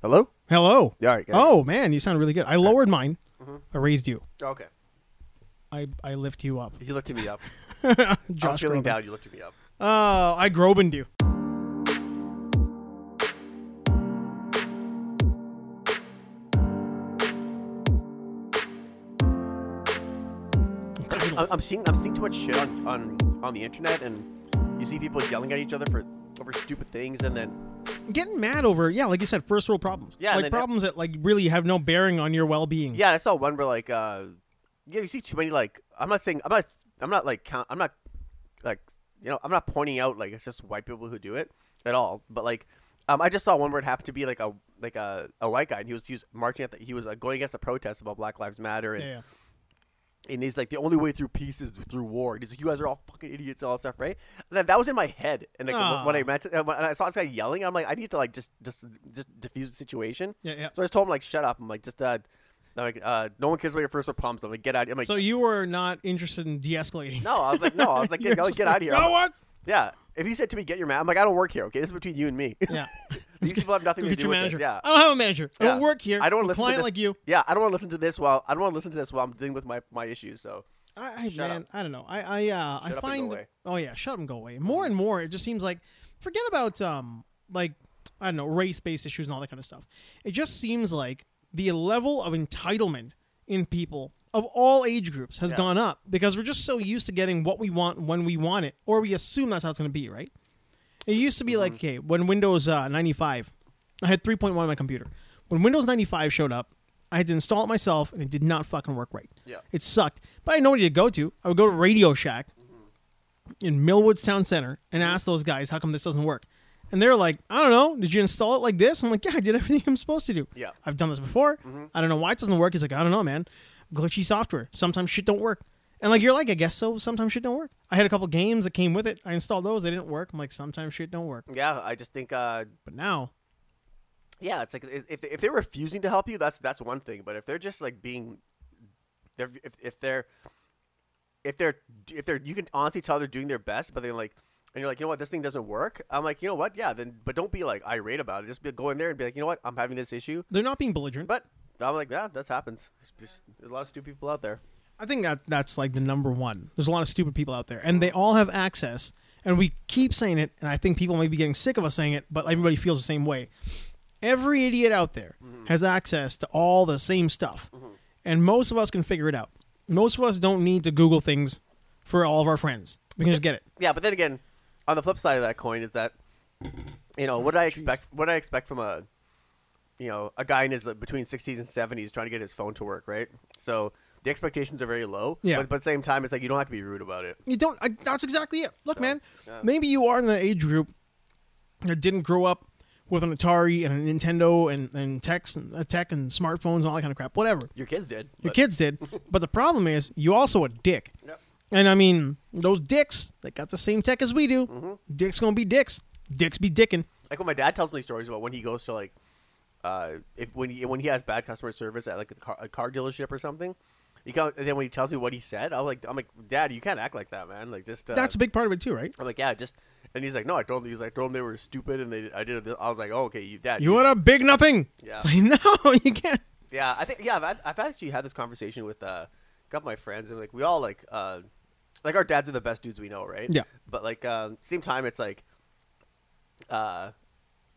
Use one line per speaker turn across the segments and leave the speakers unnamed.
Hello?
Hello.
All right. got it. Mm-hmm.
Oh man, you sound really good. I lowered mine. I raised you.
Okay.
I I lift you up.
You looked me up. I was
Josh
feeling
Groban.
down. You looked me up.
Oh, I Grobaned you.
I- I'm seeing I'm seeing too much shit on, on on the internet, and you see people yelling at each other for over stupid things, and then
Getting mad over yeah, like you said, first world problems.
Yeah, and
like
then-
problems that like really have no bearing on your well being.
yeah, I saw one where like uh, yeah, you see too many like I'm not saying I'm not I'm not like count I'm not like you know I'm not pointing out like it's just white people who do it at all, but like um I just saw one where it happened to be like a like a, a white guy, and he was he was marching at the, he was uh, going against a protest about Black Lives Matter, and
yeah.
and he's like the only way through peace is through war. And he's like, you guys are all fucking idiots and all that stuff, right? And then that was in my head, and like
Aw.
when I meant to, when I saw this guy yelling, I'm like, I need to like just just just diffuse the situation.
Yeah, yeah.
So I just told him like, shut up. I'm like, just uh, I'm like uh, no one cares about your first world problems. I'm like, get out. I'm like,
So you were not interested in de escalating.
no. I was like, no. I was like,
You're
get, I was like,
just
get out of here.
You know
I'm like-
what?
yeah. If he said to me, get your man, I'm like, I don't work here. Okay, this is between you and me.
Yeah.
These people have nothing
Go
to
get
do
your
with
manager.
this. Yeah.
I don't have a manager. I don't
Yeah.
work here.
I don't
a
listen
client
to this.
like you.
Yeah, I don't want to listen to this while I don't want to listen to this while I'm dealing with my, my issues. So
I, I
Shut
man,
up.
I don't know. I I uh,
Shut
I
up and go
find
away. Mm-hmm.
oh yeah, shut 'em, go away. More and more, it just seems like forget about um like I don't know race based issues and all that kind of stuff. It just seems like the level of entitlement in people of all age groups has
Yeah.
gone up because we're just so used to getting what we want when we want it, or we assume that's how it's going to be, right? It used to be like,
Mm-hmm.
okay, when Windows uh, 95, I had 3.1 on my computer. When Windows 95 showed up, I had to install it myself, and it did not fucking work right.
Yeah.
It sucked. But I had nobody to go to. I would go to Radio Shack in Millwood Town Center and
Mm-hmm.
ask those guys, how come this doesn't work? And they're like, I don't know. Did you install it like this? I'm like, yeah, I did everything I'm supposed to do.
Yeah. Mm-hmm.
I've done this before. I don't know why it doesn't work. He's like, I don't know, man. Glitchy software. Sometimes shit don't work. And like you're like, I guess so. Sometimes shit don't work. I had a couple games that came with it. I installed those. They didn't work. I'm like, sometimes shit don't work.
yeah, I just think uh,
But now,
Yeah, it's like if if they're refusing to help you, that's that's one thing. But if they're just like being, they're if, if they're if they're if they're you can honestly tell they're doing their best, but they're like, and you're like, you know what, this thing doesn't work. I'm like, you know what, yeah, then but don't be like irate about it. Just be, go in there and be like, you know what, I'm having this issue,
they're not being belligerent.
but. I'm like, yeah, that happens. There's, there's- there's a lot of stupid people out there.
I think that that's like the number one. There's a lot of stupid people out there, and they all have access. And we keep saying it, and I think people may be getting sick of us saying it, but everybody feels the same way. Every idiot out there has access to all the same stuff, and most of us can figure it out. Most of us don't need to Google things for all of our friends. We can just get it.
Yeah, but then again, on the flip side of that coin is that, you know,
Oh,
what did I expect? What did I expect from a, you know, a guy in his uh, between sixties and seventies trying to get his phone to work, right? So the expectations are very low.
Yeah.
But, but at the same time, it's like you don't have to be rude about it.
You don't. I, that's exactly it. Look, man.
yeah.
Maybe you are in the age group that didn't grow up with an Atari and a Nintendo and and techs and uh, tech and smartphones and all that kind of crap. Whatever.
Your kids did.
Your
but-
kids did. But the problem is, you also a dick.
Yep.
And I mean, those dicks that got the same tech as we do,
Mm-hmm.
dicks gonna be dicks. Dicks be dicking.
Like when my dad tells me stories about when he goes to like, uh, if when he when he has bad customer service at like a car, a car dealership or something. He comes, and then when he tells me what he said, I'm like, I'm like, Dad, you can't act like that, man. Like, just uh,
That's a big part of it too, right?
I'm like, yeah, just. And he's like, no, I told them. He's like, I told them they were stupid, and they, I did. This. I was like, oh, okay, you that.
You are a big nothing.
Yeah.
It's like, no, you can't.
yeah, I think, yeah, I've, I've actually had this conversation with uh, a couple of my friends, and like, we all like, uh, like our dads are the best dudes we know, right?
Yeah.
But like, um, same time, it's like, uh,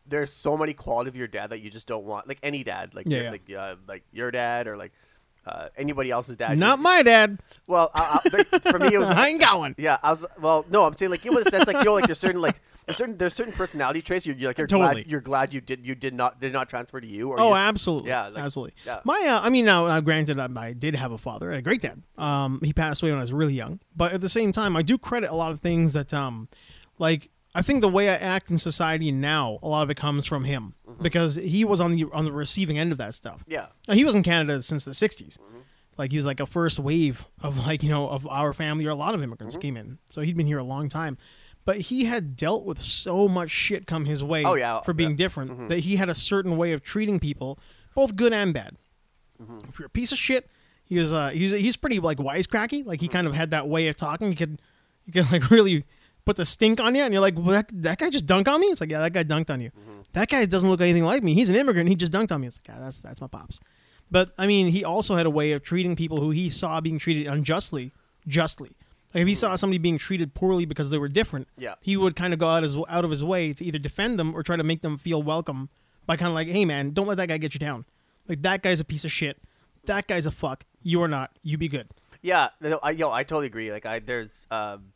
there's so many quality of your dad that you just don't want, like any dad, like
Yeah,
your-
yeah.
like uh, like your dad or like uh, anybody else's dad.
Not my dad.
well. I, I, like, for me, it was
I ain't got one.
Yeah, I was well. No, I'm saying like you know, in the sense like you know, like there's certain like there's certain there's certain personality traits you're, you're like you're
Totally.
glad you're glad you did you did not did not transfer to you. Or
Oh,
you,
absolutely.
Yeah, like-
absolutely.
yeah.
My, uh, I mean, now uh, granted, I, I did have a father, a great dad. Um, he passed away when I was really young, but at the same time, I do credit a lot of things that, um, like I think the way I act in society now, a lot of it comes from him because he was on the on the receiving end of that stuff.
Mm-hmm. yeah,
Now, he was in Canada since the 60s. Like he was like a first wave of like, you know, of our family or a lot of immigrants
Mm-hmm.
came in. So he'd been here a long time. But he had dealt with so much shit come his way
Oh, yeah.
for being
Yeah. Mm-hmm.
different that he had a certain way of treating people, both good and bad. If you're a piece of shit, he was uh he's he's pretty like wisecracky. Like he kind of had that way of talking. You could you could like really put the stink on you and you're like, well, that, that guy just dunked on me? It's like, yeah, that guy dunked on you. that guy doesn't look anything like me. He's an immigrant. He just dunked on me. It's like, ah, that's that's my pops. But I mean, he also had a way of treating people who he saw being treated unjustly, justly. Like if he saw somebody being treated poorly because they were different,
Yeah.
he would kind of go out his out of his way to either defend them or try to make them feel welcome by kind of like, hey man, don't let that guy get you down. Like that guy's a piece of shit. That guy's a fuck. You are not. You be good.
Yeah, no, I, yo, I totally agree. Like, I there's um,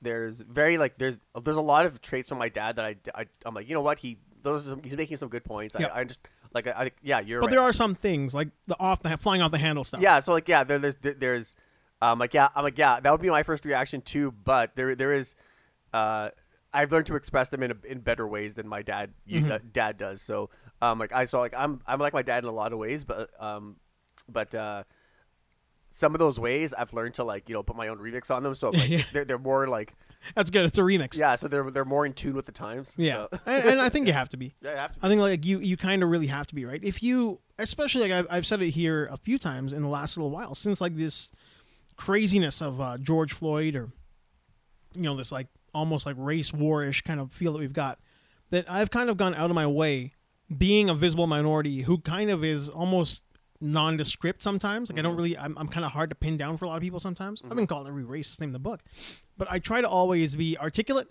there's very like there's there's a lot of traits from my dad that I, I am like you know what he those are some, he's making some good points.
Yeah.
I, I just like I, I yeah you're
But
right.
there are some things like the off the flying off the handle stuff.
yeah, so like yeah there, there's there, there's um like yeah I'm like yeah that would be my first reaction too. But there there is uh I've learned to express them in a, in better ways than my dad you,
Mm-hmm.
uh, dad does. So um like I saw like I'm I'm like my dad in a lot of ways, but um but uh some of those ways I've learned to like you know put my own remix on them. So like,
Yeah.
they're they're more like
that's good. It's a remix.
yeah, so they're they're more in tune with the times.
yeah.
so.
and, and I think you have to be.
yeah, you have to be.
I think like you you kind of really have to be right. If you, especially like I've, I've said it here a few times in the last little while, since like this craziness of uh, George Floyd or you know this like almost like race warish kind of feel that we've got, that I've kind of gone out of my way being a visible minority who kind of is almost nondescript sometimes. Like I don't
Mm-hmm.
really, I'm, I'm kind of hard to pin down for a lot of people sometimes. I've been called every racist name in the book, but I try to always be articulate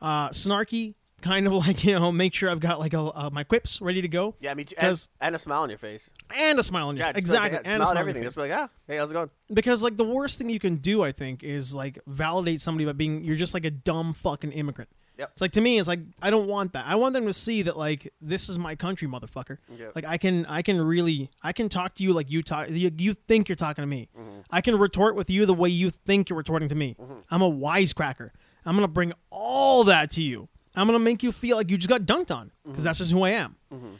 uh, snarky, kind of like you know, make sure I've got like a, uh, my quips ready to go.
Yeah, me too. And,
'Cause-
and a smile on your face.
and a smile on your
Yeah,
face.
just be like,
exactly,
yeah, smile
and a
and
smile on
everything.
your
Just
face.
be like, yeah, hey, how's it going?
Because like the worst thing you can do, I think, is like validate somebody by being you're just like a dumb fucking immigrant.
Yep.
It's like to me, it's like I don't want that. I want them to see that like this is my country, motherfucker.
Yeah.
Like I can, I can really, I can talk to you like you talk, you, you think you're talking to me. I can retort with you the way you think you're retorting to me. I'm a wisecracker. I'm gonna bring all that to you. I'm gonna make you feel like you just got dunked on because that's just who I am.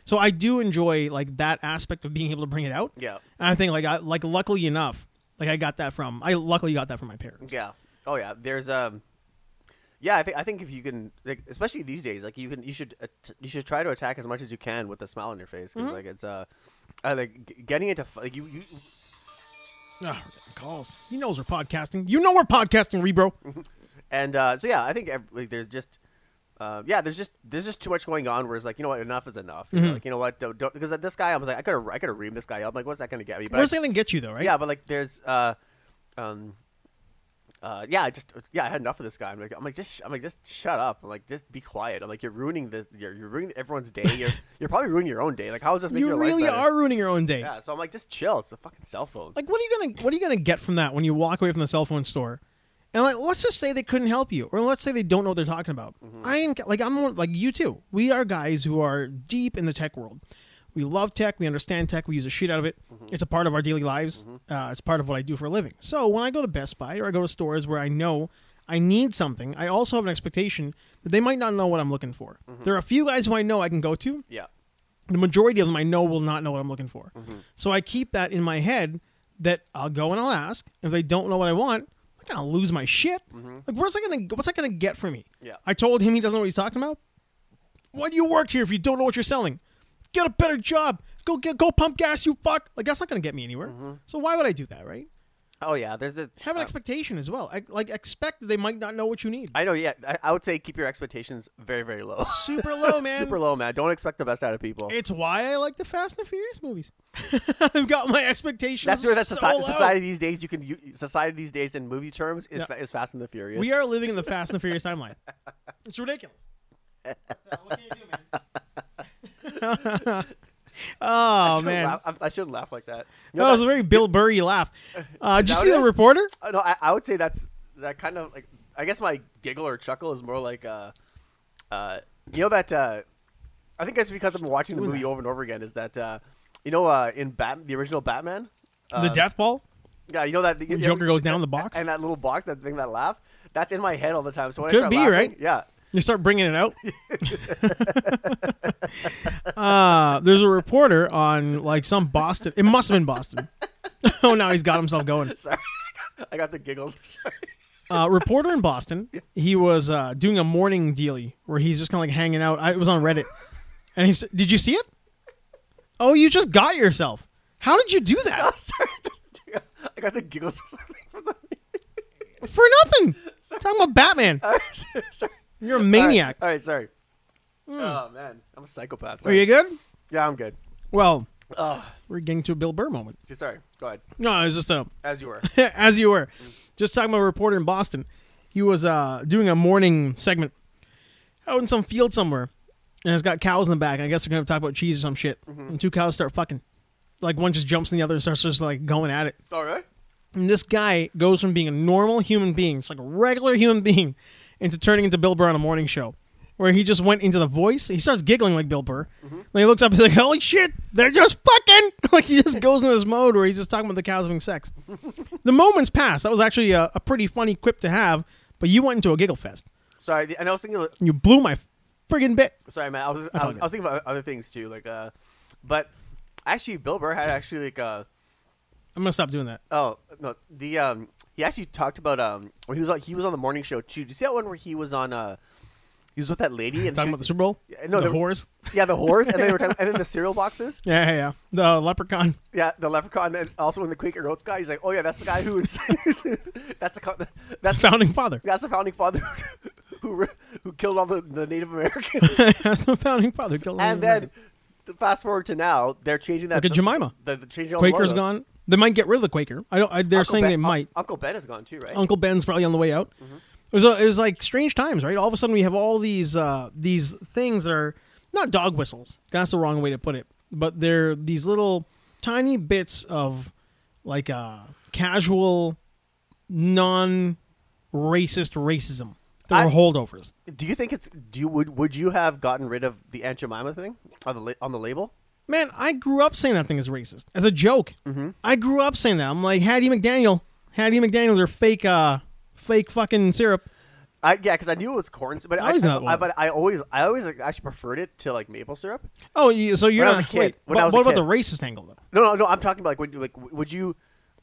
So I do enjoy like that aspect of being able to bring it out.
Yeah.
And I think like I like luckily enough, like I got that from I luckily got that from my parents.
Yeah. Oh yeah. There's um. Yeah, I think I think if you can, like, especially these days, like you can, you should, uh, you should try to attack as much as you can with a smile on your face, because like it's uh, uh, like g- getting into f- like you, you,
Ah, calls. He knows we're podcasting. You know we're podcasting, Rebro.
Mm-hmm. and uh, so yeah, I think ev- like there's just, uh, yeah, there's just there's just too much going on. Where it's like you know what, enough is enough. You know, like you know what, don't, don't because this guy, I was like, I could have, I could have reamed this guy up. Like, what's that gonna get me? But I
Where's it gonna get you though, right?
Yeah, but like there's uh um uh yeah, I just yeah, I had enough of this guy. I'm like I'm like just I'm like just shut up. I'm like just be quiet. I'm like you're ruining this you're, you're ruining everyone's day. You're you're probably ruining your own day. Like how is this making
You
your
really
life better?
are ruining your own day.
Yeah, so I'm like just chill. It's a fucking cell phone.
Like what are you gonna what are you gonna get from that when you walk away from the cell phone store? And like let's just say they couldn't help you, or let's say they don't know what they're talking about. I am like I'm more- like you too. We are guys who are deep in the tech world. We love tech. We understand tech. We use the shit out of it. It's a part of our daily lives. Uh, it's part of what I do for a living. So when I go to Best Buy or I go to stores where I know I need something, I also have an expectation that they might not know what I'm looking for. There are a few guys who I know I can go to
yeah.
the majority of them I know will not know what I'm looking for.
Mm-hmm.
So I keep that in my head that I'll go and I'll ask. If they don't know what I want, I'm gonna lose my shit. Like, where's that gonna? What's that gonna get from me?
Mm-hmm. Yeah.
I told him he doesn't know what he's talking about. Why do you work here if you don't know what you're selling? Get a better job. Go get go pump gas. You fuck. Like that's not gonna get me anywhere. So why would I do that? Right?
Oh yeah, there's this
Have an
Mm-hmm. uh,
expectation as well. I, like expect that they might not know what you need.
I know, yeah. I, I would say keep your expectations very, very low.
Super low, man.
Super low, man. Don't expect the best out of people.
It's why I like the Fast and the Furious movies. I've got my expectations.
that's where that's
so
society,
low.
society these days. You can u- society these days in movie terms is,
No.
fa- is Fast and the Furious.
We are living in the Fast and the Furious timeline. It's ridiculous. What can you do, man? oh
I shouldn't
man,
laugh- I, I shouldn't laugh like that. You know
that was
that-
a very Bill Burry laugh. Uh, did you
that
see
what it
the
is?
reporter?
Uh, no, I, I would say that's that kind of like I guess my giggle or chuckle is more like uh, uh, you know that uh, I think that's because I've been watching the
Ooh,
movie
that-
over and over again. Is that uh, you know uh, in Bat the original Batman, uh,
the death ball.
yeah, you know that
When Joker goes down the box?
and that little box, that thing, that laugh, that's in my head all the time. So when
Could
I start
be,
laughing,
right?
Yeah,
You start bringing it out. uh, there's a reporter on like some Boston. It must have been Boston. oh, now he's got himself going.
sorry, I got the giggles. Sorry.
uh, reporter in Boston. He was uh, doing a morning dealy where he's just kind of like hanging out. I, it was on Reddit, and he's. Did you see it? Oh, you just got yourself. How did you do
I'm
that
sorry, just- I got the giggles or something. For some
for nothing? Talking about Batman.
reason. sorry.
You're a
All right,
maniac. Hmm.
All right, sorry. Oh man, I'm I'm a psychopath.
Are
sorry.
you good?
Yeah, I'm good.
Well,
Ugh.
we're getting to a Bill Burr moment.
Okay, Sorry. Go ahead.
No, it was just a
As you were.
as you were just talking about a reporter in Boston. He was uh, doing a morning segment out in some field somewhere, and it's got cows in the back. I guess they're gonna talk about cheese or some shit. And two cows start fucking. Like one just jumps in the other and starts just like going at it.
All right.
And this guy goes from being a normal human being, just like a regular human being, into turning into Bill Burr on a morning show, where he just went into the voice. He starts giggling like Bill Burr.
Mm-hmm.
Then he looks up and he's like, "Holy shit, they're just fucking!" Like he just goes into this mode where he's just talking about the cows having sex. the moments pass. That was actually a, a pretty funny quip to have, but you went into a giggle fest.
Sorry. the- And I was thinking.
And you blew my friggin' bit.
Sorry, man. I was, I
all
was,
good.
I was thinking about other things too. Like, uh, but actually, Bill Burr had actually like uh,
I'm gonna stop doing that.
Oh no, the um, he actually talked about um when he was on he was on the morning show too. Did you see that one where he was on uh, he was with that lady and
Talking
she-
about the Super Bowl.
Yeah, no,
the
they were-
whores.
yeah the horse and then they were talking, and then the cereal boxes
Yeah, yeah, yeah. The leprechaun.
yeah the leprechaun and also when the Quaker Oats guy he's like oh yeah that's the guy who that's the co- that's the,
Founding father.
that's the founding father who who, who killed all the, the Native Americans
That's the founding father. Killed
and
America.
then fast forward to now they're changing that
Look at Jemima.
the, the changing all the
Quaker's
logos.
gone. They might get rid of the Quaker. I don't. I,
Uncle
they're
uh,
saying
Ben-
they
Un-
might.
Uncle Ben is gone too right
Uncle Ben's probably on the way out.
Mm-hmm.
It was. A, it was like strange times, right? All of a sudden, we have all these uh, these things that are not dog whistles. That's the wrong way to put it. But they're these little tiny bits of like uh, casual, non-racist racism. They're
I-
holdovers.
Do you think it's do you, would would you have gotten rid of the Aunt Jemima thing on the la- on the label?
Man, I grew up saying that thing is racist as a joke.
Mm-hmm.
I grew up saying that. I'm like Hattie McDaniel, Hattie McDaniel, they're fake, uh, fake fucking syrup.
I yeah, because I knew it was corn, sy- but
I
I,
always
I,
not
I-
one.
but I always I always like, actually preferred it to like maple syrup.
Oh, you, so you're
When I
not
was a kid.
Wait,
When
but
I was a
what about
kid.
the racist angle though?
No, no, no. I'm talking about like would you- like would you,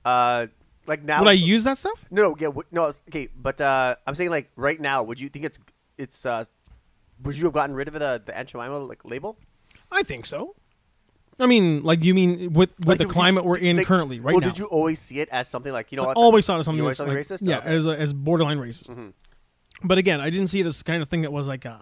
uh, like now?
Would I use that stuff?
no, no, yeah, w- no. I was- Okay, but uh, I'm saying like right now, would you think it's it's uh, would you have gotten rid of the the Aunt Jemima like label?
I think so. I mean, like you mean with with
Like,
the
did you-
climate we're in
like,
currently right
well,
now?
did you always see it as something like you know?
I
what,
always thought of something
you
that's
always something racist.
like- Yeah,
Okay. Mm-hmm.
as a, as borderline racist. But again, I didn't see it as kind of thing that was like, uh,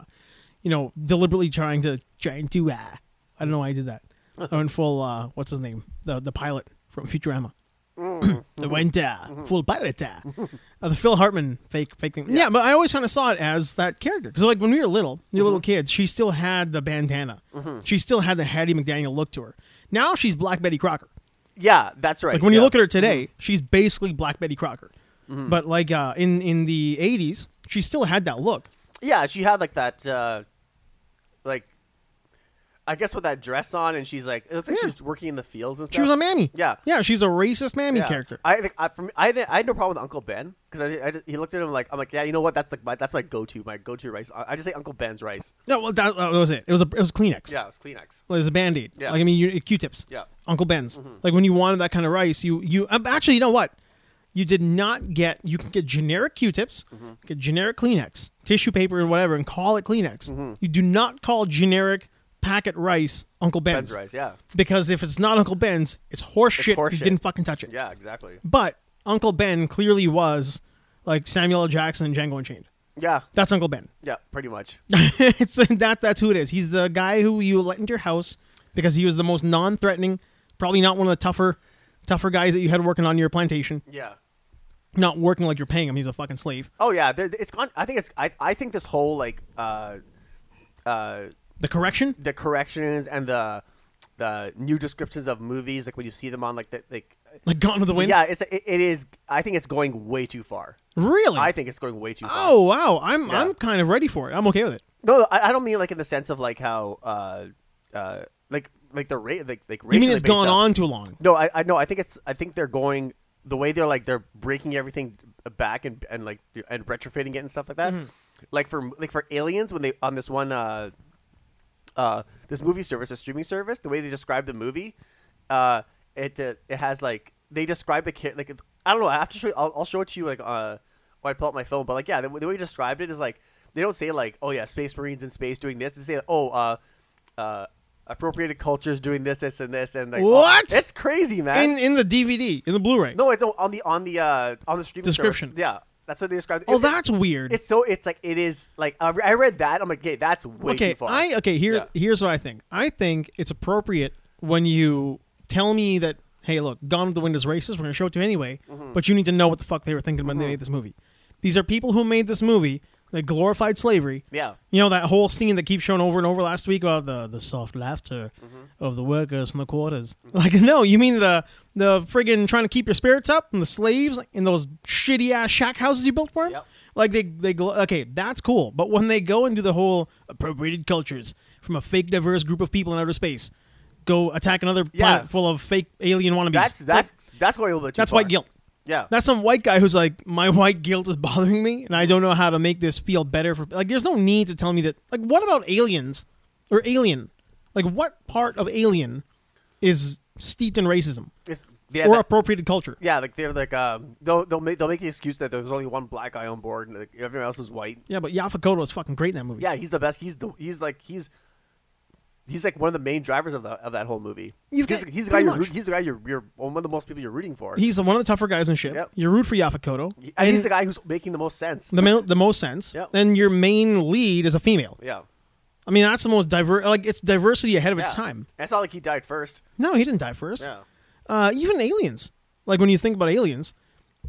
you know, deliberately trying to trying to. Uh, I don't know why I did that. I went full. Uh, what's his name? The the pilot from Futurama.
Mm-hmm.
I went uh, full pilot. Uh, uh, the Phil Hartman fake fake thing. Yeah, but I always kind of saw it as that character because like when we were little, we were little
Mm-hmm.
kids, she still had the bandana. She still had the Hattie McDaniel look to her. Now she's Black Betty Crocker.
yeah, that's right.
Like when you
yeah. Mm-hmm.
look at her today, she's basically Black Betty Crocker. But like uh, in in the '80s, she still had that look.
Yeah, she had like that, uh, like, I guess with that dress on, and she's like, it looks like
Yeah.
she's working in the fields and stuff.
She was a mammy.
Yeah.
yeah, she's a racist mammy
Yeah.
character.
I think I, for me, I, didn't, I had no problem with Uncle Ben because I, I just, he looked at him like I'm like yeah you know what that's like my that's my go-to my go-to rice I I just say Uncle Ben's rice
No, well that, that was it. It was a it was Kleenex.
yeah it's Kleenex
Well, it was a band aid.
Yeah.
Like I mean, you, Q-tips.
Yeah. Mm-hmm.
Uncle Ben's. Like when you wanted that kind of rice, you you um, actually you know what? You did not get. You can get generic Q-tips,
Mm-hmm.
get generic Kleenex, tissue paper, and whatever, and call it Kleenex.
Mm-hmm.
You do not call generic packet rice Uncle
Ben's rice yeah
because if it's not Uncle Ben's, it's horse shit.
horse
you
shit.
didn't fucking touch it.
yeah exactly
But Uncle Ben clearly was like Samuel L. Jackson and Django Unchained.
yeah
That's Uncle Ben.
yeah pretty much
it's that that's who it is. He's the guy who you let into your house because he was the most non-threatening, probably not one of the tougher tougher guys that you had working on your plantation.
yeah
Not working like you're paying him. He's a fucking slave.
oh yeah there, it's gone I think it's I, I think this whole like uh uh
The correction?
the corrections and the the new descriptions of movies like when you see them on like the like
Like Gone with the Wind?
yeah it's it, it is I think it's going way too far
Really?
I think it's going way too far
oh wow. I'm
Yeah.
I'm kind of ready for it. I'm okay with it.
no I, I don't mean like in the sense of like how uh uh like like the rate like like
You mean
racially
it's
based
gone
stuff.
on too long?
no I I no I think it's I think they're going the way they're like they're breaking everything back and and like and retrofitting it and stuff like that like for like for aliens when they on this one uh uh, this movie service, a streaming service, the way they describe the movie, uh, it uh, it has like they describe the kid like I don't know. I have to show. You, I'll, I'll show it to you like uh, when I pull up my phone. But like yeah, the, the way you described it is like they don't say like oh yeah, space marines in space doing this. They say oh uh, uh, appropriated cultures doing this, this, and this, and like all-
What?
it's crazy, man.
in in the DVD, in the Blu-ray.
no, it's on the on the uh, on the streaming service.
Description.
Yeah, That's what they described.
Oh,
It-
that's weird.
It's so it's like it is like I re- I read that I'm like, okay, that's way
okay,
too far.
I okay. Here,
Yeah.
here's what I think. I think it's appropriate when you tell me that, hey, look, Gone with the Wind is racist. We're gonna show it to you anyway,
Mm-hmm.
but you need to know what the fuck they were thinking when they made this movie. These are people who made this movie that glorified slavery.
yeah,
You know that whole scene that keeps showing over and over last week about the the soft laughter
Mm-hmm.
of the workers from the quarters. Like, no, you mean the the friggin' trying to keep your spirits up and the slaves in those shitty ass shack houses you built for 'em?
Yep.
Like they they gl- okay, that's cool. But when they go and do the whole appropriated cultures from a fake diverse group of people in outer space, go attack another
Yeah.
planet full of fake alien wannabes.
that's
It's
that's
like,
that's going a little bit too
that's
far.
white guilt.
Yeah,
That's some white guy who's like, my white guilt is bothering me, and I don't know how to make this feel better for. Like, there's no need to tell me that. Like, what about aliens or alien? Like, what part of alien is steeped in racism
it's, yeah,
or
that-
appropriated culture?
yeah. Like they're like um, they'll they'll make they'll make the excuse that there's only one black guy on board and like, everyone else is white.
Yeah, but Yafakota was fucking great in that movie.
Yeah, he's the best. He's the he's like he's. He's like one of the main drivers of the of that whole movie.
You've
he's,
got-
he's the guy
pretty
you're,
much.
root- he's the guy you're, you're one of the most people you're rooting for.
he's the- one of the tougher guys in ship.
Yep.
You root for Yafakota.
and he's the guy who's making the most sense.
the mo- the most sense.
Yep.
And your main lead is a female.
yeah,
I mean, that's the most diverse. Like, it's diversity ahead of its
Yeah.
time.
And it's not like he died first.
No, he didn't die first.
Yeah,
uh, even aliens. Like when you think about aliens,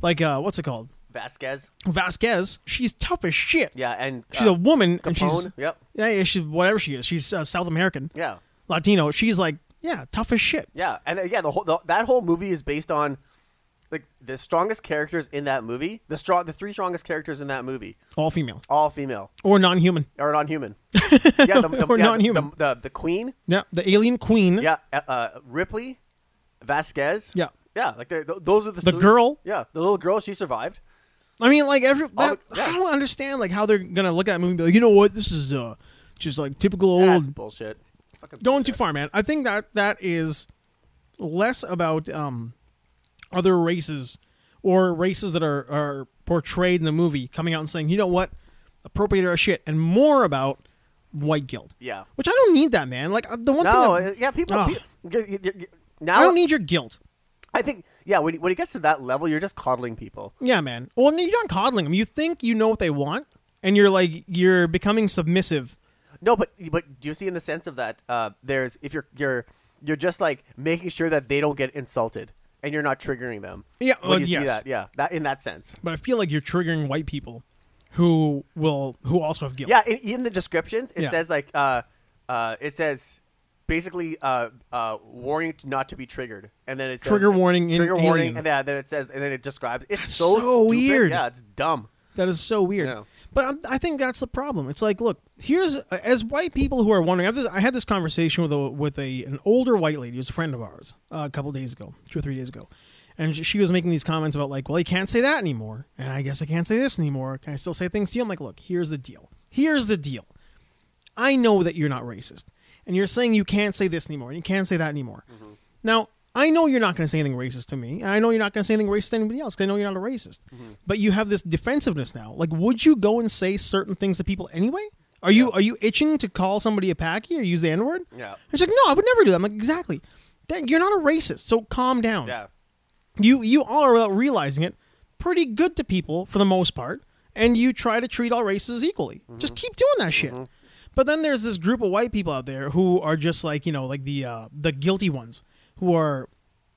like uh, what's it called?
Vasquez.
Vasquez. She's tough as shit.
Yeah, and uh,
She's a woman, and she's
Capone, yep.
yeah, yeah, she's whatever she is. She's uh, South American,
yeah.
Latino. She's like yeah, tough as shit.
Yeah, and uh, yeah, the whole the, that whole movie is based on like the strongest characters in that movie. The strong, the three strongest characters in that movie,
All female
all female
or non-human.
or non-human. yeah, the, the,
Or
yeah,
non-human.
The, the, the queen.
Yeah, the alien queen.
Yeah, uh, uh, Ripley, Vasquez.
Yeah.
yeah, like they're- th- those are the
The
three-
girl.
Yeah, the little girl. She survived.
I mean, like every that,
the- yeah.
I don't understand like how they're gonna look at that movie and be like, you know what, this is uh just like typical
That's
old
bullshit. Fucking
going too
bullshit.
far, man. I think that that is less about um, other races or races that are are portrayed in the movie coming out and saying, you know what, appropriate our shit, and more about white guilt.
Yeah.
Which I don't need that, man. Like uh, the one
No,
thing.
uh,
that-
yeah, people.
Ugh.
pe- y- y- y-
I
now
don't need your guilt.
I think yeah. When when it gets to that level, you're just coddling people.
Yeah, man. Well, no, you're not coddling them. You think you know what they want, and you're like you're becoming submissive.
No, but but do you see in the sense of that uh, there's if you're you're you're just like making sure that they don't get insulted and you're not triggering them.
Yeah,
when
well,
you see
yes.
that, yeah, that in that sense.
But I feel like you're triggering white people, who will who also have guilt.
Yeah, in, in the descriptions it
Yeah.
says like uh, uh, it says basically uh, uh, warning to not to be triggered, and then it says,
Trigger warning in
trigger warning,
Alien.
and then, then it says and then it describes. It's
That's
so,
so
stupid.
weird.
Yeah, it's dumb.
That is so weird.
Yeah.
But I, I think that's the problem. It's like, look, here's as white people who are wondering. I, have this, I had this conversation with a with a an older white lady who's a friend of ours uh, a couple days ago, two or three days ago, and she, she was making these comments about like, well, you can't say that anymore, and I guess I can't say this anymore. Can I still say things to you? I'm like, look, here's the deal. Here's the deal. I know that you're not racist, and you're saying you can't say this anymore, and you can't say that anymore.
Mm-hmm.
Now, I know you're not going to say anything racist to me, and I know you're not going to say anything racist to anybody else. 'cause I know you're not a racist,
Mm-hmm.
but you have this defensiveness now. Like, would you go and say certain things to people anyway? Are you are you itching to call somebody a packy or use the N word?
Yeah.
It's like, no, I would never do that. I'm like, exactly. That, you're not a racist, so calm down
Yeah,
you you all are without realizing it pretty good to people for the most part and you try to treat all races equally just keep doing that shit but then there's this group of white people out there who are just like you know like the uh, the guilty ones who are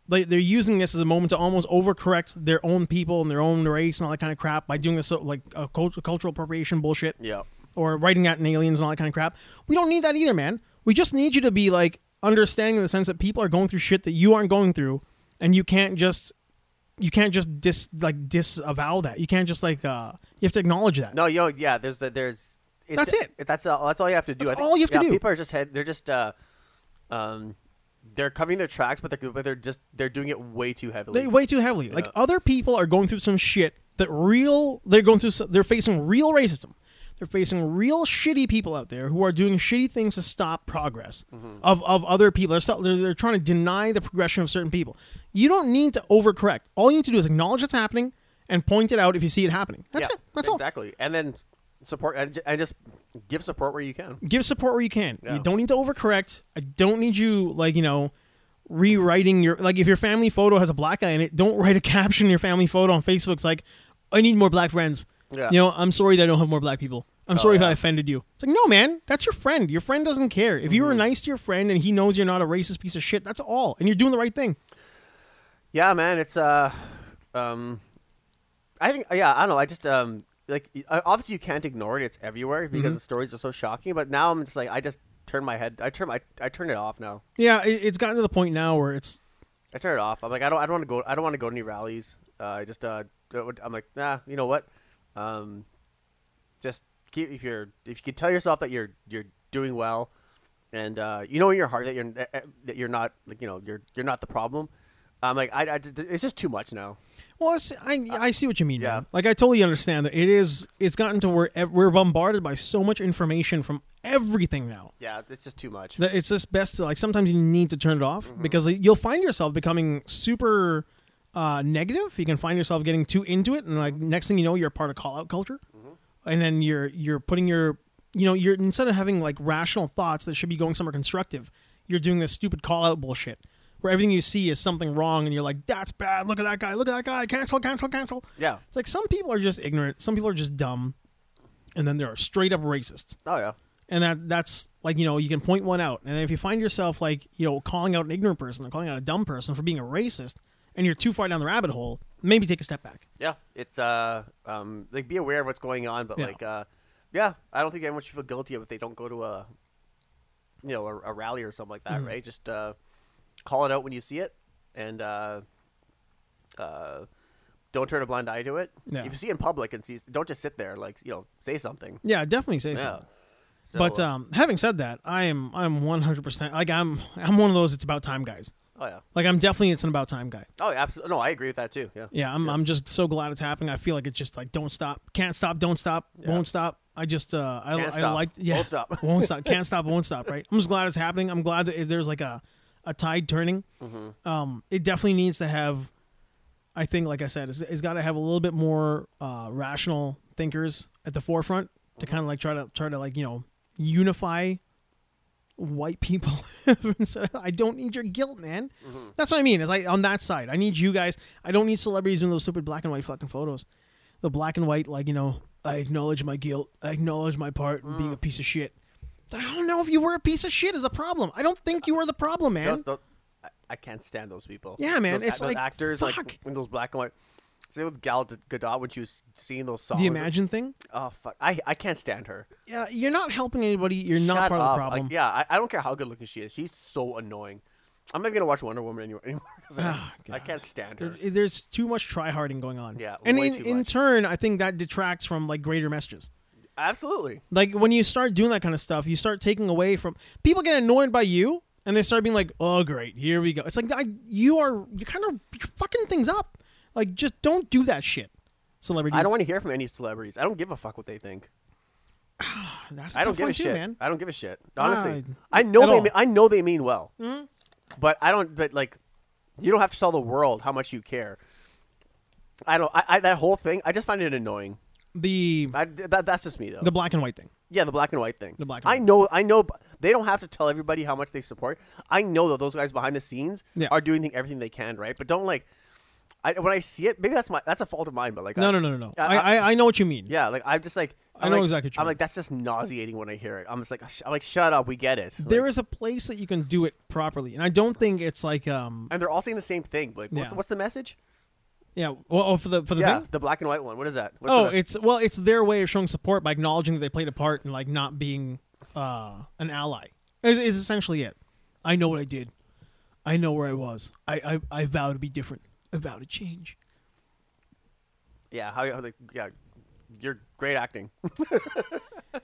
like they're using this as a moment to almost overcorrect their own people and their own race and all that kind of crap by doing this uh, like uh, cult- cultural appropriation bullshit
yeah,
or writing out in aliens and all that kind of crap. We don't need that either, man. We just need you to be like understanding in the sense that people are going through shit that you aren't going through, and you can't just you can't just dis like disavow that. You can't just like uh you have to acknowledge that.
no, you know, yeah. There's the, there's it's,
That's it.
That's all. That's all you have to do.
That's
I think-
all you have to
yeah,
do.
People are just head. They're just uh, um, they're covering their tracks, but they're but they're just they're doing it way too heavily.
They way too heavily. Like other people are going through some shit that real they're going through. s- They're facing real racism. They're facing real shitty people out there who are doing shitty things to stop progress
Mm-hmm.
of, of other people. They're, st- they're, they're trying to deny the progression of certain people. You don't need to overcorrect. All you need to do is acknowledge it's happening and point it out if you see it happening. That's
yeah,
it. That's all.
exactly. And then s- support and, ju- and just give support where you can.
give support where you can.
Yeah.
You don't need to overcorrect. I don't need you like you know rewriting your like if your family photo has a black guy in it, don't write a caption in your family photo on Facebook. It's like I need more black friends.
Yeah.
You know, I'm sorry that I don't have more black people. I'm
Oh,
sorry if
yeah.
I offended you. It's like, no, man, that's your friend. Your friend doesn't care. If
Mm-hmm.
you were nice to your friend and he knows you're not a racist piece of shit, that's all. And you're doing the right thing.
Yeah, man, it's uh, um, I think yeah, I don't know. I just um, like y- uh, obviously you can't ignore it. It's everywhere because
Mm-hmm.
the stories are so shocking. But now I'm just like I just turn my head. I turn my I turn it off now.
Yeah, it, it's gotten to the point now where it's
I turn it off. I'm like I don't I don't want to go. I don't want to go to any rallies. Uh, I just uh, don't- I'm like nah. You know what? Um, just keep if you're if you can tell yourself that you're you're doing well, and uh, you know in your heart that you're that you're not like you know you're you're not the problem. I'm like I, I it's just too much now.
Well, it's, I I see what you mean.
yeah.
Yeah. Like I totally understand that it is. It's gotten to where ev- we're bombarded by so much information from everything now
Yeah, it's just too much.
that it's just best to like sometimes you need to turn it off because like, you'll find yourself becoming super uh, negative. You can find yourself getting too into it, and like next thing you know, you're a part of call out culture, and then you're you're putting your you know you're instead of having like rational thoughts that should be going somewhere constructive, you're doing this stupid call out bullshit. Where everything you see is something wrong, and you're like, "That's bad. Look at that guy. Look at that guy. Cancel, cancel, cancel."
Yeah.
It's like some people are just ignorant, some people are just dumb, and then there are straight up racists.
Oh yeah.
And that that's like, you know, you can point one out. And if you find yourself like, you know, calling out an ignorant person or calling out a dumb person for being a racist and you're too far down the rabbit hole, maybe take a step back.
Yeah. It's uh um like be aware of what's going on, but
Yeah.
like uh yeah, I don't think anyone should feel guilty of if they don't go to a you know, a, a rally or something like
Mm-hmm.
that, right? Just uh call it out when you see it and uh uh don't turn a blind eye to it.
Yeah.
If you see it in public and see don't just sit there like, you know, say something.
Yeah, definitely say
Yeah.
so.
So,
but
uh,
um, having said that, I am I'm 100% like I'm I'm one of those it's about time guys.
oh yeah.
Like I'm definitely it's an about time guy.
Oh, absolutely. No, I agree with that too. Yeah.
Yeah, I'm I'm just so glad it's happening. I feel like it's just like don't stop, can't stop, don't stop, won't stop. I just uh I,
Can't
I
stop,
like yeah
won't stop.
won't stop can't stop won't stop right. I'm just glad it's happening. I'm glad that there's like a a tide turning.
Mm-hmm.
Um, it definitely needs to have. I think, like I said, it's, it's got to have a little bit more uh, rational thinkers at the forefront to
Mm-hmm.
kind of like try to try to like you know unify white people instead of, I don't need your guilt, man.
Mm-hmm.
That's what I mean. Is like on that side, I need you guys. I don't need celebrities doing those stupid black and white fucking photos. The black and white, like you know, I acknowledge my guilt. I acknowledge my part in
Mm.
being a piece of shit. I don't know if you were a piece of shit is the problem. I don't think you were the problem, man.
Those- those- I, I can't stand those people.
Yeah, man,
Those,
it's
those
like,
actors
fuck.
like in those black and white. Same with Gal Gadot when she was singing those songs.
the Imagine thing.
Oh fuck! I, I can't stand her.
Yeah, you're not helping anybody. You're not
Shut
part of
up.
the problem.
Like, yeah, I, I don't care how good looking she is. She's so annoying. I'm not even gonna watch Wonder Woman anymore. anymore 'cause I,
Ah,
I can't stand her.
There- There's too much tryharding going on.
Yeah,
and
way
in,
too
in
much.
turn, I think that detracts from like greater messages.
Absolutely.
Like when you start doing that kind of stuff, you start taking away from people get annoyed by you, and they start being like, "Oh, great, here we go." It's like I, you are you kind of you're fucking things up. Like just don't do that shit, celebrities.
I don't want to hear from any celebrities. I don't give a fuck what they think.
That's a
I don't
tough
give
one
a
too,
shit.
man.
I don't give a shit. Honestly,
Nah,
I know
at
they
all. Mm-hmm.
me- I know they mean well, but I don't. But like, you don't have to tell the world how much you care. I don't. I, I that whole thing. I just find it annoying.
The
I, that, that's just me though.
the black and white thing.
yeah, the black and white thing.
The black and
I
white.
know. I know. b- They don't have to tell everybody how much they support. I know that those guys behind the scenes
Yeah.
are doing the- everything they can, right? But don't like. I, when I see it, maybe that's my that's a fault of mine. But like, I,
No, no, no, no, no.
I-
I, I I know what you mean.
yeah, like I'm just like
I
I'm
know
like-
exactly what you
I'm
mean.
like that's just nauseating when I hear it. I'm just like "Sh- I'm like shut up, we get it. Like-
There is a place that you can do it properly, and I don't think it's like um
and they're all saying the same thing. Like, what's,
Yeah.
what's the message?
yeah well oh, for the for the
yeah,
thing.
the black and white one. What is that? What's
Oh,
the-
it's well, it's their way of showing support by acknowledging that they played a part in like not being uh, an ally. Is, is essentially it. I know what I did. I know where I was. I, I I vow to be different. I vow to change.
yeah. How you? Like, yeah, you're great acting.
And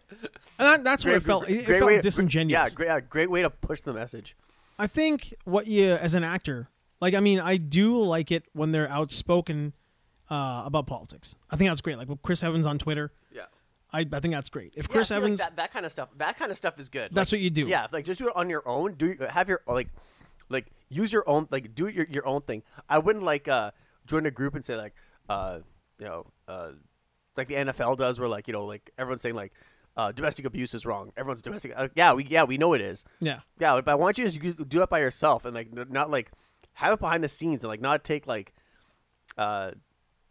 that, that's what
Great-
it felt. It, it
great
felt
way to-
disingenuous.
Yeah, great, yeah, great way to push the message.
I think what you as an actor, like I mean, I do like it when they're outspoken uh, about politics. I think that's great. Like with Chris Evans on Twitter,
Yeah.
I, I think that's great. If
Yeah,
Chris
see, like,
Evans,
that, that kind of stuff. That kind of stuff is good.
That's
Like,
what you do.
Yeah, like just do it on your own. Do have your like, like use your own like do your your own thing. I wouldn't like uh join a group and say like uh you know uh like the NFL does where like you know like everyone's saying like uh domestic abuse is wrong. Everyone's domestic. Uh, yeah, we yeah we know it is.
yeah,
Yeah, but I want you to just do it by yourself and like n- not like have it behind the scenes and like not take like uh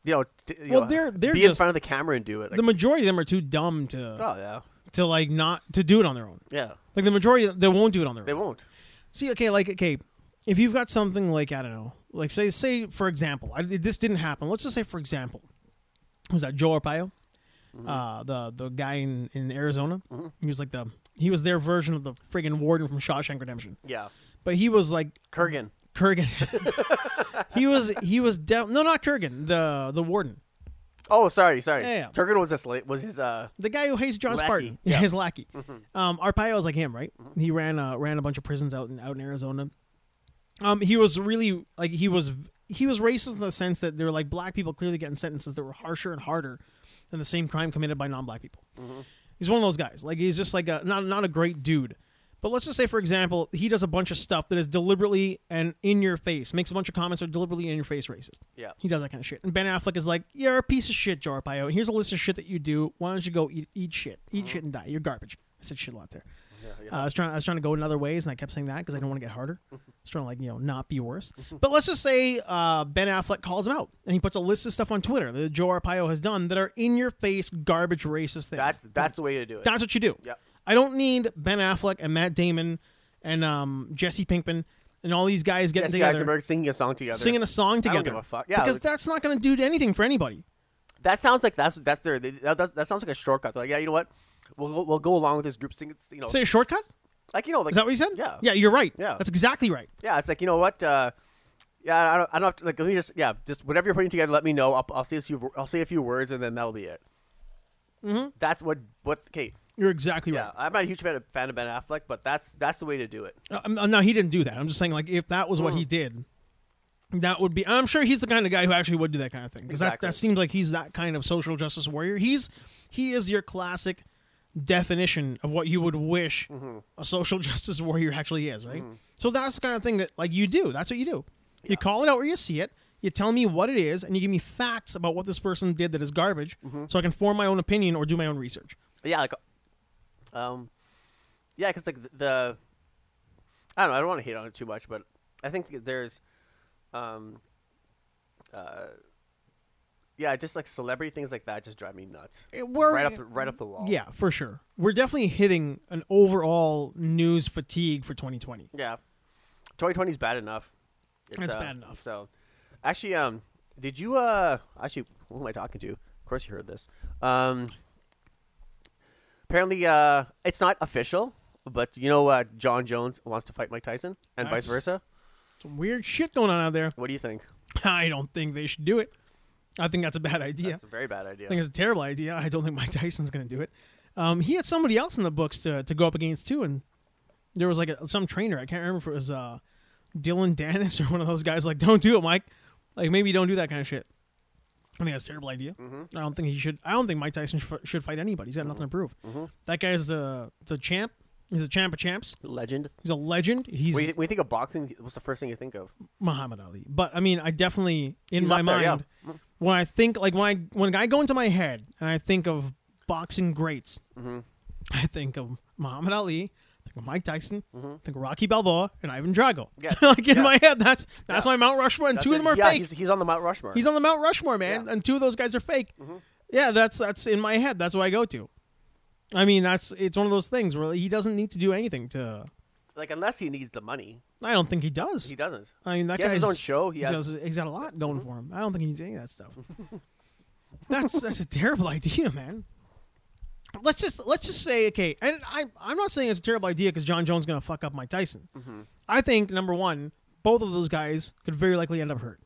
you know, t- you
Well,
know,
they're- they're
be in
just-
front of the camera and do it. Like,
the majority of them are too dumb to
oh yeah,
to like not to do it on their own.
yeah,
Like the majority, of them, they won't do it on their
they
own.
won't.
See, okay, like okay, if you've got something like I don't know, like say say for example, I, this didn't happen. Let's just say for example, was that Joe Arpaio,
Mm-hmm.
uh, the the guy in in Arizona? He was like the he was their version of the friggin' warden from Shawshank Redemption,
Yeah,
but he was like
Kurgan.
Kurgan. he was he was de- no not Kurgan the the warden.
Oh, sorry, sorry.
Yeah, yeah.
Kurgan was his la- was his uh
The guy who hates John
Lackey.
Spartan,
Yeah. Mm-hmm.
his lackey. Um, Arpaio was like him, right? He ran uh, ran a bunch of prisons out in out in Arizona. Um, he was really like he was he was racist in the sense that there were like black people clearly getting sentences that were harsher and harder than the same crime committed by non-black people.
Mm-hmm.
He's one of those guys. Like he's just like a not not a great dude. But let's just say, for example, he does a bunch of stuff that is deliberately and in your face, makes a bunch of comments that are deliberately in your face racist.
yeah.
He does that kind of shit. And Ben Affleck is like, "You're a piece of shit, Jorpaio. Here's a list of shit that you do. Why don't you go eat eat shit, eat
Uh-huh.
shit and die? You're garbage." I said shit a lot there. Uh, I was trying I was trying to go in other ways, and I kept saying that because I don't want to get harder. I was trying to like you know not be worse. But let's just say uh, Ben Affleck calls him out, and he puts a list of stuff on Twitter that Joe Arpaio has done that are in your face, garbage, racist things.
That's that's the way to do it.
That's what you do.
Yep.
I don't need Ben Affleck and Matt Damon and um, Jesse Pinkman and all these guys getting
Jesse
together
Eisenberg singing a song together.
singing a song
don't
together.
give a fuck. Yeah,
because
like-
that's not going to do anything for anybody.
That sounds like that's that's their that, that, that sounds like a shortcut. They're like, yeah, you know what? We'll go- we'll go along with this group singing. You know,
Say a shortcut?
like you know, like
Is that what you said?
Yeah,
Yeah, you're right.
Yeah.
That's exactly right.
yeah. It's like you know what? Uh, yeah, I don't, I don't have to like. Let me just yeah, just whatever you're putting together, let me know. I'll, I'll say a few I'll say a few words, and then that'll be it. Mm-hmm. That's what what okay.
You're exactly
Yeah,
right.
I'm not a huge fan of, fan of Ben Affleck, but that's that's the way to do it.
Uh, um, no, he didn't do that. I'm just saying, like, if that was what
Hmm.
he did, that would be. I'm sure he's the kind of guy who actually would do that kind of thing because
Exactly.
that, that seems like he's that kind of social justice warrior. He's he is your classic definition of what you would wish
Mm-hmm.
a social justice warrior actually is, right? So that's the kind of thing that like you do. That's what you do. You call it out where you see it. You tell me what it is, and you give me facts about what this person did that is garbage,
Mm-hmm.
so I can form my own opinion or do my own research.
Yeah, like, um, yeah, because like the, the, I don't know. I don't want to hate on it too much, but I think that there's, um, uh, yeah, just like celebrity things like that just drive me nuts.
Eh, we're-
right up, right up the wall.
Yeah, for sure. We're definitely hitting an overall news fatigue for 2020.
yeah. 2020 is bad enough. uh,
It's bad enough.
So, actually, um, did you uh, actually, who am I talking to? Of course, you heard this. Um, apparently, uh, it's not official, but you know, uh, John Jones wants to fight Mike Tyson, and vice
That's-
versa.
Some weird shit going on out there.
What do you think?
I don't think they should do it. I think that's a bad idea.
That's a very bad idea.
I think it's a terrible idea. I don't think Mike Tyson's going to do it. Um, he had somebody else in the books to, to go up against too, and there was like a, some trainer. I can't remember if it was uh, Dylan Dennis or one of those guys. Like, don't do it, Mike. Like, maybe don't do that kind of shit. I think that's a terrible idea. I don't think he should. I don't think Mike Tyson should, fi- should fight anybody. He's got nothing to prove. That guy's the the champ. He's the champ of champs.
Legend.
He's a legend. He's
When you, when you think of boxing, what's the first thing you think of?
Muhammad Ali. But I mean, I definitely in
He's
my
up there, yeah.
mind when I think like when I when I go into my head and I think of boxing greats,
Mm-hmm.
I think of Muhammad Ali. I think of Mike Tyson, I think of Rocky Balboa and Ivan Drago.
Yeah.
like in
Mm-hmm. Yeah.
my head, that's that's
Yeah.
my Mount Rushmore, and
That's
two
it.
of them are
yeah,
fake.
He's, he's on the Mount Rushmore.
He's on the Mount Rushmore, man,
Yeah. Mm-hmm.
and two of those guys are fake. Yeah, that's that's in my head. That's what I go to. I mean, that's it's one of those things where he doesn't need to do anything to.
like unless he needs the money,
I don't think he does.
he doesn't.
I mean, that
He
guy's
has his own show. He
he's
has- Mm-hmm.
got- he's got a lot going for him. I don't think he needs any of that stuff. that's that's a terrible idea, man. Let's just let's just say okay, and I I'm not saying it's a terrible idea because John Jones is gonna fuck up Mike Tyson.
Mm-hmm.
I think number one, both of those guys could very likely end up hurt.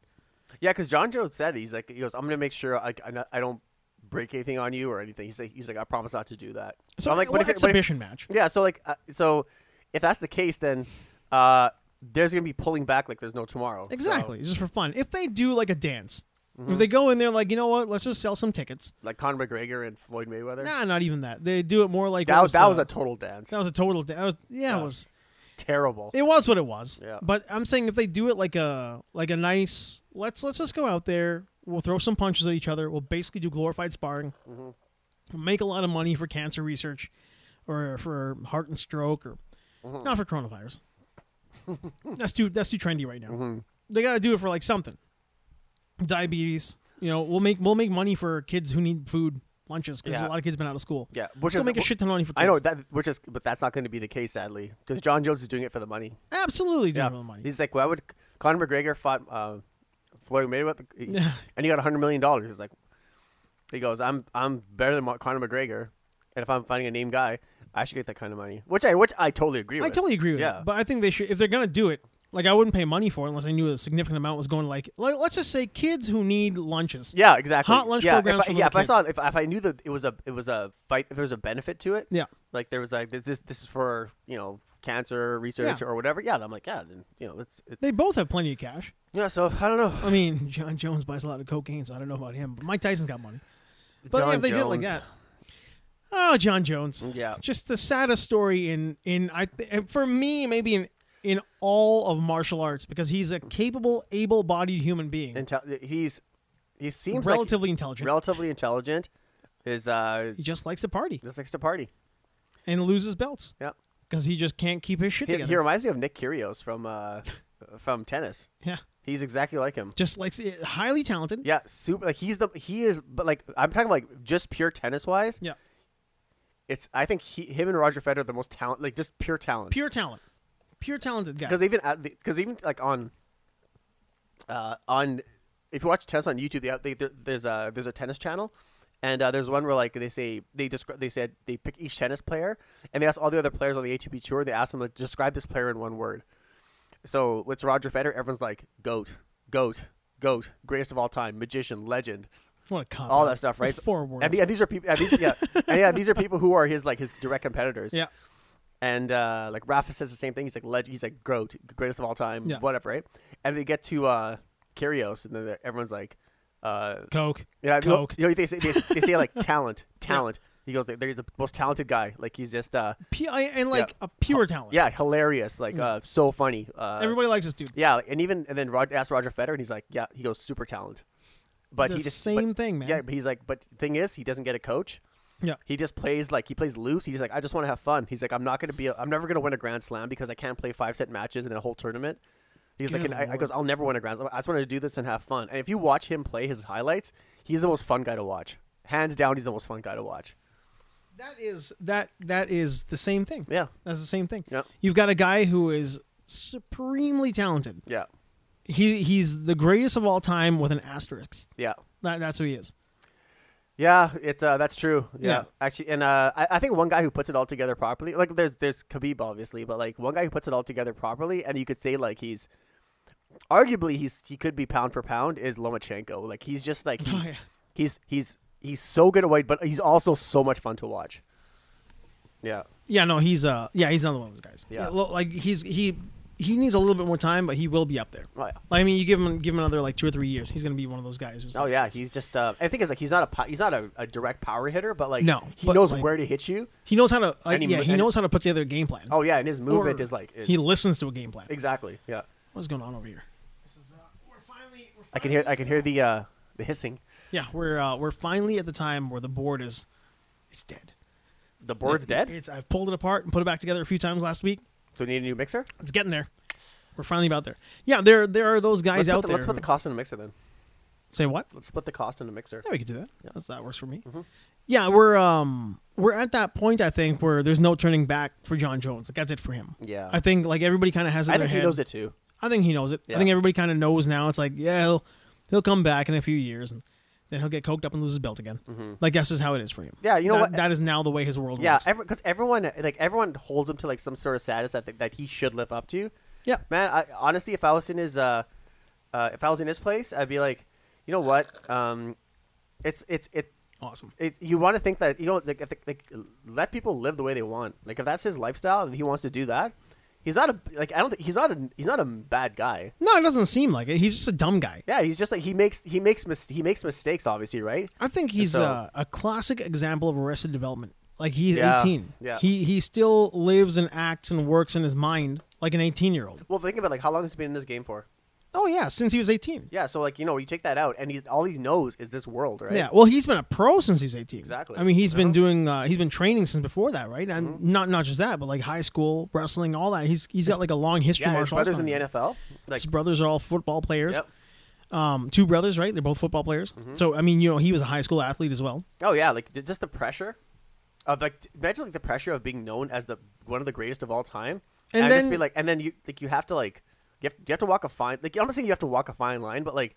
Yeah, because John Jones said he's like he goes, I'm gonna make sure I, I, not- I don't break anything on you or anything. He's like he's like I promise not to do that.
So
I'm like,
well,
but if, it- but if-
exhibition match.
yeah, so like uh, so if that's the case, then uh, there's gonna be pulling back like there's no tomorrow. So,
Exactly, just for fun. If they do like a dance,
Mm-hmm.
if they go in there like you know what, let's just sell some tickets.
like Conor McGregor and Floyd Mayweather.
Nah, not even that. They do it more like
that
what
was, that
uh,
was a total dance.
that was a total. da- that was- yeah, it
That
was
terrible.
It was what it was.
Yeah.
But I'm saying if they do it like a like a nice let's let's just go out there, we'll throw some punches at each other, we'll basically do glorified sparring,
Mm-hmm.
make a lot of money for cancer research, or for heart and stroke, or
Mm-hmm.
not for coronavirus.
Mm-hmm.
that's too that's too trendy right now. They got to do it for like something, diabetes, you know, we'll make we'll make money for kids who need food lunches because
Yeah.
a lot of kids been out of school.
Yeah, which
we'll
is
make a shit ton of money for. Kids.
I know that, which is, but that's not going to be the case, sadly, because John Jones is doing it for the money.
absolutely doing
Yeah,
it for the money.
he's like, well, I would. Conor McGregor fought uh, Floyd Mayweather, he- and he got hundred million dollars. He's like, he goes, I'm I'm better than Mar- Conor McGregor, and if I'm finding a name guy, I should get that kind of money, which I which I totally agree
I
with.
totally agree with
Yeah.
that. But I think they should if they're gonna do it. Like I wouldn't pay money for it unless I knew a significant amount was going. to, Like, like let's just say kids who need lunches.
Yeah, exactly.
Hot lunch
yeah,
programs
If I,
for
yeah, if
little
I saw if, if I knew that it was a it was a fight, if there was a benefit to it,
Yeah.
like there was like this this this is for you know cancer research
Yeah.
or whatever. Yeah, then I'm like, yeah, then you know it's it's
They both have plenty of cash.
yeah. So I don't know.
I mean, John Jones buys a lot of cocaine, so I don't know about him. But Mike Tyson's got money. But yeah,
John
if they did it like
Jones.
that, oh, John Jones.
Yeah.
just the saddest story in in I th- and for me maybe in in all of martial arts because he's a capable, able-bodied human being,
Intel- he's he seems like
relatively intelligent.
relatively intelligent. Is uh
he just likes to party
just likes to party.
and loses belts
Yeah,
because he just can't keep his shit
he,
together.
he reminds me of Nick Kyrgios from uh from tennis.
yeah,
He's exactly like him.
just likes highly talented.
Yeah, super. Like he's the he is, but like I'm talking like just pure tennis wise.
Yeah.
It's I think he, him and Roger Federer are the most talent, like just pure talent.
pure talent, pure talented guy.
Because even because even like on uh, on if you watch tennis on YouTube, they, they, there, there's a there's a tennis channel, and uh, there's one where like they say they describe they said they pick each tennis player, and they ask all the other players on the ATP tour. They ask them like describe this player in one word. So it's Roger Federer. Everyone's like goat, goat, goat, greatest of all time, magician, legend,
What a cop.
all that stuff, right?
Uh-huh. Four words.
And, the- and these are people. And these, yeah, and yeah, these are people who are his like his direct competitors.
yeah,
And uh, like Rafa says the same thing. He's like leg- He's like GOAT, greatest of all time,
Yeah.
whatever, right? And they get to uh, Kyrgios, and then they're- everyone's like, uh,
coke.
yeah, you know-
Coke.
You know, they say they, they say like talent, talent. He goes, "There's the most talented guy. Like he's just, uh,
P- I- and like a pure talent.
yeah, hilarious. Like uh, so funny. Uh,
everybody likes this dude.
yeah, and even and then Rod asked Roger Federer, and he's like, yeah, he goes super talent. But
the
he just but-
same thing, man.
yeah, but he's like, but the thing is, he doesn't get a coach.
yeah.
He just plays like he plays loose. He's like, I just want to have fun. He's like, I'm not gonna be. A, I'm never gonna win a Grand Slam because I can't play five set matches in a whole tournament. He's like,
Good
and I, I
lord.
goes, I'll never win a Grand Slam. I just wanted to do this and have fun. And if you watch him play his highlights, he's the most fun guy to watch. Hands down, he's the most fun guy to watch.
That is that that is the same thing.
Yeah,
That's the same thing.
Yeah.
You've got a guy who is supremely talented.
yeah,
He he's the greatest of all time with an asterisk.
yeah,
That, that's who he is.
yeah. It's uh, that's true. Yeah,
Yeah.
actually, and uh, I, I think one guy who puts it all together properly, like there's there's Khabib obviously, but like one guy who puts it all together properly, and you could say like he's. Arguably, he's he could be pound for pound is Lomachenko. Like he's just like he,
Oh, yeah.
He's he's he's so good at white, but he's also so much fun to watch. Yeah,
Yeah, no, he's uh yeah, he's another one of those guys.
Yeah.
lo- like he's he he needs a little bit more time, but he will be up there.
Oh, yeah.
Like, I mean, you give him give him another like two or three years, he's gonna be one of those guys. Who's
Oh
like
yeah,
this.
he's just. Uh, I think it's like he's not a po- he's not a, a direct power hitter, but like
No,
he
but,
knows
like-
where to hit you.
he knows how to like,
And he
yeah
mo-
he
and-
knows how to put together a game plan.
Oh yeah, and his movement
Or
is like is,
he listens to a game plan.
exactly. Yeah,
What's going on over here? This is, uh, we're finally, we're
I can hear I can hear the uh, the hissing.
Yeah, we're uh, we're finally at the time where the board is it's dead.
The board's
It-
dead.
It's I've pulled it apart and put it back together a few times last week.
So we need a new mixer.
It's getting there. We're finally about there. Yeah, there there are those
Let's
guys
put,
out
the,
there.
let's put the
who-
cost on a mixer then.
say what?
Let's split the cost on a mixer.
Yeah, we could do that. That's, that works for me.
Mm-hmm.
Yeah, we're um we're at that point I think where there's no turning back for John Jones. Like that's it for him.
Yeah.
I think like everybody kind of has it.
I
in their
think he
head.
knows it too.
I think he knows it.
Yeah.
I think everybody kind of knows now. It's like, yeah, he'll, he'll come back in a few years, and then he'll get coked up and lose his belt again. Like that's just how it is for him.
Mm-hmm. Yeah, you know
That-
what?
That is now the way his world
Yeah,
works.
because everyone like everyone holds him to like some sort of status that that he should live up to.
yeah,
man I, honestly if i was in his uh, uh if i was in his place i'd be like you know what um it's it's it,
awesome.
it you want to think that you know like, if, like let people live the way they want like if that's his lifestyle if he wants to do that he's not a like i don't think he's not a he's not a bad guy
No, it doesn't seem like it. He's just a dumb guy.
yeah he's just like he makes he makes mis- he makes mistakes obviously right
I think he's
So-
uh, a classic example of arrested development. Like he's
Yeah,
18.
yeah.
He he still lives and acts and works in his mind like an 18 year old.
well think about like how long has he been in this game for
Oh yeah, since he was 18.
yeah so like you know you take that out and he, all he knows is this world right
Yeah, well, he's been a pro since he was eighteen.
Exactly. Uh-huh. Mm-hmm.
I mean, he's been doing, uh, he's been training since before that, right? And not not just that, but like high school wrestling, all that. He's he's got like a long history.
yeah
of
his
martial arts
brothers in the
behind him.
nfl like
his brothers are all football players.
Yep. Mm-hmm.
Um, two brothers, right? They're both football players. So I mean, you know, he was a high school athlete as well.
Oh yeah, like j- just the pressure of like t- imagine like the pressure of being known as the one of the greatest of all time,
And
and, just
then-
be like, and then you like you have to like you have, you have to walk a fine like I'm not saying you have to walk a fine line, but like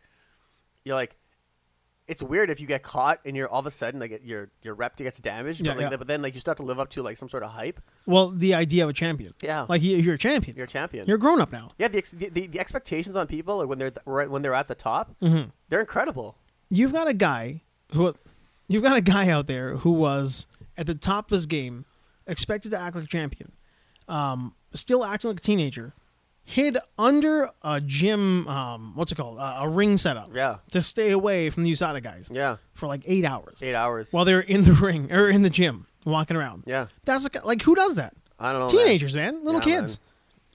you're like it's weird if you get caught and you're all of a sudden like your your rep gets damaged,
Yeah,
but like
yeah.
th- but then like you still have to live up to like some sort of hype.
Well, the idea of a champion.
Yeah.
Like you- you're a champion.
You're a champion.
You're a grown up now.
yeah, the, ex- the, the the expectations on people like, when they're th- right- when they're at the top,
Mm-hmm.
they're incredible.
You've got a guy who, you've got a guy out there who was at the top of his game, expected to act like a champion, um, still acting like a teenager, hid under a gym, um, what's it called, uh, a ring setup.
Yeah.
To stay away from the USADA guys.
Yeah,
For like eight hours.
eight hours.
While they're in the ring or in the gym, walking around.
Yeah.
That's the ki- like who does that?
I don't know. man.
Teenagers, man, little
Yeah, man.
kids.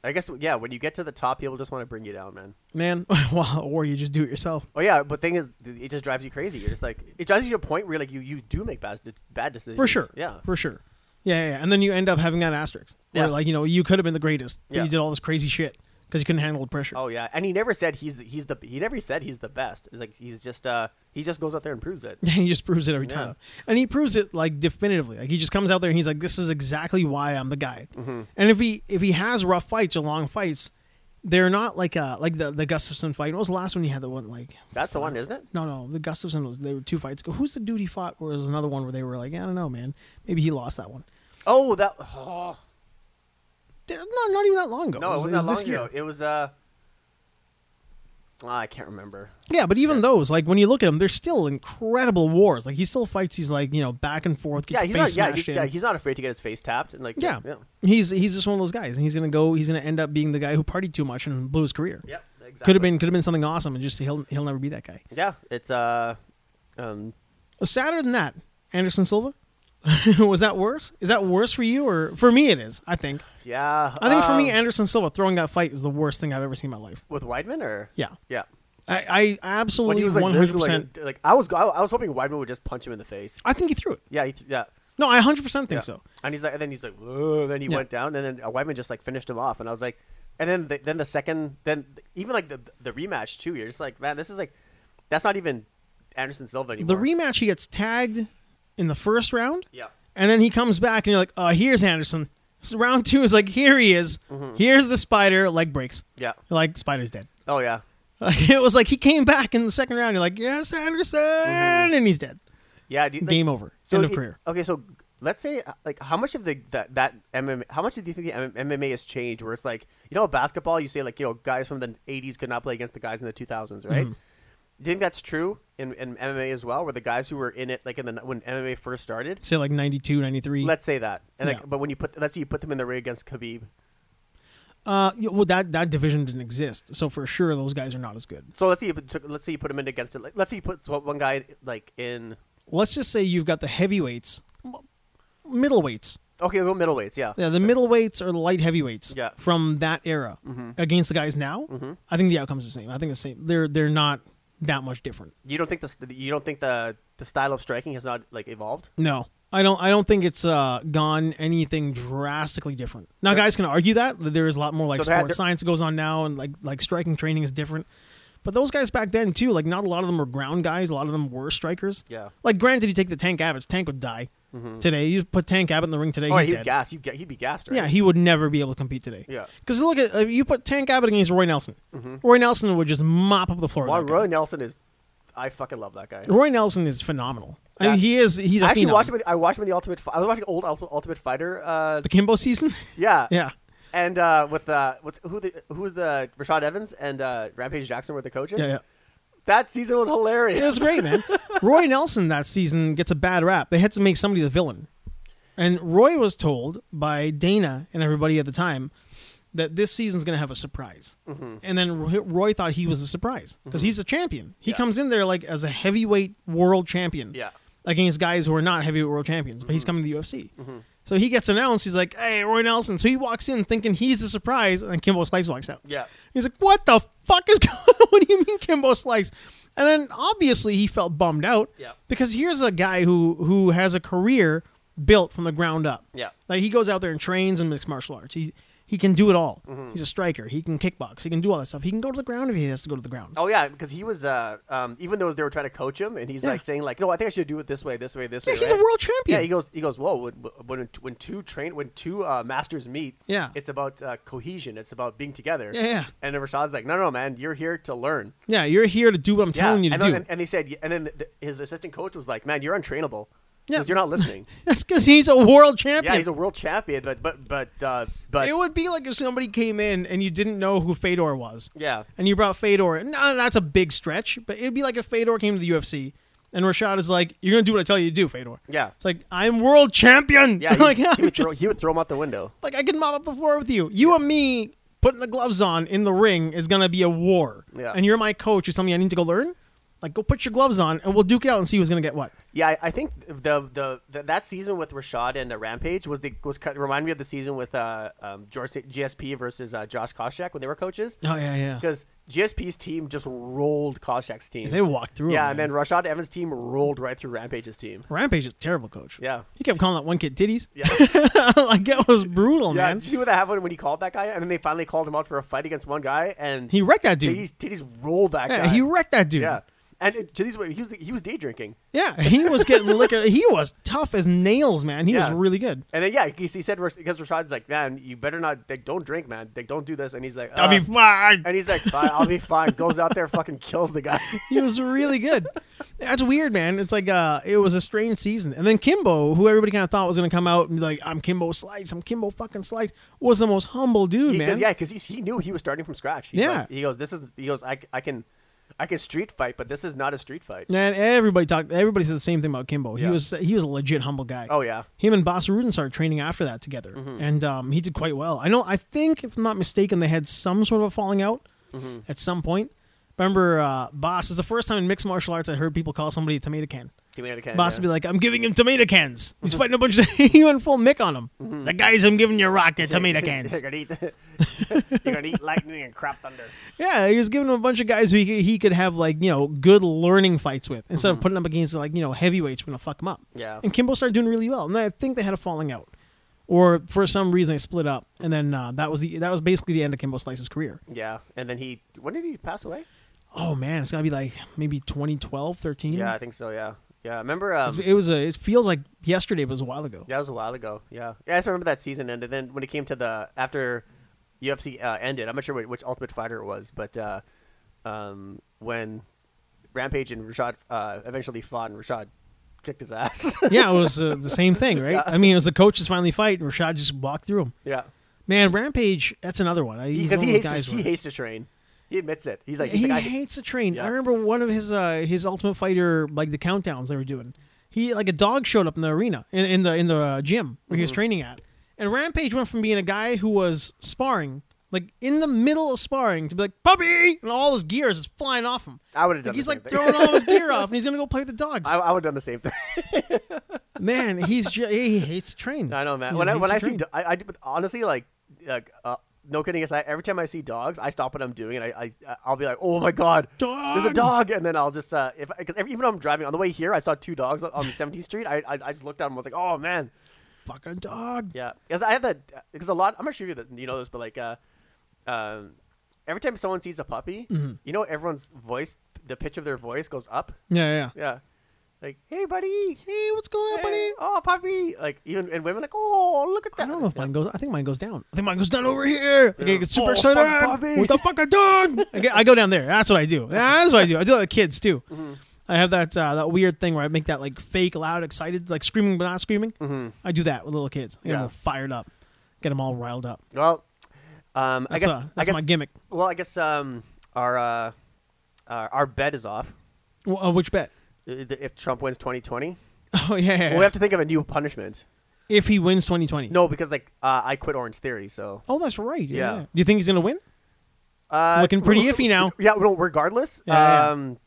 I guess yeah. When you get to the top, people just want to bring you down, man.
man. well, or you just do it yourself.
Oh yeah, but thing is, th- it just drives you crazy. You're just like it drives you to a point where like you you do make bad de- bad decisions
For sure.
Yeah,
For sure. Yeah, yeah, yeah. And then you end up having that asterisk. Where,
Yeah.
like, you know, you could have been the greatest. But
Yeah.
you did all this crazy shit because you couldn't handle the pressure.
oh yeah. And he never said he's the, he's the he never said he's the best. Like he's just uh he just goes out there and proves it.
he just proves it every
Yeah.
time. And he proves it, like, definitively. Like, he just comes out there and he's like, this is exactly why I'm the guy.
Mm-hmm.
And if he if he has rough fights or long fights, they're not like uh like the, the Gustafson fight. What was the last one he had that one like
That's the one, isn't it?
No, no, the Gustafson was they were two fights ago. Who's the dude he fought? Or was another one where they were like, I don't know, man. Maybe he lost that one.
Oh that oh
D- Not, not even that long ago.
no, it wasn't
was
that long
this year.
ago. It was uh. ah, I can't remember.
Yeah, but even those, like when you look at them, they're still incredible wars. Like he still fights these, like you know, back and forth. Get
Yeah,
your
he's
face
not. Yeah,
smashed
he-
in.
yeah, he's not afraid to get his face tapped and like
yeah.
yeah.
He's he's just one of those guys, and he's gonna go. He's gonna end up being the guy who partied too much and blew his career.
Yep, exactly.
Could have been could have been something awesome, and just he'll he'll never be that guy.
Yeah, it's uh, um,
Well, sadder than that, Anderson Silva. Was that worse? Is that worse for you or for me? It is. I think.
yeah.
I think for me,
um,
Anderson Silva throwing that fight is the worst thing I've ever seen in my life.
with Weidman or
Yeah,
yeah.
I, I
When
absolutely
he was like,
one
literally,
hundred
like,
percent.
d- like I was, go- I, I was hoping Weidman would just punch him in the face.
I think he threw it.
Yeah, he, th- yeah,
No, I hundred percent think
yeah.
so.
And he's like, and then he's like, Whoa, then he
Yeah.
went down, and then uh, Weidman just like finished him off, and I was like, and then the, then the second, then th- even like the the rematch too. You're just like, man, this is like, that's not even Anderson Silva anymore.
The rematch, he gets tagged in the first round,
yeah,
and then he comes back, and you're like, "Uh, here's Anderson." So round two is like, "Here he is.
Mm-hmm.
Here's the spider." Leg breaks.
yeah,
You're like, "Spider's dead."
oh yeah,
Like, it was like he came back in the second round. You're like, "Yes, Anderson,"
Mm-hmm.
and he's dead.
yeah. Do you, like,
Game over.
So
End of
it-
career.
Okay, so let's say uh, like how much of the that that MMA, how much do you think the M- MMA has changed? Where it's like you know basketball, you say like you know guys from the '80s could not play against the guys in the 2000s, right?
Mm-hmm.
Do you think that's true in, in MMA as well, where the guys who were in it like in the when MMA first started?
Say like 92, 93.
Let's say that, and like,
Yeah.
but when you put let's say you put them in the ring against Khabib,
uh, yeah, well, that that division didn't exist, so for sure those guys are not as good.
so let's say you put, took- let's say you put them in against it, like, let's say you put one guy like in
Let's just say you've got the heavyweights, m- middleweights,
okay, we'll go middleweights, yeah,
Yeah, the middleweights or the light heavyweights
Yeah. Mm-hmm.
from that era against the guys now, I think the outcome's the same. I think it's the same. They're they're not that much different.
You don't think this? You don't think the the style of striking has not like evolved?
No. I don't I don't think it's uh, gone anything drastically different. Now guys can argue that that there is a lot more like
So there-
sports
there-
science that goes on now and like like striking training is different. But those guys back then too, like not a lot of them were ground guys, a lot of them were strikers.
Yeah. Mm-hmm.
Like granted you take the Tank Abbott's Tank would die today. You put Tank Abbott in the ring today,
Oh,
he's
he'd
dead.
gas. He'd, ga- he'd be gassed, right?
Yeah, he would never be able to compete today.
Yeah. Mm-hmm.
Because look at if you put Tank Abbott against Roy Nelson. Roy Nelson would just mop up the floor. with
Well,
that guy.
Roy Nelson is. I fucking love that guy.
Roy Nelson is phenomenal. I mean,
Yeah.
he is. He's a
I actually
phenom.
watched him. With, I watched him in the Ultimate. Fi- I was watching old Ult- Ultimate Fighter. Uh,
the Kimbo season.
yeah,
yeah.
And uh, with uh, what's who the who was the Rashad Evans and uh, Rampage Jackson were the coaches.
Yeah, yeah.
That season was hilarious.
It was great, man. Roy Nelson that season gets a bad rap. They had to make somebody the villain, and Roy was told by Dana and everybody at the time that this season's going to have a surprise.
Mm-hmm.
And then Roy- Roy thought he was a surprise because he's a champion. He
Yeah.
comes in there like as a heavyweight world champion.
Yeah. Mm-hmm.
against guys who are not heavyweight world champions, but he's coming to the UFC. So he gets announced. He's like, "Hey, Roy Nelson." So he walks in thinking he's the surprise, and then Kimbo Slice walks out.
Yeah.
he's like, "What the fuck is going? what do you mean, Kimbo Slice?" And then obviously he felt bummed out.
Yeah.
because here's a guy who who has a career built from the ground up.
Yeah.
like he goes out there and trains in mixed martial arts. He He can do it all.
Mm-hmm.
He's a striker. He can kickbox. He can do all that stuff. He can go to the ground if he has to go to the ground.
Oh yeah, because he was uh, um, even though they were trying to coach him, and he's
Yeah.
like saying like, no, I think I should do it this way, this way, this
Yeah,
way.
he's a
right?
world champion.
Yeah, he goes, he goes, whoa, when, when, when two train, when two uh, masters meet,
Yeah.
it's about uh, cohesion, it's about being together.
Yeah, yeah.
And then Rashad's like, no, no, man, you're here to learn.
Yeah, you're here to do what I'm telling you to
and,
do.
then- and they said, and then the, his assistant coach was like, man, you're untrainable.
Yeah.
because you're not listening.
That's because he's a world champion.
yeah, he's a world champion, but but but uh, but
it would be like if somebody came in and you didn't know who Fedor was.
yeah,
And you brought Fedor. in. No, that's a big stretch, but it'd be like if Fedor came to the UFC and Rashad is like, "You're gonna do what I tell you to do, Fedor."
yeah,
It's like I'm world champion.
yeah. He,
like,
he
I'm
would throw,
just-
he would throw him out the window.
like, I can mop up the floor with you. You and me putting the gloves on in the ring is gonna be a war.
Yeah.
And you're my coach. You're telling me I need to go learn. Like, go put your gloves on and we'll duke it out and see who's gonna get what.
Yeah, I, I think the, the the that season with Rashad and uh, Rampage was the was cut, remind me of the season with uh, um, George GSP versus uh, Josh Koscheck when they were coaches
Oh yeah, yeah.
because GSP's team just rolled Koscheck's team.
They walked through.
yeah,
him,
and
man.
then Rashad Evans' team rolled right through Rampage's team.
Rampage is a terrible coach.
Yeah.
He kept calling that one kid titties.
Yeah.
like that was brutal,
Yeah,
Oh, man.
did you see what that happened when he called that guy? And then they finally called him out for a fight against one guy, and
He wrecked that dude.
Titties, titties rolled that
yeah,
guy.
he wrecked that dude.
yeah, and it, Titties wa- he was he was day drinking,
Yeah, he was getting liquor. He was tough as nails, man. He
Yeah.
was really good.
and then yeah, he, he said because Rashad's like, man, you better not, like, don't drink, man, like, don't do this, and he's like,
I
uh,
mean, fine.
And he's like, fine, I'll be fine. Goes out there, fucking kills the guy.
he was really good. That's weird, man. It's like uh, it was a strange season. And then Kimbo, who everybody kind of thought was going to come out and be like, "I'm Kimbo Slice, I'm Kimbo fucking Slice," was the most humble dude, man.
Because yeah, because he, he knew he was starting from scratch. He's
Yeah.
like- he goes, this is. He goes, I, I can, I can street fight, but this is not a street fight.
Man, everybody talked. Everybody said the same thing about Kimbo.
Yeah.
He was he was a legit humble guy.
Oh yeah, Mm-hmm.
him and Boss Rudin started training after that together, and um, he did quite well. I know. I think, if I'm not mistaken, they had some sort of a falling out
Mm-hmm.
at some point. Remember, uh, Boss is the first time in mixed martial arts I heard people call somebody a tomato can.
he made it again.
Boss would be like, "I'm giving him tomato cans. He's fighting a bunch of he went full mick on him.
Mm-hmm.
The guys I'm giving you a rock, they're tomato
You're
cans.
gonna eat. You're gonna eat lightning and crap thunder.
yeah, he was giving him a bunch of guys who he could, he could have like you know good learning fights with instead of putting him against like you know heavyweights. We're gonna fuck him up.
Mm-hmm. Yeah.
And Kimbo started doing really well, and I think they had a falling out, or for some reason they split up, and then uh, that was the that was basically the end of Kimbo Slice's career.
Yeah, and then he. When did he pass away?
Oh man, it's gotta be like maybe 2012, 13.
Yeah, I think so. Yeah, yeah. I remember. Um,
It's- it was a it feels like yesterday, but it was a while ago.
yeah, it was a while ago. Yeah, yeah. I just remember that season ended. Then when it came to the after UFC uh, ended, I'm not sure which, which Ultimate Fighter it was, but uh, um, when Rampage and Rashad uh, eventually fought, and Rashad kicked his ass.
Yeah, it was uh, the same thing, right? I mean, it was the coaches finally fight, and Rashad just walked through him.
yeah,
Man, Rampage, that's another one. I- He's
because
one
he
of those
hates to,
guys
he
where-
hates to train. He admits it. He's like, he's
he
like, I-
hates the train.
Yeah.
I remember one of his uh, his Ultimate Fighter like the countdowns they were doing. He like a dog showed up in the arena in, in the in the uh, gym
Mm-hmm.
where he was training at, and Rampage went from being a guy who was sparring like in the middle of sparring to be like puppy, and all his gears is flying off him.
I would have done.
Like, he's
the same
like
thing.
throwing all his gear off, and he's gonna go play with the dogs.
I, I would have done the same thing.
man, he's ju- he hates the train.
I know, man.
He
When I
hates
when
the
I see,
train.
do- I, I do- but honestly like, like uh, no kidding. Aside, every time I see dogs, I stop what I'm doing and I, I I'll be like, oh my god, there's a dog, and then I'll just uh, if cause every- even though I'm driving on the way here, I saw two dogs on 17th Street. I I, I just looked at them and was like, oh man,
fucking dog.
yeah. Because I have that because a lot. I'm not sure if you you know this, but like, uh, um, every time someone sees a puppy,
Mm-hmm.
you know everyone's voice, the pitch of their voice goes up.
Yeah, yeah.
Yeah, like hey buddy.
Hey, what's going on, buddy?
Hey, oh, puppy! Like even and women like, oh, look at that.
I don't know if mine goes. I think mine goes down. I think mine goes down over here. Like, I get super
Oh, fuck,
excited.
Bobby.
What the fuck I done? I, get- I go down there. That's what I do. That's what I do. I do that with kids too.
Mm-hmm.
I have that uh, that weird thing where I make that like fake loud, excited, like screaming but not screaming. I do that with little kids.
Mm-hmm.
I get
Yeah.
them all fired up, get them all riled up.
Well, um, I
That's,
guess
uh,
I
that's
guess
my gimmick.
well, I guess um, our uh, our, our bet is off.
Wh- uh, which bet?
I- i- If Trump wins 2020,
Oh yeah.
Well,
yeah,
we
yeah.
have to think of a new punishment.
if he wins 2020.
No, because like uh, I quit Orange Theory, so
Oh, that's right. Yeah.
Yeah.
Do you think he's gonna win?
uh,
looking pretty iffy now.
Yeah, well, regardless,
Yeah, yeah, yeah.
um,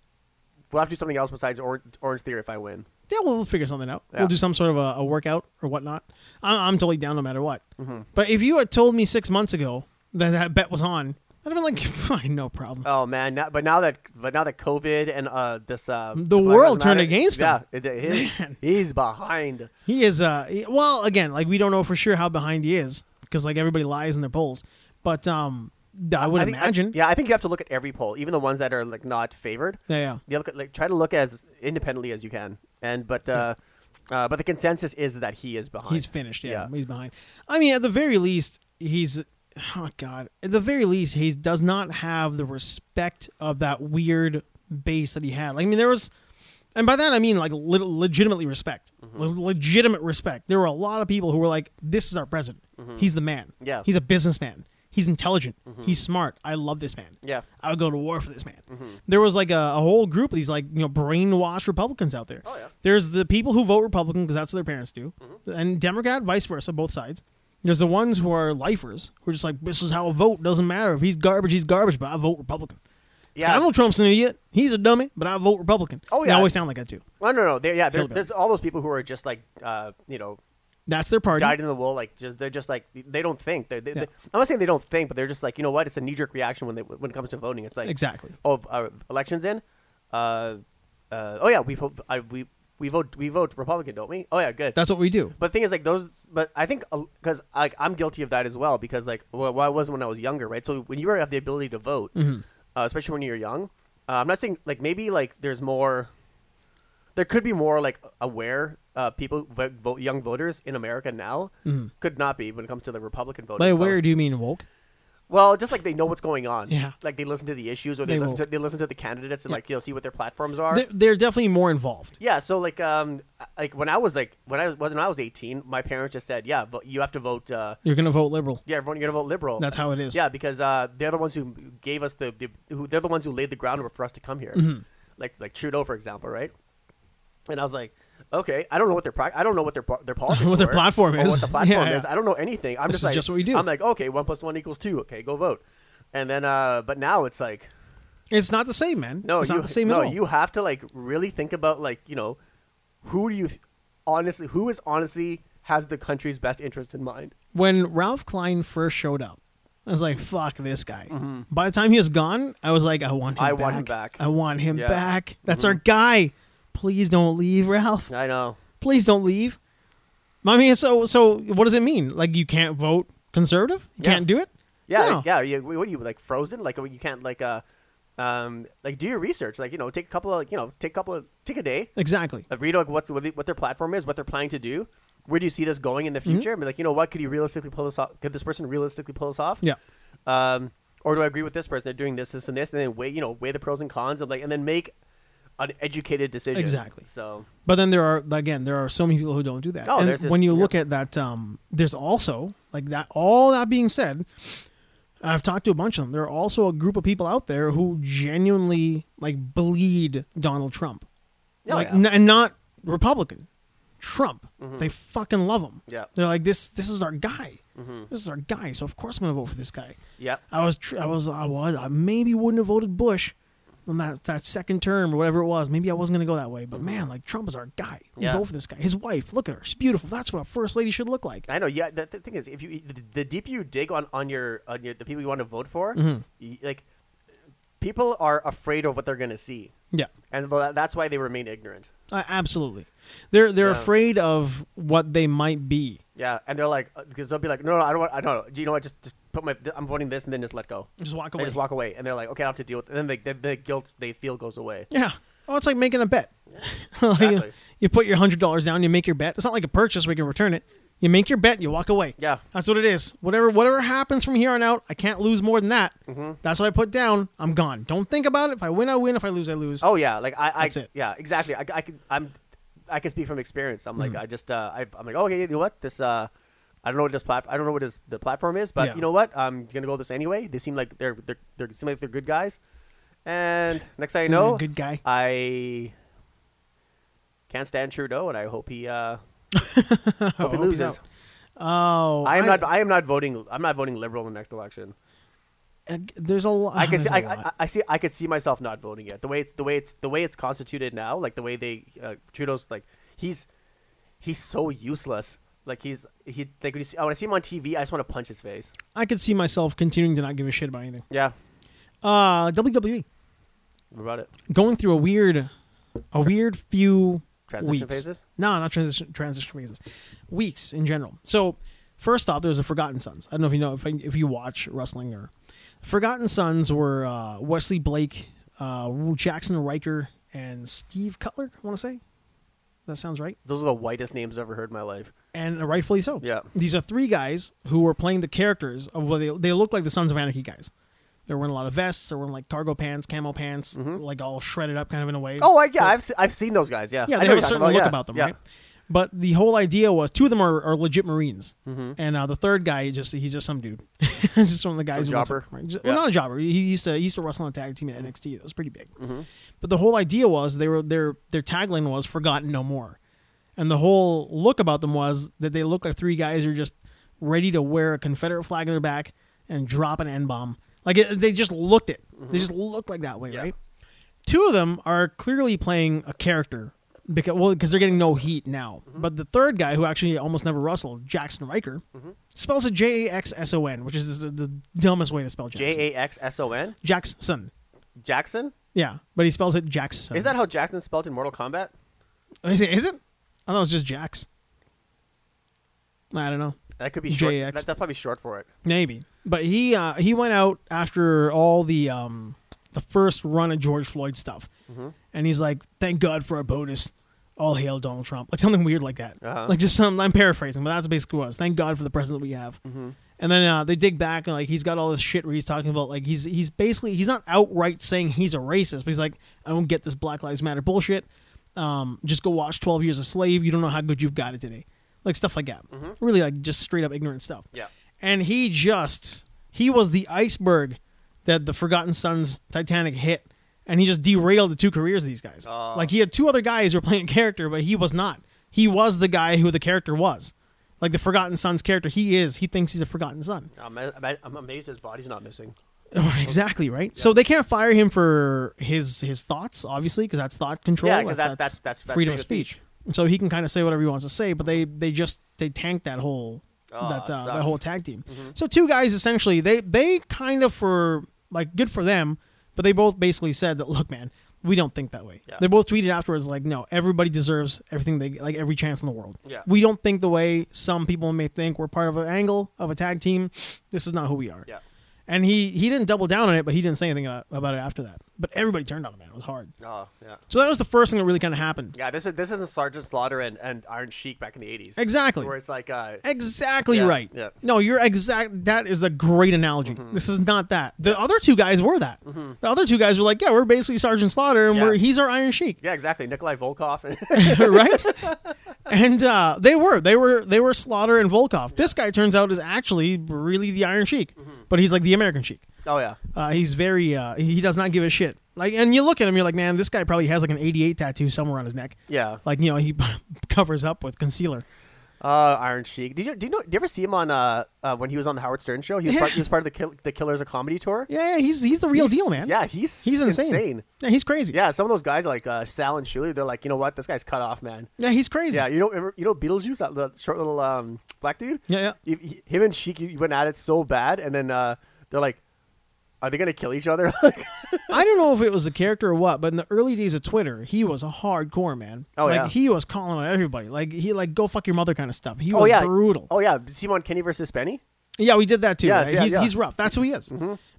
we'll have to do something else besides or- Orange Theory if I win.
Yeah, we'll, we'll figure something out.
Yeah.
We'll do some sort of a, a workout or whatnot. I'm, I'm totally down no matter what.
Mm-hmm.
But if you had told me six months ago that that bet was on, I'd have been like, fine, no problem.
Oh man, now, but now that but now that COVID and uh, this uh,
The
Black
world
Lives
turned
Matter-
against
yeah,
him.
it- it- he's,
Man.
he's behind.
he is, uh, he- well, again, like we don't know for sure how behind he is because like everybody lies in their polls. But um, I would
I think- I-
imagine. yeah.
yeah, I think you have to look at every poll, even the ones that are like not favored.
yeah,
You look at, like try to look as independently as you can. And but uh, uh, but the consensus is that he is behind.
he's finished. Yeah, he's behind. I mean, at the very least, he's. Oh God! At the very least, he does not have the respect of that weird base that he had. Like, I mean, there was, and by that I mean like lit legitimately respect,
Mm-hmm.
Le- legitimate respect. There were a lot of people who were like, "This is our president. He's the man.
Mm-hmm. Yeah. Mm-hmm.
he's a businessman. He's intelligent. He's smart. I love this man.
Yeah.
I would go to war for this man.
Mm-hmm.
There was like a, a whole group of these like you know brainwashed Republicans out there.
Oh, yeah. Mm-hmm.
There's the people who vote Republican because that's what their parents do, and Democrat, vice versa, both sides. There's the ones who are lifers who are just like this is how I vote. Doesn't matter if he's garbage, he's garbage, but I vote Republican.
Yeah.
Donald Trump's an idiot. He's a dummy, but I vote Republican.
Oh,
They
yeah.
always sound like that too.
Oh no, no, there, yeah. There's,
Hillbilly.
there's all those people who are just like, uh, you know,
That's their party.
died in the wool. Like just, they're just like they don't think. They, they,
Yeah.
they- I'm not saying they don't think, but they're just like you know what? It's a knee jerk reaction when they when it comes to voting. It's like
Exactly.
Oh, uh, elections in. Uh, uh, oh yeah, we vote. I, we we vote we vote Republican, don't we? Oh yeah, good.
That's what we do.
But the thing is, like those, but I think because like I'm guilty of that as well. Because like, well, well, I was when I was younger, right? So when you have the ability to vote,
Mm-hmm.
uh, especially when you're young, uh, I'm not saying like maybe like there's more, there could be more like aware uh, people vo- vote young voters in America now. Could not be when it comes to the Republican voting.
Mm-hmm. By
vote.
where do you mean woke?
Well, just like they know what's going on.
Yeah.
Like they listen to the issues, or they,
They
listen to
will.
they listen to the candidates, and like you know see what their platforms are.
They're, they're definitely more involved.
Yeah, so like um like when I was like when I was when I was 18, my parents just said, "Yeah, but you have to vote uh
You're gonna vote liberal.
yeah, everyone you're going to vote liberal."
That's how it is.
Yeah, because uh they're the ones who gave us the, the who they're the ones who laid the groundwork for us to come here.
Mm-hmm.
Like like Trudeau for example, right? And I was like, "Okay, I don't know what their pro- I don't know what their pl- their politics
What their
were,
platform
or
is.
what the
Yeah,
platform
yeah.
is. I don't know anything. I'm just
This is
like
just what we do.
I'm like, "Okay, 1 plus 1 equals 2. Okay, go vote." And then uh but now it's like
It's not the same, man.
no,
it's
you,
not the same
no,
at all.
you have to like really think about like you know, who do you th- honestly who is honestly has the country's best interest in mind?
when Ralph Klein first showed up, I was like, "Fuck this guy." By the time he was gone, I was like, "I want him
Mm-hmm. I
back.
want him back.
I want him
Yeah. Mm-hmm.
back. That's our guy. Please don't leave, Ralph.
I know.
Please don't leave." I mean, so so what does it mean? Like you can't vote conservative? You
Yeah.
can't do it?
Yeah,
No.
like, yeah, yeah. What are you like frozen? Like you can't like uh, um, like do your research. Like you know, take a couple of you know, take a couple of take a day,
Exactly.
uh, read like what's what, the, what their platform is, what they're planning to do. Where do you see this going in
Mm-hmm.
the future? I mean, like you know, what could you realistically pull this off? Could this person realistically pull this off?
Yeah.
um, or do I agree with this person? They're doing this, this, and this, and then weigh, you know, weigh the pros and cons of like, and then make an educated decision.
Exactly.
So
But then there are again, there are so many people who don't do that.
Oh,
and
there's this-
when you
yeah.
look at that, um, there's also like that. All that being said, I've talked to a bunch of them. There are also a group of people out there who genuinely like bleed Donald Trump,
Oh,
like
yeah. Mm-hmm.
n- and not Republican, Trump. They fucking love him.
Yeah. Mm-hmm.
they're like this. This is our guy. This is our guy. So of course I'm gonna vote for this guy.
yeah,
I was, tr- I was, I was, I maybe wouldn't have voted Bush on that, that second term or whatever it was. Maybe I wasn't going to go that way. But man, like Trump is our guy. We
Yeah.
vote for this guy. His wife, look at her. She's beautiful. That's what a first lady should look like.
I know. Yeah, the, the thing is, if you the, the deeper you dig on on your on your the people you want to vote for,
Mm-hmm.
you, like people are afraid of what they're going to see,
Yeah,
and tha- that's why they remain ignorant.
uh, absolutely. They're they're
Yeah.
afraid of what they might be.
Yeah, and they're like, because they'll be like, no, no, I don't want, I don't know. Do you know what? Just, just put my, I'm voting this, and then just let go.
Just walk
And
away.
just walk away, and they're like, okay, I don't have to deal with. It. And then the, the, the guilt they feel goes away.
Yeah. Oh, it's like making a bet. Like, you,
Exactly.
you put your hundred dollars down. You make your bet. It's not like a purchase. We can return it. You make your bet. You walk away.
Yeah.
That's what it is. Whatever whatever happens from here on out, I can't lose more than that.
Mm-hmm.
That's what I put down. I'm gone. Don't think about it. If I win, I win. If I lose, I lose.
Oh yeah, like I, I
That's it.
yeah, exactly. I, I can, I'm, I can speak from experience. I'm like,
Hmm.
I just, uh, I, I'm like, okay, you know what, this, uh, I don't know what this plat, I don't know what this, the platform is, but
Yeah.
you know what, I'm gonna go this anyway. They seem like they're, they're, they seem like they're good guys, and next thing I
Seem like a
know,
good guy.
I can't stand Trudeau, and I hope he, uh,
I
hope he
hope he's
loses.
out. Oh,
I am not, I am not voting, I'm not voting liberal in the next election.
uh, there's a lot.
I can see,
there's
I,
a lot.
I, I see, I could see myself not voting yet. The way it's the way it's the way it's constituted now, like the way they uh, Trudeau's like he's he's so useless. Like he's he like when, you see, when I see him on TV, I just want to punch his face.
I could see myself continuing to not give a shit about anything.
Yeah,
Uh, WWE
what about it.
going through a weird, a weird few
Transition
weeks.
phases?
No, not transition transition phases. Weeks in general. So First off, there's the Forgotten Sons. I don't know if you know if, if you watch wrestling or Forgotten Sons were uh, Wesley Blake, uh, Jackson Riker, and Steve Cutler. I want to say that sounds right,
Those are the whitest names I've ever heard in my life.
and rightfully so.
Yeah.
these are three guys who were playing the characters of what they they look like the Sons of Anarchy guys. They're wearing a lot of vests. They're wearing like cargo pants, camo pants, like all shredded up, kind of in a way.
Mm-hmm. Oh, I, yeah, I've se- I've seen those guys. Yeah,
Yeah,
I
they
know
have a
what you're
certain
talking
look
yeah,
about them,
yeah.
right? But the whole idea was two of them are, are legit Marines,
Mm-hmm.
and uh, the third guy is just he's just some dude, he's just one of the guys. who looks
jobber.
like- just-
Yeah.
well, not a jobber. He used to he used to wrestle on a tag team at NXT. That was pretty big.
Mm-hmm.
But the whole idea was they were their their tagline was "Forgotten No More," and the whole look about them was that they look like three guys who are just ready to wear a Confederate flag on their back and drop an N bomb. Like it, they just looked it.
Mm-hmm.
They just looked like that way, right? two of them are clearly playing a character because well because they're getting no heat now.
Mm-hmm.
But the third guy who actually almost never wrestled, Jackson Riker,
Mm-hmm.
spells it J A X S O N, which is the, the dumbest way to spell Jackson.
J A X S O N
Jackson.
Jackson.
Yeah, but he spells it Jackson.
Is that how Jackson's spelled in Mortal Kombat?
is it? Is it? I thought it was just Jax. I don't know.
That could be short.
JX.
That, that's probably short for it.
Maybe. But he uh, he went out after all the um, the first run of George Floyd stuff, and he's like, "Thank God for our bonus." All hail Donald Trump, like something weird like that,
Uh-huh.
like just some. I'm paraphrasing, but that's basically what it was. Thank God for the president we have. And then uh, they dig back and like he's got all this shit where he's talking about like he's he's basically he's not outright saying he's a racist, but he's like, I don't get this Black Lives Matter bullshit. Um, just go watch Twelve Years a Slave. You don't know how good you've got it today, like stuff like that. Really like just straight up ignorant stuff
Yeah.
and he just he was the iceberg that the Forgotten Sons Titanic hit, and he just derailed the two careers of these guys.
Oh.
Like he had two other guys who were playing character, but he was not. He was the guy who the character was, like the Forgotten Sons character. He is. He thinks he's a Forgotten Son.
I'm, I'm, I'm amazed his body's not missing.
exactly right. So they can't fire him for his his thoughts, obviously, because that's thought control.
Yeah, 'cause that- that's- that's- that's
freedom of
freedom of
speech. So he can kind of say whatever he wants to say, but they they just they tanked that whole
Oh, it
that uh,
sucks. Mm-hmm.
that whole tag team. So two guys essentially they they kind of for like good for them, but they both basically said that look, man, we don't think that way.
Yeah.
They both tweeted afterwards like, no, everybody deserves everything they like every chance in the world.
Yeah.
we don't think the way some people may think we're part of an angle of a tag team. This is not who we are.
Yeah.
And he he didn't double down on it, but he didn't say anything about, about it after that. But everybody turned on him, man. It was hard.
Oh, yeah.
So that was the first thing that really kind of happened.
Yeah, this is this isn't Sergeant Slaughter and, and Iron Sheik back in the eighties.
Exactly.
Where it's like uh
Exactly
Yeah,
right.
yeah. Mm-hmm.
No, you're exact. That is a great analogy. This is not that. The other two guys were that. The other two guys were like, yeah, we're basically Sergeant Slaughter, and
Yeah.
we're he's our Iron Sheik.
Yeah, exactly. Nikolai Volkov and
right? And uh, they were, they were, they were Slaughter and Volkov. This guy turns out is actually really the Iron Sheik,
Mm-hmm.
but he's like the American Sheik.
Oh yeah.
Uh, he's very, uh, he he does not give a shit. Like, and you look at him, you're like, man, this guy probably has like an 88 tattoo somewhere on his neck.
Yeah.
Like, you know, he covers up with concealer.
Uh Iron Sheik. Did you do you know do you ever see him on uh, uh when he was on the Howard Stern show? He was
Yeah.
part he was part of the Kill, the Killers of Comedy tour.
Yeah, yeah, he's he's the real deal, man.
Yeah, he's
he's insane. Yeah, he's crazy.
Yeah, some of those guys like uh, Sal and Shuli, they're like, you know what, this guy's cut off, man.
yeah, he's crazy.
Yeah, you know, remember- you know Beetlejuice, that little, short little um, black dude.
Yeah, yeah.
He- he- him and Sheik you- you went at it so bad, and then uh, they're like, are they gonna kill each other?
I don't know if it was a character or what, but in the early days of Twitter, he was a hardcore man.
Oh,
like,
yeah.
he was calling on everybody. Like he like go fuck your mother kind of stuff. He
oh
was
yeah,
brutal.
Oh yeah, Simon Kenny versus Benny.
Yeah, we did that too.
Yes,
right?
yeah,
he's,
yeah. Mm-hmm.
he's rough. That's who he is.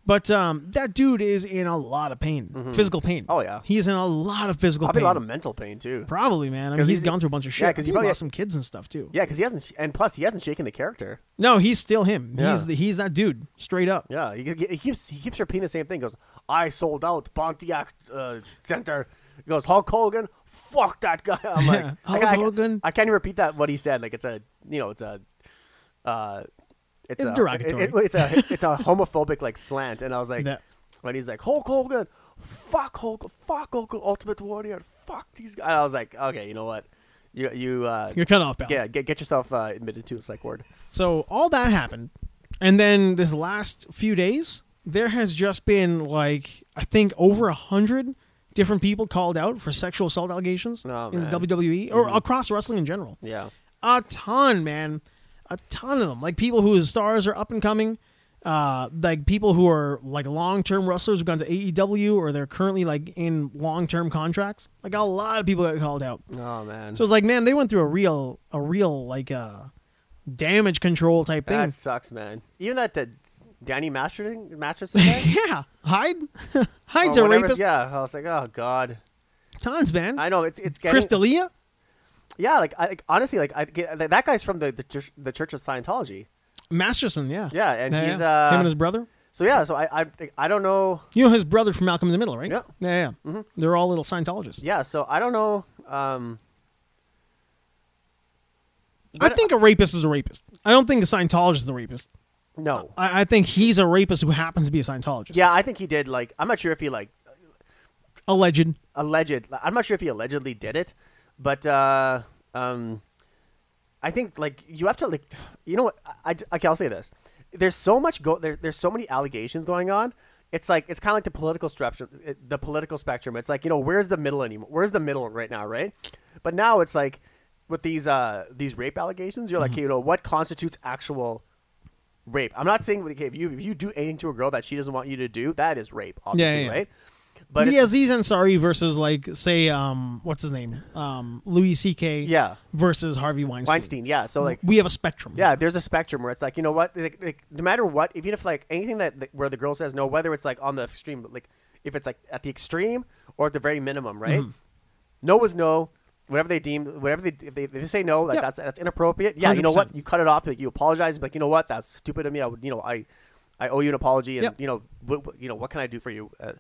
But um, that dude is in a lot of pain, physical pain.
Oh, yeah.
he's in a lot of physical
Probably
pain.
a lot of mental pain too.
Probably, man. I mean,
'Cause
he's
he's-
gone through a bunch of shit.
yeah, 'cause he
he
probably-
lost some kids and stuff too.
Yeah, because he hasn't, sh- and plus he hasn't shaken the character.
No, he's still him.
Yeah.
He's the, he's that dude, straight up.
Yeah, he, he keeps he keeps repeating the same thing. He goes, I sold out Pontiac uh, Center. He goes, Hulk Hogan, fuck that guy. I'm like,
Yeah,
I
Hulk
can't- I,
Hogan.
I can't even repeat that what he said. Like it's a you know it's a. Uh, it's,
It's
a,
derogatory.
it- it- it's a it's a homophobic like slant, and I was like,
Yeah.
when he's like Hulk Hogan, fuck Hulk, fuck Hulk, Ultimate Warrior, fuck these guys. And I was like, okay, you know what, you you uh,
You're cut off, pal.
yeah, get get yourself uh, admitted to a psych ward.
So all that happened, and then this last few days, there has just been like I think over a hundred different people called out for sexual assault allegations
Oh,
in the
man. Mm-hmm.
WWE or across wrestling in general.
Yeah,
A ton, man, a ton of them. Like people whose stars are up and coming, uh, like people who are like long-term wrestlers who've gone to AEW or they're currently like in long-term contracts. Like a lot of people got called out.
oh man,
So it's like, man, they went through a real, a real like uh, damage control type
That
thing.
sucks, man. Even that uh, Danny Masterson, Masterson guy?
yeah, Hyde,
Or
Hyde's a
Oh, whatever-
rapist.
Yeah, I was like, oh god.
Tons, man.
I know it's it's getting
Chris D'Elia?
Yeah, like I like, honestly, like I get, that that guy's from the the church, the Church of Scientology.
Masterson, yeah.
Yeah, and
yeah,
he's
yeah. him
uh,
and his brother.
so yeah. So I I I don't know.
You know his brother from Malcolm in the Middle, right?
Yeah. Mm-hmm.
yeah, yeah. They're all little Scientologists.
Yeah, so I don't know. Um,
I
But-
think a rapist is a rapist. I don't think the Scientologist is a rapist.
no.
I, I think he's a rapist who happens to be a Scientologist.
Yeah, I think he did. Like, I'm not sure if he like
alleged.
alleged. I'm not sure if he allegedly did it, but uh, um, I think like you have to like, you know what? I, I okay, I'll say this. There's so much go. There, there's so many allegations going on. It's like it's kind of like the political spectrum. it- The political spectrum. It's like you know where's the middle anymore? Where's the middle right now? Right? But now it's like with these uh these rape allegations, you're
Mm-hmm.
like you know what constitutes actual rape. I'm not saying okay, if you if you do anything to a girl that she doesn't want you to do, that is rape, obviously,
yeah.
right?
But
it's-
the Aziz Ansari versus like say um what's his name um Louis C.K.
Yeah.
versus Harvey Weinstein. Mm-hmm.
Weinstein, yeah. So like,
we have a spectrum.
yeah, there's a spectrum where it's like, you know what, like, like, no matter what, even if like anything that that- where the girl says no, whether it's like on the extreme, like if it's like at the extreme or at the very minimum, right?
Mm-hmm.
No is no. Whatever they deem, whatever they if they, if they say no, like
Yeah.
that's that's inappropriate. Yeah, you know what,
100%.
you cut it off. Like you apologize, but you know what, that's stupid of me. I would, you know, I, I owe you an apology, and
Yep.
you know, what, what- you know, what can I do for you? Uh,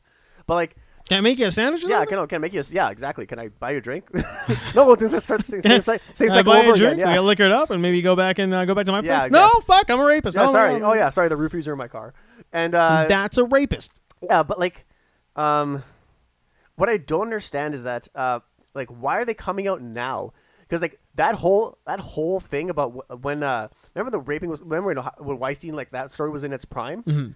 but like,
Can I make you a sandwich? or
yeah,
something?
can I, can I make you? A, s- yeah, exactly. Can I buy you a drink? no, well, this is same same same cycle
Can I buy
over
a drink.
again. Yeah.
We get liquored up and maybe go back and uh, go back to my
Yeah,
place.
exactly.
No, fuck, I'm a rapist.
Yeah,
Oh,
sorry.
no, no.
Oh yeah, sorry. The roof freezer in my car. And uh,
that's a rapist.
yeah, but like, um, what I don't understand is that uh, like, why are they coming out now? Because like that whole that whole thing about wh- when uh, remember the raping was remember when, when Weinstein like that story was in its prime.
Mm-hmm.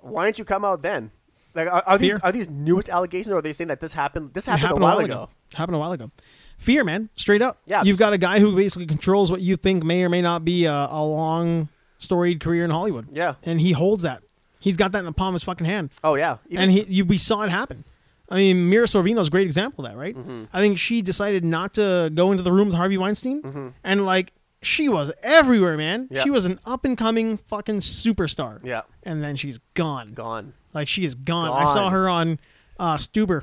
Why didn't you come out then? Like, are, are these
Fear.
are these newest allegations, or are they saying that this happened? This
It
happened, a while ago.
Happened a while ago. Fear, man, straight up.
Yeah.
You've got a guy who basically controls what you think may or may not be a, a long, storied career in Hollywood.
Yeah.
And he holds that. He's got that in the palm of his fucking hand.
Oh yeah, Even-
and he, you, we saw it happen. I mean, Mira Sorvino's a great example of that, right?
Mm-hmm.
I think she decided not to go into the room with Harvey Weinstein, and like she was everywhere, man.
Mm-hmm. Yeah.
She was an up and coming fucking superstar.
Yeah.
and then she's gone.
gone.
Like she is gone. I saw
Gone.
her on uh, Stuber.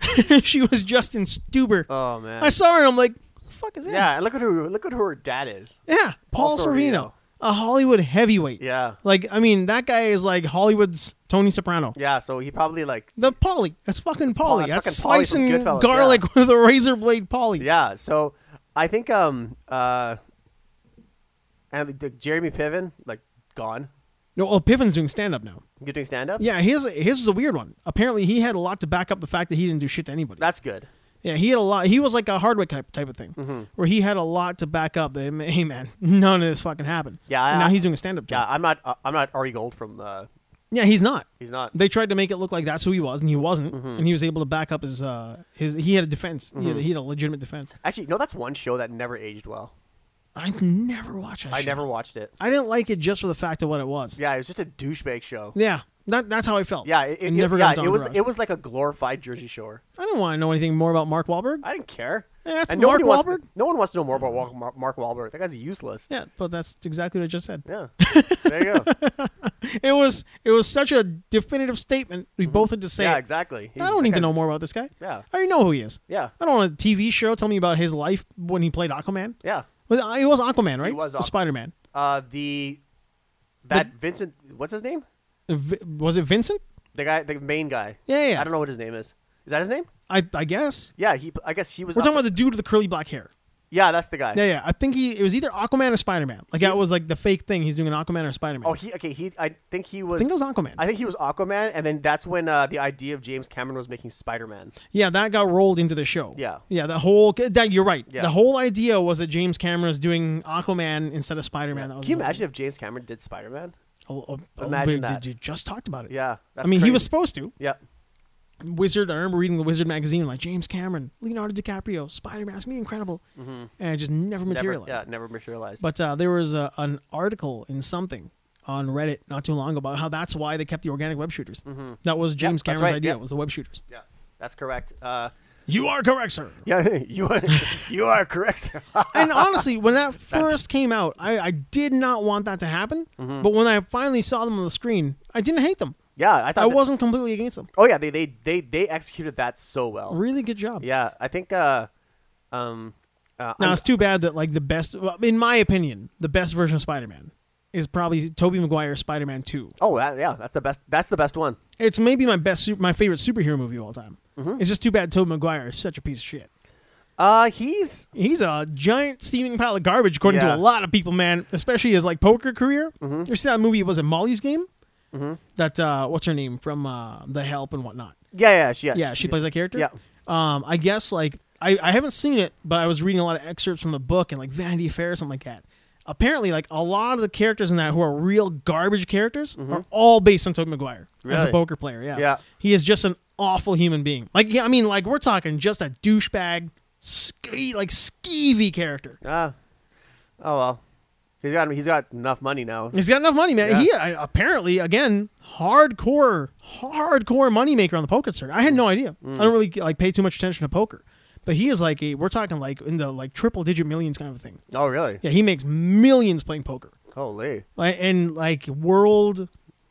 she was Justin Stuber.
Oh man.
I saw her and I'm like, who the fuck is that?
yeah, and look at who look at who her dad is.
Yeah,
Paul
Paul
Sorvino.
Sorvino, a Hollywood heavyweight.
Yeah.
Like I mean, that guy is like Hollywood's Tony Soprano.
Yeah, so he probably like
The Polly. That's fucking
Polly.
Polly.
That's
That's,
fucking Polly from
slicing
Goodfellas,
garlic with a razor blade Polly.
Yeah, so I think um uh and the, the Jeremy Piven like gone.
No, oh, Piven's doing stand up now.
You doing stand up?
Yeah, his his is a weird one. Apparently, he had a lot to back up the fact that he didn't do shit to anybody.
That's good.
yeah, he had a lot. He was like a Hardwick type type of thing,
Mm-hmm.
where he had a lot to back up. That hey man, none of this fucking happened.
Yeah, I-
and now he's doing a stand up
Yeah,
job.
I'm not uh, I'm not Ari Gold from uh
Yeah, he's not.
he's not. Mm-hmm.
They tried to make it look like that's who he was, and he wasn't. And he was able to back up his uh his. He had a defense. He, had, he had a legitimate defense.
Actually, no, that's one show that never aged well.
I never watched. That
I
shit.
never watched it.
I didn't like it just for the fact of what it was.
Yeah, it was just a douchebag show.
Yeah, that, that's how I felt.
Yeah, it,
I
it,
never
yeah,
got
it was
Entourage.
it was like a glorified Jersey Shore.
I don't want to know anything more about Mark Wahlberg.
I didn't care.
Yeah, that's
And nobody
Mark
wants-
Wahlberg.
No one wants to know more about Wa- Mar- Mark Wahlberg. That guy's useless.
Yeah, but that's exactly what I just said.
Yeah. There you go.
It was it was such a definitive statement. We both had to say.
Mm-hmm. yeah,
it.
exactly.
I
He's-
don't
that
need to
guy's-
know more about this guy.
Yeah.
I already know who he is.
Yeah.
I don't want a TV show tell me about his life when he played Aquaman.
Yeah.
Well, uh, It was Aquaman, right?
was Aqu-
Spider Man.
Uh, the that Vincent, what's his name?
Uh, Was it Vincent?
The guy, the main guy.
Yeah, yeah.
I don't know what his name is. Is that his name?
I I guess
Yeah, he. I guess he was.
we're
up-
talking about the dude with the curly black hair.
Yeah, that's the guy.
Yeah, yeah. I think he it was either Aquaman or Spider Man. Like that was like the fake thing. He's doing an Aquaman or Spider Man.
Oh, he. Okay, he. I think he
I
was.
think it was Aquaman.
I think he was Aquaman, and then that's when uh, the idea of James Cameron was making Spider-Man.
Yeah, that got rolled into the show.
Yeah.
yeah. The whole that you're right.
Yeah.
The whole idea was that James Cameron was doing Aquaman instead of Spider Man. That was
Can you imagine if James Cameron did Spider-Man?
A, a, a,
Imagine
we-
that.
You just talked about it.
Yeah, that's
I mean, he was
crazy.
supposed to.
Yeah,
Wizard. I remember reading the Wizard magazine, like James Cameron, Leonardo DiCaprio, Spider Man. It's me, incredible, and it just never
Mm-hmm. never,
materialized.
yeah, never materialized.
But uh, there was a, an article in something on Reddit not too long about how that's why they kept the organic web shooters. That was James
Mm-hmm. that's
Cameron's
right,
idea.
yep.
Was the web shooters?
yeah, that's correct. Uh,
You are correct, sir.
Yeah, you are, you are correct, sir.
And honestly, when that first came out, I, I did not want that to happen.
Mm-hmm.
But when I finally saw them on the screen, I didn't hate them.
yeah, I thought.
I
that-
wasn't completely against them.
Oh yeah, they they they they executed that so well.
Really good job.
Yeah, I think. Uh, um, uh,
Now
I'm-
it's too bad that like the best, well, in my opinion, the best version of Spider-Man is probably Tobey Maguire's Spider-Man Two.
oh that- yeah, that's the best. That's the best one.
It's maybe my best, su- my favorite superhero movie of all time. It's just too bad Tobey Maguire is such a piece of shit.
Uh, he's
He's a giant steaming pile of garbage, according
Yeah.
to a lot of people, man. Especially his like poker career. You see that movie? Was it Molly's Game? That uh, what's her name from uh, The Help and whatnot?
yeah yeah she yes.
yeah, she plays that character.
Yeah.
Um, I guess like I, I haven't seen it, but I was reading a lot of excerpts from the book and like Vanity Fair or something like that. Apparently, like a lot of the characters in that who are real garbage characters are all based on Tobey Maguire as a
Mm-hmm. Really?
poker player. Yeah.
Yeah.
He is just an awful human being. Like yeah, I mean, like we're talking just a douchebag, ske- like skeevy character.
Uh, oh well, he's got he's got enough money now.
He's got enough money, man.
Yeah.
He I, apparently, again, hardcore, hardcore moneymaker on the poker circuit. I had
Mm.
no idea. I don't really like pay too much attention to poker, but he is like a. We're talking like in the like triple digit millions kind of a thing.
Oh really?
Yeah, he makes millions playing poker,
Holy,
like, and like world,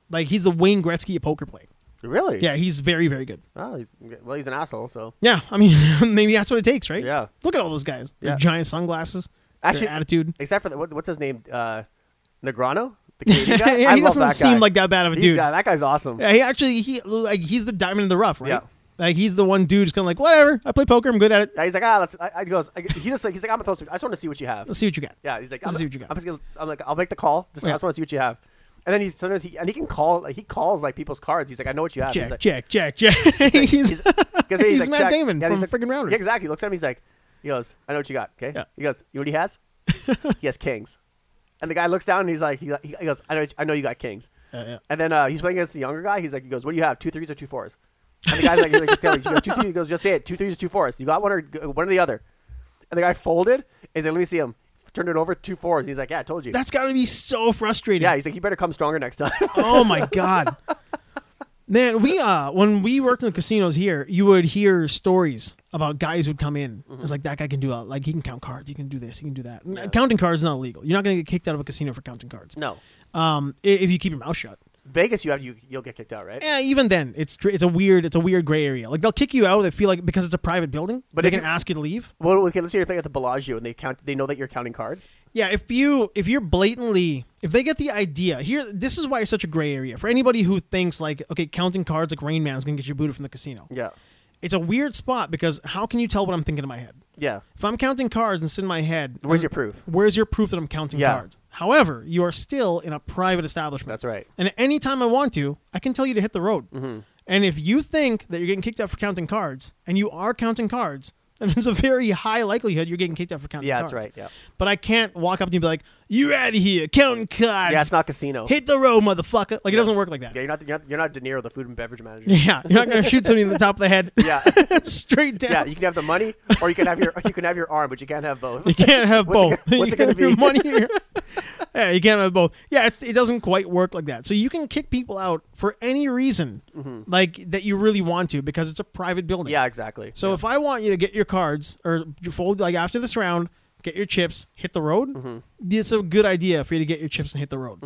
like he's the Wayne Gretzky of poker playing.
really?
Yeah, he's very very good.
Oh, he's well, he's an asshole. So
Yeah, I mean, maybe that's what it takes, right?
Yeah.
Look at all those guys. Their
Yeah.
giant sunglasses.
Actually-
their attitude.
except for the, what, what's his name? Uh, Negrano. The Canadian guy?
yeah,
I
he
love
doesn't
that guy.
seem like that bad of a
He's-
dude.
Yeah, that guy's awesome.
Yeah, he actually he like he's the diamond in the rough, right?
Yeah.
Like he's the one dude who's kind of like, whatever. I play poker. I'm good at it.
Yeah, he's like, ah, let's. I, I he goes. I, he just like he's like, I'm gonna throw some. I just want to see what you have.
Let's see what you got.
Yeah, he's like,
Let's
I'm,
see what you got.
I'm just gonna. I'm like, I'll make the call. Just,
Yeah.
I just want to see what you have. And then he sometimes he and he can call. Like, he calls like people's cards. He's like, I know what you have.
Jack,
he's like,
Jack, Jack, Jack. He's,
he's, 'cause
he's
like,
Matt
check.
Damon
yeah,
from
he's like,
freaking Rounders.
Yeah, exactly. He looks at him. He's like, he goes, I know what you got. Okay.
Yeah.
He goes, you know what he has? he has kings. And the guy looks down and he's like, he, he goes, I know, I know you got kings.
Yeah, yeah.
And then uh, he's playing against the younger guy. He's like, he goes, what do you have? Two threes or two fours? And the guy's like, he's like just tell me. He goes, two threes. He goes, just say it. Two threes or two fours. You got one or one or the other. And the guy folded. And he's like, let me see him. Turned it over, two fours. He's like, yeah, I told you.
That's got to be so frustrating.
yeah, he's like, you better come stronger next time.
oh my god. Man, we uh when we worked in the casinos here, you would hear stories about guys who'd come in.
Mm-hmm.
It's like that guy can do a, like he can count cards, he can do this, he can do that. And Counting cards is not illegal. You're not going to get kicked out of a casino for counting cards.
no.
Um i- if you keep your mouth shut.
Vegas, you have you you'll get kicked out, right?
Yeah, Eh, even then, it's dr- it's a weird it's a weird gray area. Like they'll kick you out. They feel like because it's a private building, but
But
they
if
can
you-
ask you to leave.
Well, okay, let's say you're playing at the Bellagio and they count. They know that you're counting cards.
Yeah, if you if you're blatantly if they get the idea here, this is why it's such a gray area for anybody who thinks like okay, counting cards like Rain Man is gonna get you booted from the casino.
Yeah,
It's a weird spot because how can you tell what I'm thinking in my head?
yeah.
If I'm counting cards and it's in my head,
Where's your proof?
where's your proof that I'm counting
Yeah.
cards? However, you are still in a private establishment.
That's right. Mm-hmm.
And any time I want to, I can tell you to hit the road. And if you think that you're getting kicked out for counting cards, and you are counting cards, then there's a very high likelihood you're getting kicked out for counting
Yeah,
cards.
that's right. Yeah,
But I can't walk up to you and be like, "You're out of here, counting cards.
yeah. It's not casino.
hit the road, motherfucker." Like it doesn't work like that.
Yeah, you're not you're not, you're not De Niro, the food and beverage manager.
Yeah, you're not gonna shoot somebody in the top of the head.
yeah,
straight down.
yeah. You can have the money, or you can have your you can have your arm, but you can't have both.
You can't have
What's it
both.
gonna- what's
you
it gonna
can't have
be?
money here. yeah, you can't have both. Yeah, it's, it doesn't quite work like that. So you can kick people out for any reason, like that you really want to, because it's a private building.
Mm-hmm. yeah, exactly.
So if I want you to get your cards or you fold like after this round, get your chips, hit the road.
Mm-hmm.
It's a good idea for you to get your chips and hit the road.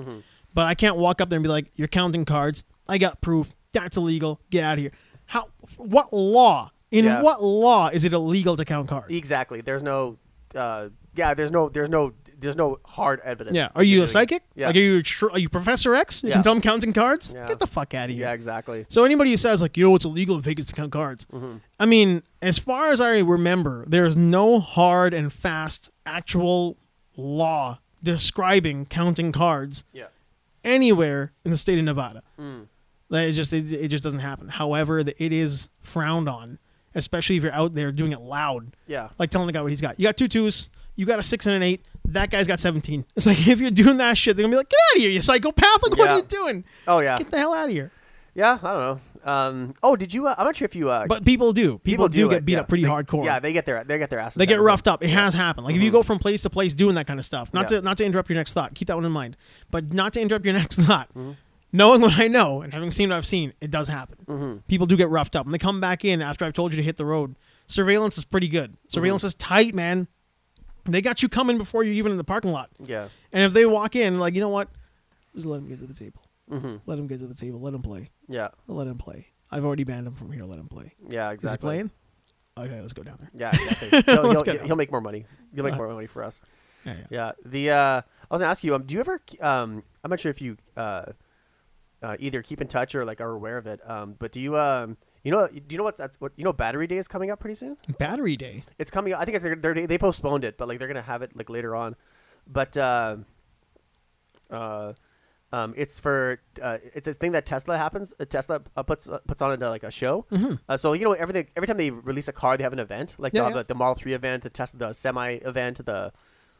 But I can't walk up there and be like, "You're counting cards. I got proof. That's illegal. Get out of here." How? What law? In
Yeah.
what law is it illegal to count cards?
exactly. There's no. Uh, yeah, there's no there's no there's no hard evidence.
Yeah.
that
Are you
you're
a
doing-
psychic?
Yeah.
Like, are you tr- are you Professor X? You
Yeah.
can tell him counting cards.
Yeah.
Get the fuck out of here.
yeah, exactly.
So anybody who says like, yo, it's illegal in Vegas to count cards.
Mm-hmm.
I mean, as far as I remember, there's no hard and fast actual law describing counting cards
Yeah. Mm.
anywhere in the state of Nevada. Like, It just it, it just doesn't happen. However, the, it is frowned on, especially if you're out there doing it loud
Yeah.
like telling the guy what he's got. You got two twos, you got a six and an eight. That guy's got seventeen. It's like if you're doing that shit, they're gonna be like, "Get out of here, you psychopath! Like, what
Yeah.
are you doing?
Oh yeah.
Get the hell out of here!"
Yeah. I don't know. Um. Oh, did you? Uh, I'm not sure if you. Uh,
But people do. People, do,
it,
get beat
yeah.
up pretty
They-
hardcore.
Yeah, they get their they get their asses.
they get
handed to them.
roughed up. It has happened. Like if you go from place to place doing that kind of stuff. Not
Mm-hmm. Yeah.
to not to interrupt your next thought. Keep that one in mind. But not to interrupt your next thought.
Mm-hmm.
Knowing what I
Mm-hmm.
know and having seen what I've seen, it does happen. People do get roughed up, and they come back in after I've told you to hit the road. Surveillance is pretty good.
Mm-hmm.
Surveillance is tight, man. They got you coming before you're even in the parking lot.
Yeah.
And if they walk in, like, you know what? Just let him get to the table.
Mm-hmm.
Let him get to the table. Let him play.
Yeah.
Let him play. I've already banned him from here. Let him play.
Yeah.
Is he
Exactly.
playing? Okay, let's go down there.
Yeah. Exactly. he'll,
Let's
he'll,
get
he'll make more money. He'll make
Uh,
more money for us.
Yeah, yeah.
Yeah. The uh, I was gonna ask you. Um, do you ever? Um, I'm not sure if you uh, uh, either keep in touch or like are aware of it. Um, but do you um, you know, do you know what that's what you know? Battery Day is coming up pretty soon.
Battery day.
It's coming. I think it's, they're, they they postponed it, but like they're gonna have it like later on. But uh, uh, um, it's for uh, it's this thing that Tesla happens. Uh, Tesla uh, puts uh, puts on into like a show. Uh, so you know everything. Every time they release a car, they have an event. Like
Mm-hmm. Yeah,
they'll have
yeah.
like, the Model Three event, the Tesla, the Semi event, the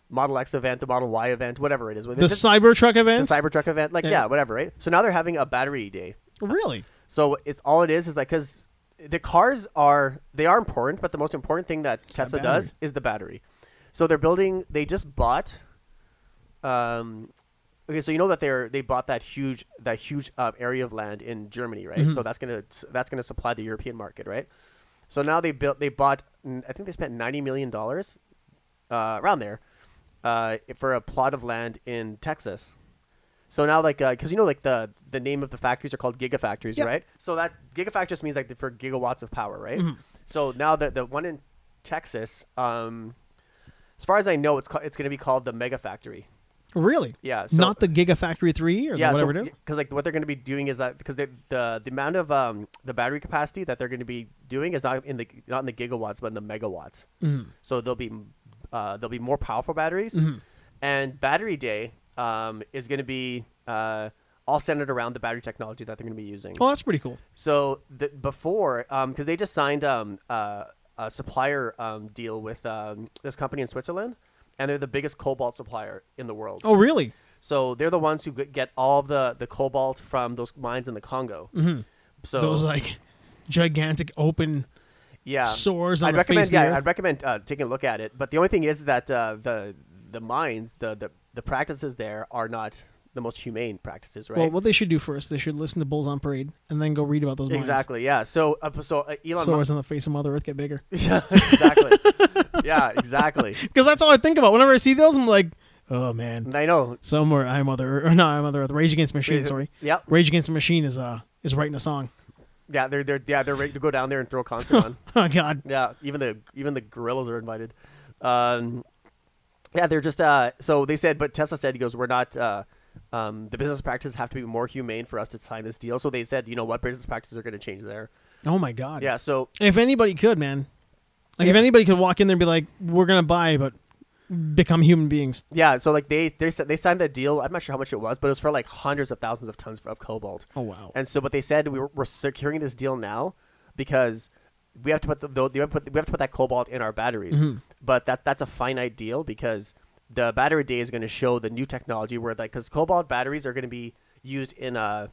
Model X event, the Model Y event, whatever it is.
The
This-
Cybertruck event?
the Cybertruck event, like yeah.
Yeah.
whatever, right? So now they're having a battery day.
really?
So it's all it is is like because the cars are they are important, but the most important thing that
that
Tesla does
battery.
is the battery. So they're building. They just bought. Um, okay, so you know that they're they bought that huge that huge um, area of land in Germany, right? So that's gonna that's gonna supply the European market, right? So now they built they bought mm, I think they spent ninety million dollars, uh, around there, uh, for a plot of land in Texas. So now, like, because you know, like the the name of the factories are called gigafactories,
Yep.
right? So that gigafact just means like for gigawatts of power, right? So now the the one in Texas, um, as far as I know, it's ca- it's going to be called the mega factory.
Really?
Yeah, so-
Not the Gigafactory 3 or the whatever it is?
because like what they're going to be doing is that because the the amount of um the battery capacity that they're going to be doing is not in the not in the gigawatts but in the megawatts.
Mm-hmm.
So there'll be uh, there'll be more powerful batteries, and Battery Day um is going to be uh all centered around the battery technology that they're going to be using.
Oh, that's pretty cool.
So the, before, because they just signed um, uh, a supplier um, deal with um, this company in Switzerland, and they're the biggest cobalt supplier in the world.
Oh, really?
So they're the ones who g- get all the the cobalt from those mines in the Congo. So
Mm-hmm. Those like gigantic open.
yeah,
sores on
I'd
the
recommend
face of the
yeah,
earth.
I'd recommend uh, taking a look at it. But the only thing is that uh, the the mines, the, the the practices there are not the most humane practices, right?
Well, what they should do first, they should listen to Bulls on Parade and then go read about those mines.
exactly. Yeah. So uh, so uh, Elon. Musk-
Sores on the face of Mother Earth get bigger.
yeah, exactly. yeah, exactly.
Because that's all I think about. Whenever I see those, I'm like, oh man,
And I know.
somewhere I Mother or not I Mother Earth, Rage Against the Machine.
Rage-
Sorry,
yep.
Rage Against the Machine is uh is writing a song.
Yeah, they're they're yeah they're ready to go down there and throw a concert on.
Oh God,
Yeah, even the even the gorillas are invited. Um, yeah, they're just uh, so they said, but Tesla said he goes, we're not. Uh, um, the business practices have to be more humane for us to sign this deal. So they said, you know what, business practices are going to change there.
oh my God.
Yeah, so
If anybody could, man, like if anybody could walk in there and be like, we're gonna buy, but become human beings.
yeah, so like they they said- they signed that deal. I'm not sure how much it was, but it was for like hundreds of thousands of tons of cobalt.
Oh wow.
And so, but they said we were, we're securing this deal now because we have to put the, the we, have to put, we have to put that cobalt in our batteries.
Mm-hmm.
But that that's a finite deal because the battery day is going to show the new technology where like because cobalt batteries are going to be used in uh,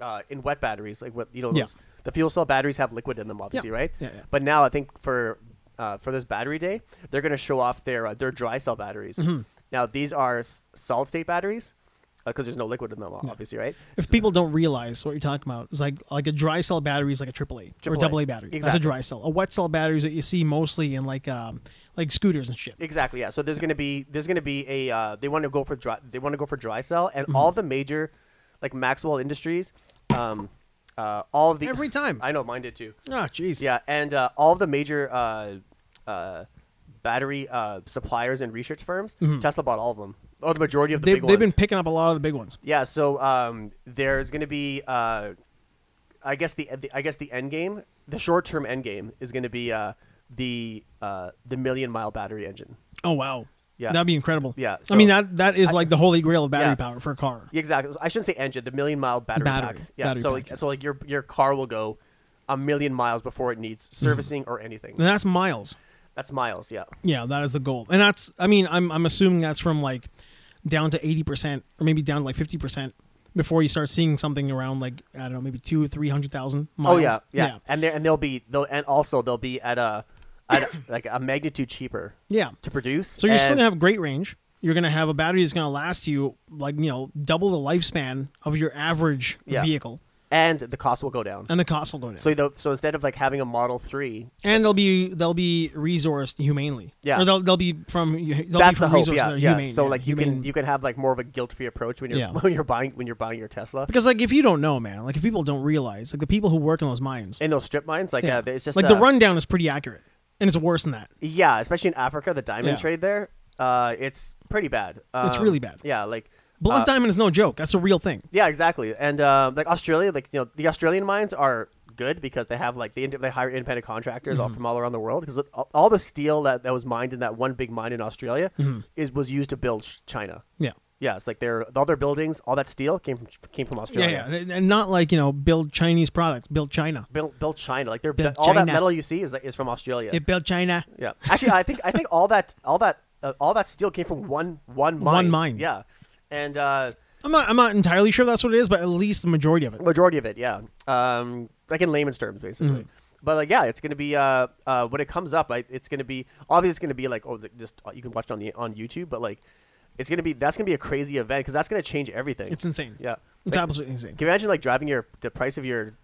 uh in wet batteries like what you know
Yeah.
those, the fuel cell batteries have liquid in them obviously right
Yeah, yeah.
but now I think for uh, for this battery day they're going to show off their uh, their dry cell batteries.
Mm-hmm.
Now these are s- solid state batteries because there's no liquid in them obviously right.
If people don't realize what you're talking about, it's like like a dry cell battery is like a AAA, or
AAA.
double A battery. That's a
Exactly.
dry cell. A wet cell battery is what you see mostly in like um like scooters and shit.
Exactly. Yeah. So there's gonna be there's gonna be a uh, they want to go for dry they want to go for dry cell and
Mm-hmm.
all the major like Maxwell Industries, um, uh, all of the
Every time.
I know mine did too.
Oh jeez.
Yeah, and uh, all of the major uh, uh, battery uh, suppliers and research firms, Tesla bought all of them. Or the majority of the
They,
big
Mm-hmm. they've been
ones.
picking up a lot of the big ones.
Yeah, so um, there's going to be, uh, I guess the, the I guess the end game, the short term end game is going to be uh, the uh, the million mile battery engine.
Oh wow.
Yeah.
That'd be incredible.
Yeah,
I mean
so-
that that is like the holy grail of battery
Yeah.
power for a car.
Yeah, Exactly. I shouldn't say engine. The million mile battery,
Battery.
pack. Yeah.
Battery
so
pack,
like,
yeah.
so like your your car will go a million miles before it needs
Mm-hmm.
servicing or anything.
And that's miles.
That's miles. Yeah.
Yeah, that is the goal. And that's I mean, I'm I'm assuming that's from like down to eighty percent or maybe down to like fifty percent before you start seeing something around like I don't know, maybe two or three hundred thousand miles.
Oh yeah, yeah. And there and they'll be they'll and also they'll be at a, at a- like a magnitude cheaper
Yeah.
to produce.
So you're still
and-
gonna have great range. You're gonna have a battery that's gonna last you like, you know, double the lifespan of your average
Yeah.
vehicle.
and the cost will go down.
and the cost will go down.
So the, so instead of like having a Model Three,
and they'll be they'll be resourced humanely.
Yeah.
or they'll, they'll be from they'll
that's
be from
the hope.
resources
Yeah,
that are
yeah.
humane.
so
yeah,
like you
humane.
can you can have like more of a guilt free approach when you're
Yeah.
when you're buying when you're buying your Tesla.
because like if you don't know, man, like if people don't realize, like the people who work in those mines,
In those strip mines, like yeah, it's just
like the
uh,
rundown is pretty accurate, and it's worse than that.
Yeah, especially in Africa, the diamond
Yeah.
trade there, uh, it's pretty bad.
It's
Um,
really bad.
Yeah, like
Blood
uh,
diamond is no joke. That's a real thing.
Yeah, exactly. And uh, like Australia, like you know, the Australian mines are good because they have like they ind- they hire independent contractors
Mm-hmm.
all from all around the world because all the steel that, that was mined in that one big mine in Australia
Mm-hmm.
is was used to build sh- China.
Yeah.
Yeah, it's like their all their buildings, all that steel came from came from
Yeah,
Australia.
yeah, and- and not like you know build Chinese products, build China.
Built, built China, like they're
Built
all that
China.
metal you see is is from Australia.
They build China.
Yeah. Actually, I think I think all that all that uh, all that steel came from one one mine.
One mine.
Yeah. And uh,
I'm not I'm not entirely sure that's what it is, but at least the majority of it.
majority of it, yeah. Um, like in layman's terms, basically.
Mm-hmm.
But like, yeah, it's gonna be uh, uh, when it comes up, I, it's gonna be obviously it's gonna be like oh, the, just uh, you can watch it on the on YouTube, but like, it's gonna be that's gonna be a crazy event because that's gonna change everything.
It's insane.
yeah.
It's
Like,
absolutely insane.
Can you imagine like driving your the price of your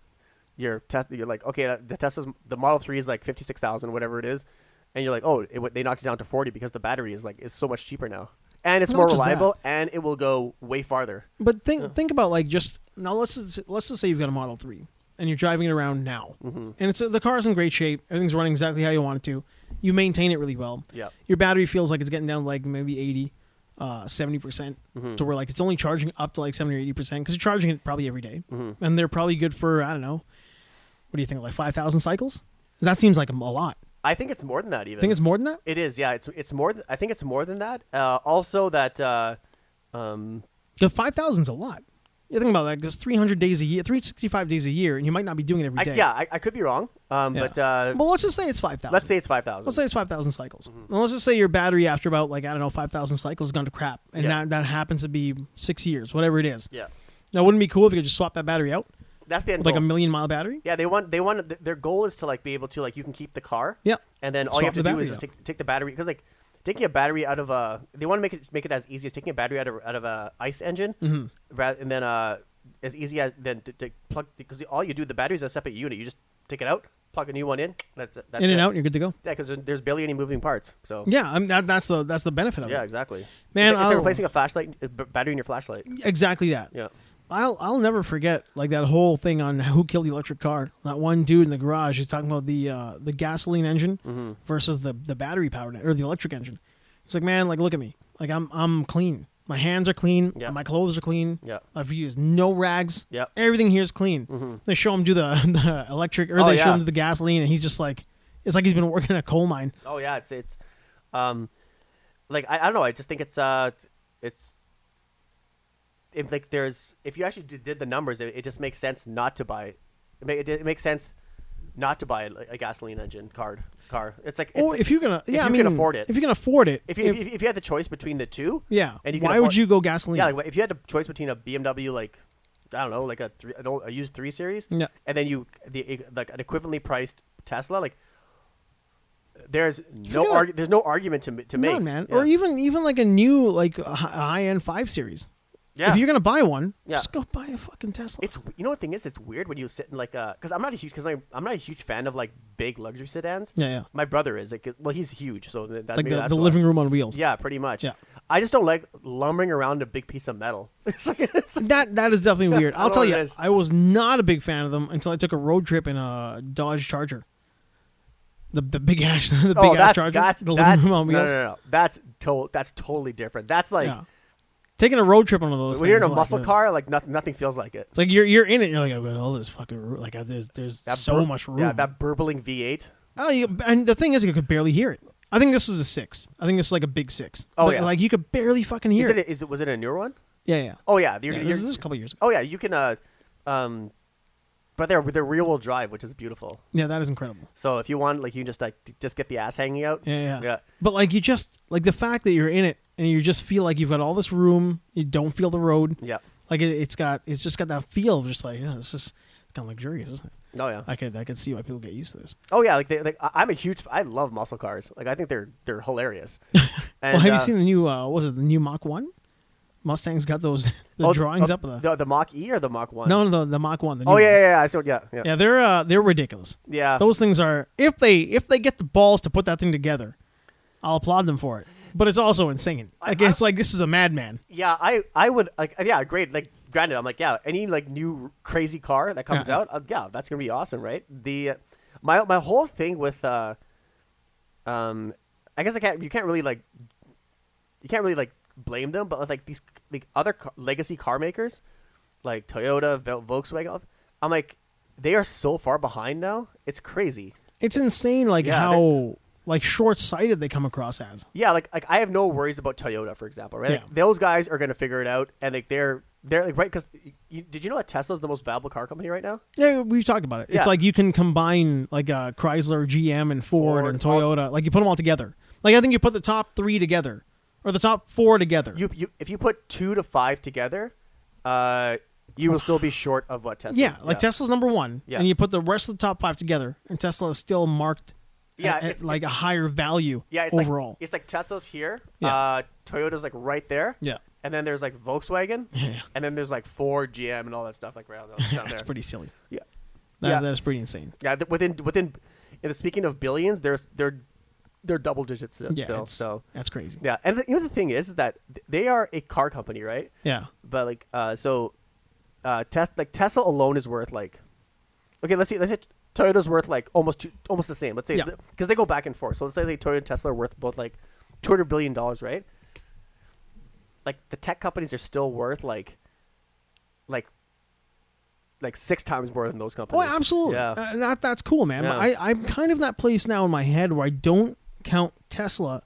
your Tesla? You're like, okay, uh, the Tesla's the Model Three is like fifty six thousand, whatever it is, and you're like, oh, it, went- they knocked it down to forty because the battery is like is so much cheaper now, and it's
Not
more
just that.
reliable, and it will go way farther.
But think think about like just now. Let's just, let's just say you've got a Model Three and you're driving it around now,
Mm-hmm.
and it's the car's in great shape. Everything's running exactly how you want it to. You maintain it really well.
Yep.
Your battery feels like it's getting down to like maybe 80, uh, 70 percent
Mm-hmm.
to where like it's only charging up to like seventy or eighty percent because you're charging it probably every day.
Mm-hmm.
and they're probably good for I don't know. What do you think? Like five thousand cycles? That seems like a lot.
I think it's more than that. Even
I think it's more than that.
it is. Yeah, it's it's more. Th- I think it's more than that. Uh, also, that uh, um,
The five thousand's a lot. You think about that. Just three hundred days a year, three sixty five days a year, and you might not be doing it every
I,
day.
yeah, I, I could be wrong, um,
Yeah.
but uh,
Well, let's just say it's five thousand.
let's say Mm-hmm. it's five thousand.
let's say it's 5,000 cycles. And let's just say your battery after about like I don't know 5,000 cycles has gone to crap, and
Yeah.
that, that happens to be six years, whatever it is.
yeah,
Now, wouldn't it be cool if you could just swap that battery out,
that's the end.
with like a
goal.
million mile battery?
yeah, they want they want th- their goal is to like be able to like you can keep the car.
Yeah.
and then all you have
Swap
to
the
do is
battery
just
out.
take, take the battery because like taking a battery out of a they want to make it make it as easy as taking a battery out of out of a ice engine
Mm-hmm.
rather and then uh as easy as then to, to plug because all you do the battery's a separate unit you just take it out plug a new one in that's it that's
In
it.
and out, and you're good to go.
yeah because there's barely any moving parts so
Yeah, I mean, that, that's the that's the benefit of
yeah
it.
exactly
Man,
it's, it's like
I'll-
replacing a flashlight a b- battery in your flashlight
Exactly that.
yeah
I'll I'll never forget like that whole thing on who killed the electric car. That one dude in the garage who's talking about the uh, the gasoline engine
Mm-hmm.
versus the the battery powered or the electric engine. He's like, man, like look at me, like I'm I'm clean. My hands are clean.
Yeah.
My clothes are clean.
Yeah.
I've used no rags.
Yeah. Mm-hmm.
Everything here is clean. They show him do the, the electric or
Oh,
they show
yeah.
him do the gasoline, and he's just like, it's like he's been working in a coal mine.
Oh yeah, it's it's, um, like I, I don't know. I just think it's uh, it's, if like there's if you actually did, did the numbers, it, it just makes sense not to buy. It, it, ma- it, it makes sense not to buy a, a gasoline engine card car. It's like it's,
Or Oh, if you're gonna, yeah,
you
I
can
mean,
afford it.
if you can afford it,
if you if, if you had the choice between the two,
yeah,
and you can
why
afford-
would you go gasoline?
yeah, like, if you had the choice between a BMW like. I don't know, like a three, an old, a used three series,
Yeah.
and then you the e, like an equivalently priced Tesla. Like, there's no
Forget-
argu- there's no argument to m- to make,
Come on, man.
Yeah.
Or even even like a new like high end five series.
Yeah.
If you're gonna buy one,
Yeah.
just go buy a fucking Tesla.
It's you know what thing is it's weird when you sit in like a because I'm not a huge because I'm I'm not a huge fan of like big luxury sedans.
yeah, yeah.
My brother is like well he's huge so th- that,
Like
maybe
the,
that's
the
why.
living room on wheels.
Yeah, pretty much.
Yeah.
I just don't like lumbering around a big piece of metal. It's like it's like,
That that is definitely weird.
I
I'll
know
tell
it
you,
is.
I was not a big fan of them until I took a road trip in a Dodge Charger. The the big ass the big
oh
ass
that's
Charger.
that's
the
that's
living room
no,
on
no no
wheels.
no that's to- that's totally different. That's like
yeah. Taking a road trip on one of those.
when you're in
things
a
is like
muscle
this.
car like nothing nothing feels like it.
It's like you're you're in it. And you're like, I've got all this fucking room. Like I- there's there's
That
so
bur-
much room.
Yeah, that burbling V8.
Oh, you, and the thing is, you could barely hear it. I think this is a six. I think this is like a big six.
Oh,
But,
yeah.
like you could barely fucking hear
Is
it.
it, a- is it was it a newer one?
Yeah, yeah.
Oh yeah, you're,
Yeah,
you're,
this, is, this is a couple years ago.
oh yeah, you can uh, um, but they're they're rear wheel drive, which is beautiful.
Yeah, that is incredible.
So if you want, like, you can just like t- just get the ass hanging out.
Yeah, yeah,
Yeah.
But like you just like the fact that you're in it and you just feel like you've got all this room. You don't feel the road.
Yeah.
Like it, it's got it's just got that feel of just like yeah, this is kind of luxurious, isn't it?
Oh yeah.
I could I could see why people get used to this.
Oh yeah. Like, they, like I- I'm a huge. I love muscle cars. Like I think they're they're hilarious. And,
well, have
uh,
you seen the new uh, what was it the new Mach One? Mustang's got those the
Oh,
drawings
oh,
up of the
the the Mach E or the Mach One.
no, no, the, the Mach One. The new
Oh yeah,
one.
yeah, yeah. I saw. Yeah, yeah,
yeah. They're uh, they're ridiculous.
yeah.
Those things are if they if they get the balls to put that thing together, I'll applaud them for it. But it's also insane. Like it's like this is a madman.
Yeah, I I would like uh, yeah, great. Like granted, I'm like yeah, any like new crazy car that comes
Yeah.
out, uh, yeah, that's gonna be awesome, right? The my my whole thing with uh, um, I guess I can't you can't really like you can't really like blame them, but like these like other car, legacy car makers like Toyota, Vel- Volkswagen, I'm like they are so far behind now. It's crazy.
It's insane. Like
Yeah,
how like short sighted they come across as.
Yeah, like like I have no worries about Toyota, for example, right? Like,
Yeah.
those guys are gonna figure it out, and like they're they're like right because you, did you know that Tesla's the most valuable car company right now?
Yeah, we've talked about it.
Yeah.
It's like you can combine like uh, Chrysler, GM, and Ford,
Ford,
and Toyota. Like you put them all together. Like I think you put the top three together, or the top four together.
You you if you put two to five together, uh, you will still be short of what Tesla.
yeah, like Tesla's number one,
Yeah.
and you put the rest of the top five together, and Tesla is still marked.
Yeah,
at, at,
it's-
like a higher value.
Yeah, it's
overall.
Like, it's like Tesla's here.
Yeah.
Uh, Toyota's like right there.
yeah,
And then there's like Volkswagen.
Yeah.
And then there's like Ford, GM, and all that stuff like around down
that's
there.
pretty silly.
yeah.
That's
Yeah.
that's pretty insane.
Yeah, th- within within, in the, speaking of billions, there's they're they're double digits still.
Yeah, it's-
so
that's crazy.
Yeah, and the, you know the thing is, is that th- they are a car company, right?
Yeah,
But like, uh, so, uh, Tes- like Tesla alone is worth like, okay, let's see, let's say Toyota's worth like almost two, almost the same. Let's say
Yeah.
because they go back and forth. So let's say like Toyota and Tesla are worth both like two hundred billion dollars, right? Like the tech companies are still worth like, like, like six times more than those
Oh,
companies.
absolutely.
Yeah.
Uh, that that's cool, man. But
Yeah.
I I'm kind of in that place now in my head where I don't count Tesla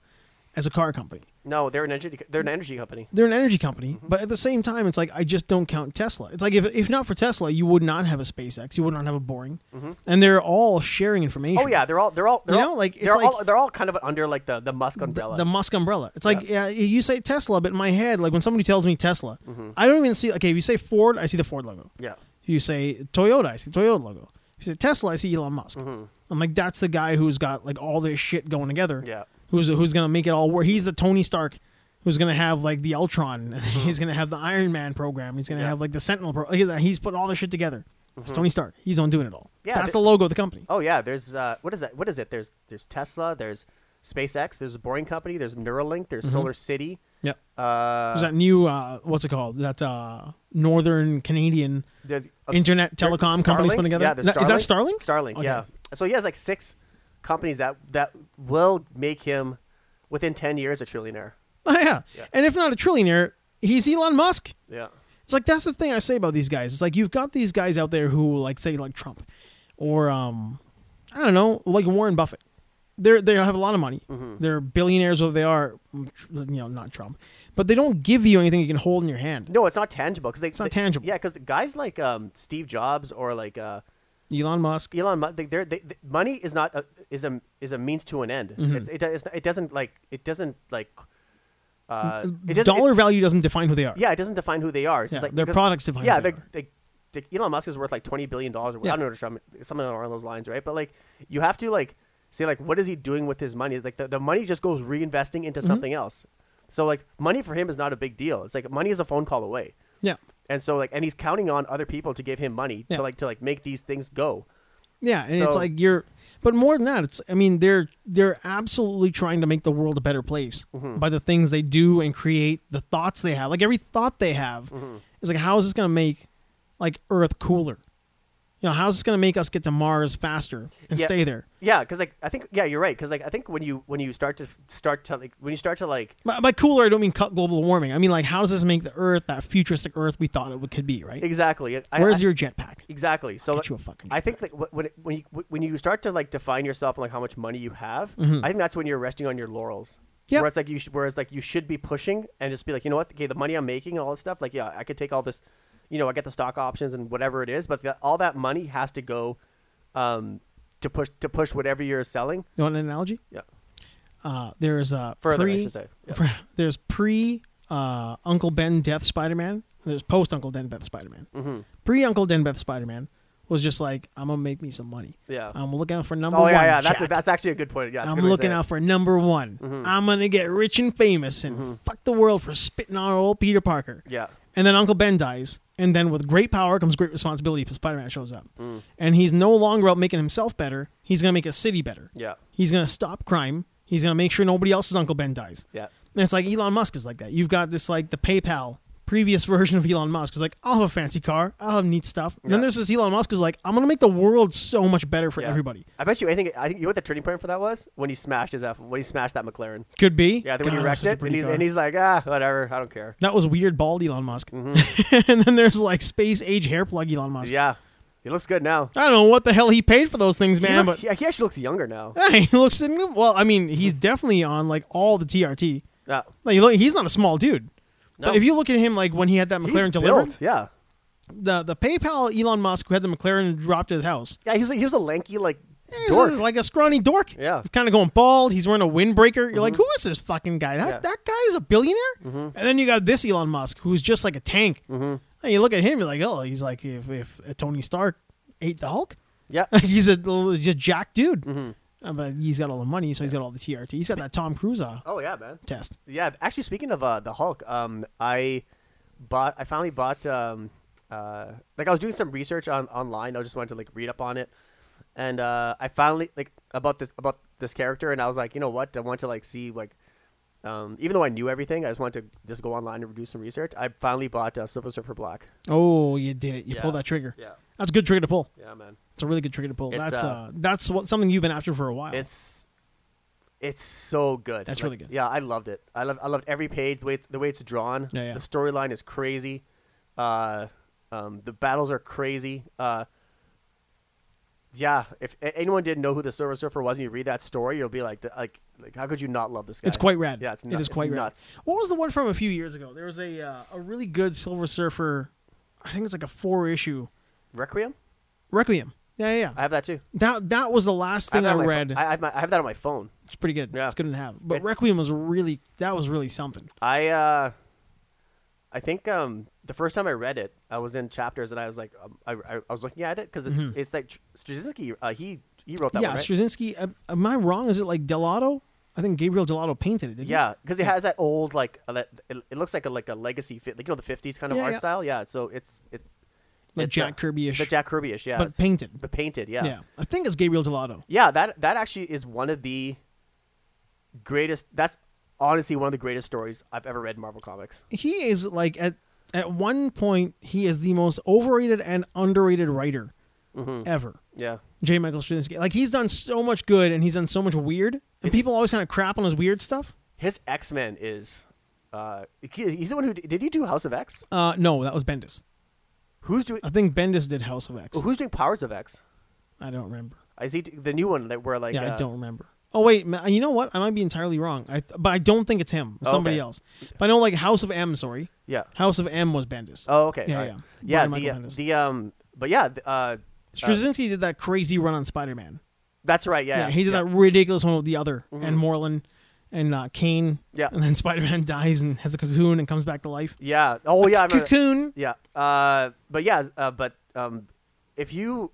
as a car company.
no, they're an energy. They're an energy company.
They're an energy company,
Mm-hmm.
but at the same time, it's like I just don't count Tesla. It's like if, if not for Tesla, you would not have a SpaceX, you would not have a Boring, and they're all sharing information.
Mm-hmm. Oh yeah, they're all they're all they're
You
all,
know, like,
they're
it's like-
all they're all kind of under like the the Musk umbrella.
the Musk umbrella. It's like yeah. you say Tesla, but in my head, like when somebody tells me Tesla,
Mm-hmm.
I don't even see. Okay, if you say Ford, I see the Ford logo.
yeah.
You say Toyota, I see Toyota logo. If you say Tesla, I see Elon Musk.
Mm-hmm.
I'm like, that's the guy who's got like all this shit going together.
Yeah.
Who's who's gonna make it all work? He's the Tony Stark who's gonna have like the Ultron. he's gonna have the Iron Man program. He's gonna
Mm-hmm. Yeah. Mm-hmm.
have like the Sentinel program. He's putting all this shit together. That's Tony Stark. He's on doing it all.
Yeah,
That's
they-
the logo of the company.
Oh yeah, there's uh, what is that? What is it? There's there's Tesla, there's SpaceX, there's a Boring Company, there's Neuralink, there's
Mm-hmm.
Solar City.
Yep.
Uh,
There's that new uh, what's it called? That uh, Northern Canadian
there's a-
internet
there's
telecom companies
Starlink.
put together.
Yeah, there's
That- is that
Starlink? Starlink.
Okay.
Yeah. So he has like six companies that that will make him within ten years a trillionaire.
Oh, yeah.
Yeah.
And if not a trillionaire, he's Elon Musk.
Yeah.
It's like that's the thing I say about these guys. It's like you've got these guys out there who like say like Trump or um I don't know, like Warren Buffett. They're they have a lot of money.
Mm-hmm.
They're billionaires whether they are mm, you know, not Trump. But they don't give you anything you can hold in your hand.
No, it's not tangible because it's
not tangible.
Yeah, because guys like um, Steve Jobs or like uh,
Elon Musk.
Elon Musk, they, they're, they, they- money is not a, is a is a means to an end.
Mm-hmm.
It's, it, do- it's, it doesn't like it doesn't like uh, it doesn't,
Dollar
it-
value doesn't define who they are.
yeah, it doesn't define who they are. It's just
Yeah,
like
their
because-
products define who
Yeah,
they
like-
are.
like, like, Elon Musk is worth like twenty billion dollars. I
Yeah.
don't know some- something along those lines, right? But like you have to like say like what is he doing with his money? Like the, the money just goes reinvesting
Mm-hmm.
into something else. So like money for him is not a big deal. It's like money is a phone call away
Yeah.
and so like and he's counting on other people to give him money
Yeah.
to like to like make these things go
Yeah, and it's
So-
like you're, but more than that, it's I mean they're they're absolutely trying to make the world a better place
Mm-hmm.
by the things they do and create the thoughts they have. Like every thought they have
Mm-hmm.
is like, how is this going to make like Earth cooler? You know, how is this going to make us get to Mars faster and
Yeah.
stay there?
yeah because like i think yeah you're right because like i think when you when you start to start to like when you start to like
By, by cooler, I don't mean cut global warming. I mean like, how does this make the Earth that futuristic Earth we thought it would, could be? Right?
exactly I-
Where's
I-
your jetpack?
exactly so
Get you a fucking
i think like wh- when it- when you when you start to like define yourself and like how much money you have i think that's when you're resting on your laurels
Mm-hmm. Yeah.
where it's like you should whereas like you should be pushing and just be like you know what okay the money i'm making and all this stuff like yeah i could take all this you know i get the stock options and whatever it is but the, all that money has to go um to push to push whatever you're selling
You want an analogy?
yeah
Uh, there's uh,
Further, I
pre-
should say. Yeah.
pre- there's pre uh,
Mm-hmm.
Uncle Ben Death Spider Man. There's post Uncle Ben Death Spider Man. Pre Uncle Ben Death Spider Man was just like, I'm gonna make me some money.
Yeah.
I'm looking out for number
Oh
one.
yeah, yeah. That's
Jack.
that's actually a good point. Yeah, that's a
I'm
good way to
looking
say Mm-hmm. it.
out for number one. I'm gonna get rich and famous and
Mm-hmm.
fuck the world for spitting on old Peter Parker.
Yeah.
And then Uncle Ben dies, and then with great power comes great responsibility. If Spider-Man shows up,
Mm.
and he's no longer about making himself better. He's gonna make a city better.
Yeah.
He's gonna stop crime. He's gonna make sure nobody else's Uncle Ben dies.
Yeah.
And it's like Elon Musk is like that. You've got this like the PayPal previous version of Elon Musk is like, I'll have a fancy car, I'll have neat stuff. And then
Yeah.
there's this Elon Musk who's like, I'm gonna make the world so much better for
Yeah.
everybody.
I bet you. I think. I think you know what the turning point for that was when he smashed his F. When he smashed that McLaren.
Could be.
Yeah, I think when he
God, that was
wrecked
such a
it, and
pretty
he's,
car.
and he's like, ah, whatever, I don't care.
that was weird bald Elon Musk.
Mm-hmm.
and then there's like space age hair plug Elon Musk.
Yeah, he looks good now.
I don't know what the hell he paid for those things,
He,
man.
looks, he, he actually looks younger now.
but he looks in, well. I mean, he's definitely on like all the TRT.
Yeah,
Like look, he's not a small dude.
No.
But if you look at him, like when he had that
He's
McLaren delivered,
built, Yeah,
the the PayPal Elon Musk who had the McLaren dropped at his house,
yeah, he was he was a lanky like
He's
dork.
like a scrawny dork.
Yeah. Mm-hmm.
He's kind of going bald. He's wearing a windbreaker. You're like, who is this fucking guy? That,
Yeah. Mm-hmm.
that guy is a billionaire? And then you got this Elon Musk, who's just like a tank. And you look at him, you're like, oh, he's like, if, if Tony Stark ate the Hulk,
yeah,
he's a little- just jack dude.
Mm-hmm.
Uh, But he's got all the money, so he's got all the TRT. He's got that Tom Cruise uh,
oh yeah, man.
test.
Yeah, actually, speaking of uh, the Hulk, um, I bought. I finally bought. Um, uh, like I was doing some research on online. I just wanted to like read up on it, and uh, I finally like about this about this character, and I was like, you know what? I want to like see like. Um, even though I knew everything, I just wanted to just go online and do some research. I finally bought uh, Silver Surfer Black.
Oh, you did it. You
Yeah.
pulled that trigger.
Yeah,
That's a good trigger to pull.
yeah, man.
It's a really good trigger to pull.
It's,
that's
uh,
uh, that's what, something you've been after for a while.
It's it's so good.
That's
Like,
really good.
Yeah, I loved it. I love I loved every page, the way it's, the way it's drawn.
Yeah, yeah.
The storyline is crazy. Uh, um, the battles are crazy. Uh, yeah, if a- anyone didn't know who the Silver Surfer was, and you read that story, you'll be like, the, like, like, how could you not love this guy?
It's quite rad.
Yeah, it's
It
nuts.
is quite
it's
rad.
nuts.
What was the one from a few years ago? There was a uh, a really good Silver Surfer. I think it's like a four issue
Requiem.
Requiem. Yeah, yeah. yeah.
I have that too.
that that was the last
I have
thing
that
I
on my pho-
read.
I, I, have my, I have that on my phone.
it's pretty good.
Yeah.
It's good to have. But
It's-
Requiem was really that was really something.
I uh, I think um the first time I read it, I was in chapters and I was like, um, I, I, I was looking at it because
Mhm.
it's like Tr- Straczynski, uh, he he wrote that
yeah,
one, right?
Straczynski. Am, am I wrong? Is it like Delato? I think Gabriel Delato painted it. Didn't he?
yeah, because it has that old like uh, that, it, it looks like a like a legacy fit, like you know the '50s kind of
Yeah,
art
yeah.
style. Yeah, so it's it
like
it's,
Jack
uh,
Kirby-ish,
the Jack Kirby-ish, yeah,
but
it's-
painted.
but painted,
Yeah. I think it's Gabriel Delato.
Yeah, that that actually is one of the greatest. That's honestly one of the greatest stories I've ever read in Marvel Comics.
He is like at at one point he is the most overrated and underrated writer
Mm-hmm.
ever.
Yeah,
J. Michael Straczynski. Like he's done so much good and he's done so much weird, and people always kind of crap on his weird stuff.
his X Men is. Uh, he- he's the one who did he do House of X?
Uh, no, that was Bendis.
Who's doing
I think Bendis did House of X.
who's doing Powers of X?
I don't remember.
Is he d- the new one that we're like?
yeah,
uh,
I don't remember. Oh wait, ma- you know what? I might be entirely wrong. I th- but I don't think it's him. It's
Oh,
somebody
okay.
else. But I know like House of M. Sorry,
Yeah.
House of M was Bendis.
Oh, okay.
Yeah,
all right.
yeah.
yeah.
Brian
the
Michael
uh,
Bendis.
the um, but yeah, th- uh,
Straczynski did that crazy run on Spider Man.
that's right. Yeah, Mm-hmm.
Yeah, he did that ridiculous one with the other and Moreland and uh, Kane.
Yeah.
and then Spider Man dies and has a cocoon and comes back to life.
Yeah. Oh, yeah. I remember.
Cocoon.
Yeah. Uh, but yeah. Uh, but um, if you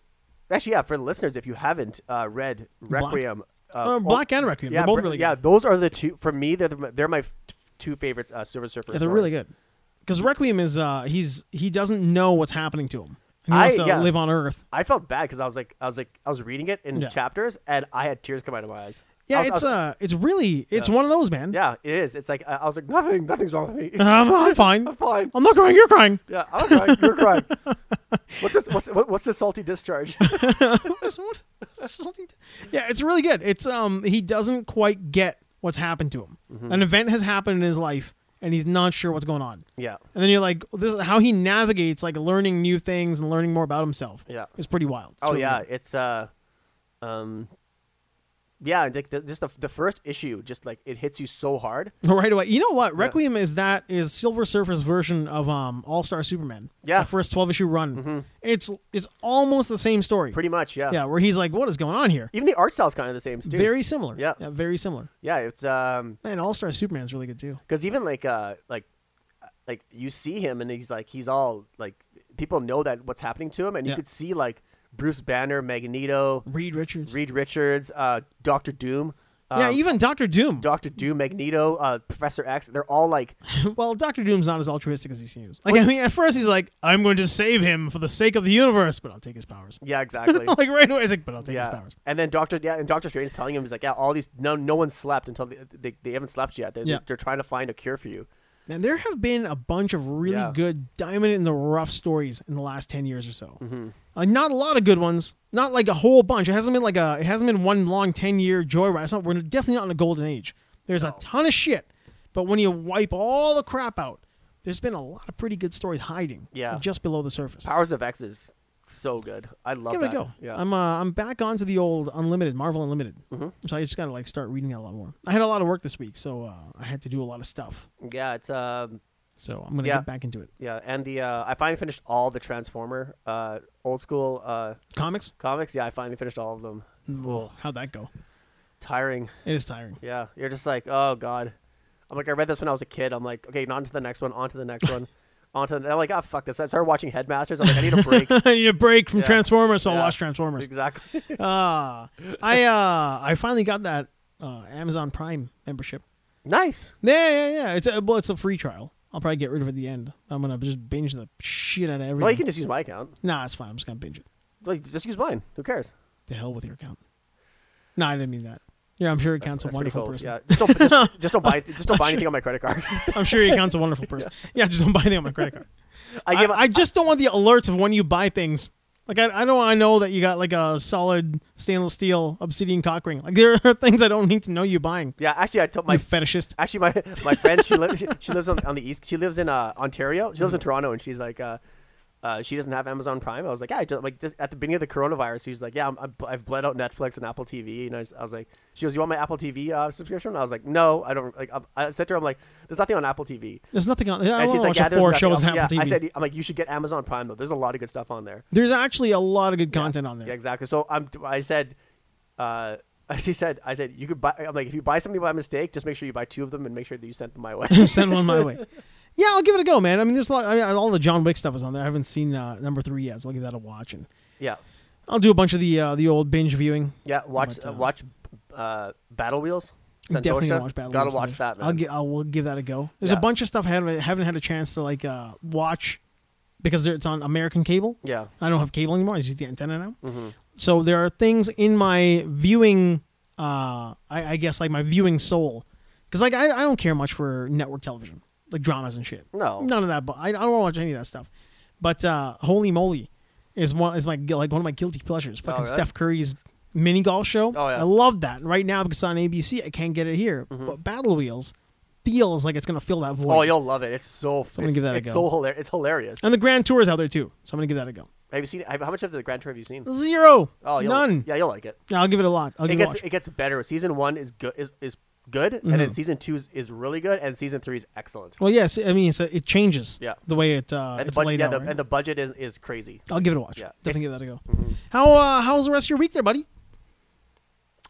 actually, yeah, for the listeners, if you haven't uh, read
Black.
Requiem, uh,
Uh,
oh,
Black and Requiem.
yeah,
They're both
Bra-
really good.
yeah, those are the two for me. They're the, they're my f- two favorite uh, Silver Surfer.
Yeah, they're really
stories.
good. Because Requiem is uh he's he doesn't know what's happening to him. And he
I-
wants to
yeah.
live on Earth.
I felt bad because I was like, I was like, I was reading it in
Yeah.
chapters, and I had tears come out of my eyes. I
Yeah,
was- I
it's
was-
uh it's really it's one of those, man.
Yeah, it is. It's like I I was like, nothing, nothing's wrong with me.
Um, I'm fine.
I'm fine.
I'm not crying, you're crying.
Yeah, I'm crying. You're crying. What's this? What's, what- what's this salty discharge?
yeah, it's really good. It's um he doesn't quite get what's happened to him.
Mm-hmm.
An event has happened in his life and he's not sure what's going on.
yeah,
And then you're like this is how he navigates like learning new things and learning more about himself.
yeah.
It's pretty wild. It's
Oh
really
yeah,
good.
it's uh, um, yeah. and, Like the, just the the first issue, just like it hits you so hard.
Right away. You know what? Requiem is that is Silver Surfer's version of um All Star Superman.
Yeah. Mm-hmm.
The first twelve issue run. It's it's almost the same story.
Pretty much, yeah.
yeah, where he's like, What is going on here?
Even the art style's kind of the same, too.
Very similar.
Yeah.
very similar.
yeah, it's um,
And All Star Superman's really good too.
because even like uh, like like you see him and he's like he's all like people know that what's happening to him, and
Yeah.
you could see like Bruce Banner, Magneto,
Reed Richards.
Reed Richards, uh, Doctor Doom. Um,
yeah, even Doctor Doom.
Doctor Doom, Magneto, uh, Professor X. They're all like
well, Doctor Doom's not as altruistic as he seems. Like, I mean, at first he's like, "I'm going to save him for the sake of the universe," but I'll take his powers.
yeah, exactly.
like right away, he's like, "But I'll take
yeah.
his powers."
And then Doctor yeah, and Doctor Strange telling him he's like, yeah, all these no no one slept until they they, they haven't slept yet. They're,
Yeah.
they're trying to find a cure for you.
And there have been a bunch of really
Yeah.
good diamond in the rough stories in the last ten years or so.
Mm-hmm.
Like not a lot of good ones, not like a whole bunch. It hasn't been like a it hasn't been one long ten year joyride. It's not, we're definitely not in a golden age. There's a ton of shit, but when you wipe all the crap out, there's been a lot of pretty good stories hiding,
Yeah.
like, just below the surface.
Powers of X is so good. I love
Give it
that.
a go.
Yeah.
I'm uh, I'm back onto the old Unlimited Marvel Unlimited, so I just gotta like start reading that a lot more. I had a lot of work this week, so uh, I had to do a lot of stuff.
yeah, it's um
So I'm gonna
Yeah.
get back into it.
yeah, and the uh I finally finished all the Transformer uh old school uh
Comics.
comics. Yeah, I finally finished all of them.
Well, how'd that go?
Tiring.
It is tiring.
Yeah. You're just like, "Oh god." I'm like, I read this when I was a kid. I'm like, "Okay, on to the next one, on to the next one." Onto the, I'm like, ah, fuck this. I started watching Headmasters. I'm like, I need a break.
I need a break from
Yeah.
Transformers, so I'll
Yeah.
watch Transformers.
exactly.
Ah, I uh, I finally got that uh, Amazon Prime membership.
nice.
Yeah, yeah, yeah. It's a, well, it's a free trial. I'll probably get rid of it at the end. I'm gonna just binge the shit out of everything.
Well, you can just use my account.
Nah, it's fine. I'm just gonna binge it.
Like, just use mine. Who cares?
The hell with your account. No, I didn't mean that. Yeah, I'm sure your account's a
That's pretty
wonderful
cool.
person.
Yeah. Just don't, just, just don't buy. Just don't buy anything on my credit card.
I'm sure your account's a wonderful person. yeah. just don't buy anything on my credit card.
I
I,
give.
I just don't want the alerts of when you buy things. Like I, I don't want to know that you got like a solid stainless steel obsidian cock ring. Like there are things I don't need to know you buying.
yeah. Actually, I told
My
my.
fetishist.
Actually, my my friend. She lives. She, she lives on, on the east. She lives in uh, Ontario. She lives
Mm-hmm.
in Toronto, and she's like. Uh, uh, she doesn't have Amazon Prime. I was like, yeah, I just, like just at the beginning of the coronavirus, she was like, yeah, I'm, I'm, I've bled out Netflix and Apple TV, and I was, I was like, she goes, you want my Apple TV uh, subscription? I was like, no, I don't. Like, I'm- I said to her, I'm like, there's nothing on Apple TV.
There's nothing on. I
And
don't
she's
want
like,
to
yeah,
watch a
there's
four
nothing on-
shows on Oh, Apple
yeah.
TV.
I said, I'm like, you should get Amazon Prime though. There's a lot of good stuff on there.
There's actually a lot of good content on there.
Yeah, exactly. So I'm. I said, uh, she said, I said you could buy. I'm like, if you buy something by mistake, just make sure you buy two of them and make sure that you sent them my way.
Send one my way. Yeah, I'll give it a go, man. I mean, there's a lot. I mean, all the John Wick stuff is on there. I haven't seen uh, number three yet, so I'll give that a watch, and
yeah,
I'll do a bunch of the uh, the old binge viewing.
yeah. Watch,
But,
uh,
uh,
watch, uh, Battle Wheels.
Definitely
Santosha.
watch Battle
Gotta
Wars
watch
Thunder.
that. Man.
I'll get. I will give that a go. There's
Yeah.
a bunch of stuff I haven't, haven't had a chance to like uh, watch because there- it's on American cable.
yeah,
I don't have cable anymore. I just use the antenna now.
Mm-hmm.
So there are things in my viewing, uh, I, I guess like my viewing soul, because like I, I don't care much for network television, like dramas and shit.
No.
none of that. But I, I don't want to watch any of that stuff. But uh, holy moly, is one is my gu- like one of my guilty pleasures. Fucking
Oh, really?
Steph Curry's mini golf show.
Oh, yeah. Mm-hmm.
I love that. And right now because it's on ABC, I can't get it here. But Battle Wheels feels like it's gonna fill that void.
oh, you'll love it. It's so.
I'm gonna
it's
give that a
it's
go.
so hilarious. It's hilarious.
and the Grand Tour is out there too, so I'm gonna give that a go.
Have you seen? Have, how much of the Grand Tour have you seen?
Zero.
Oh, you'll,
none.
Yeah, you'll like it.
Yeah, I'll give it a lot. I'll
It
give it a
gets
watch. Mm-hmm.
it gets better. Season one is good. Is is good, and then season two is, is really good, and season three is excellent.
Well, yes, I mean it's, it changes.
Yeah.
The way it uh,
And the,
it's
budget,
laid
yeah,
out.
the,
right?
and the budget is, is crazy.
I'll give it a watch.
Yeah, Mm-hmm.
Definitely give that a go. How uh, how was the rest of your week there, buddy?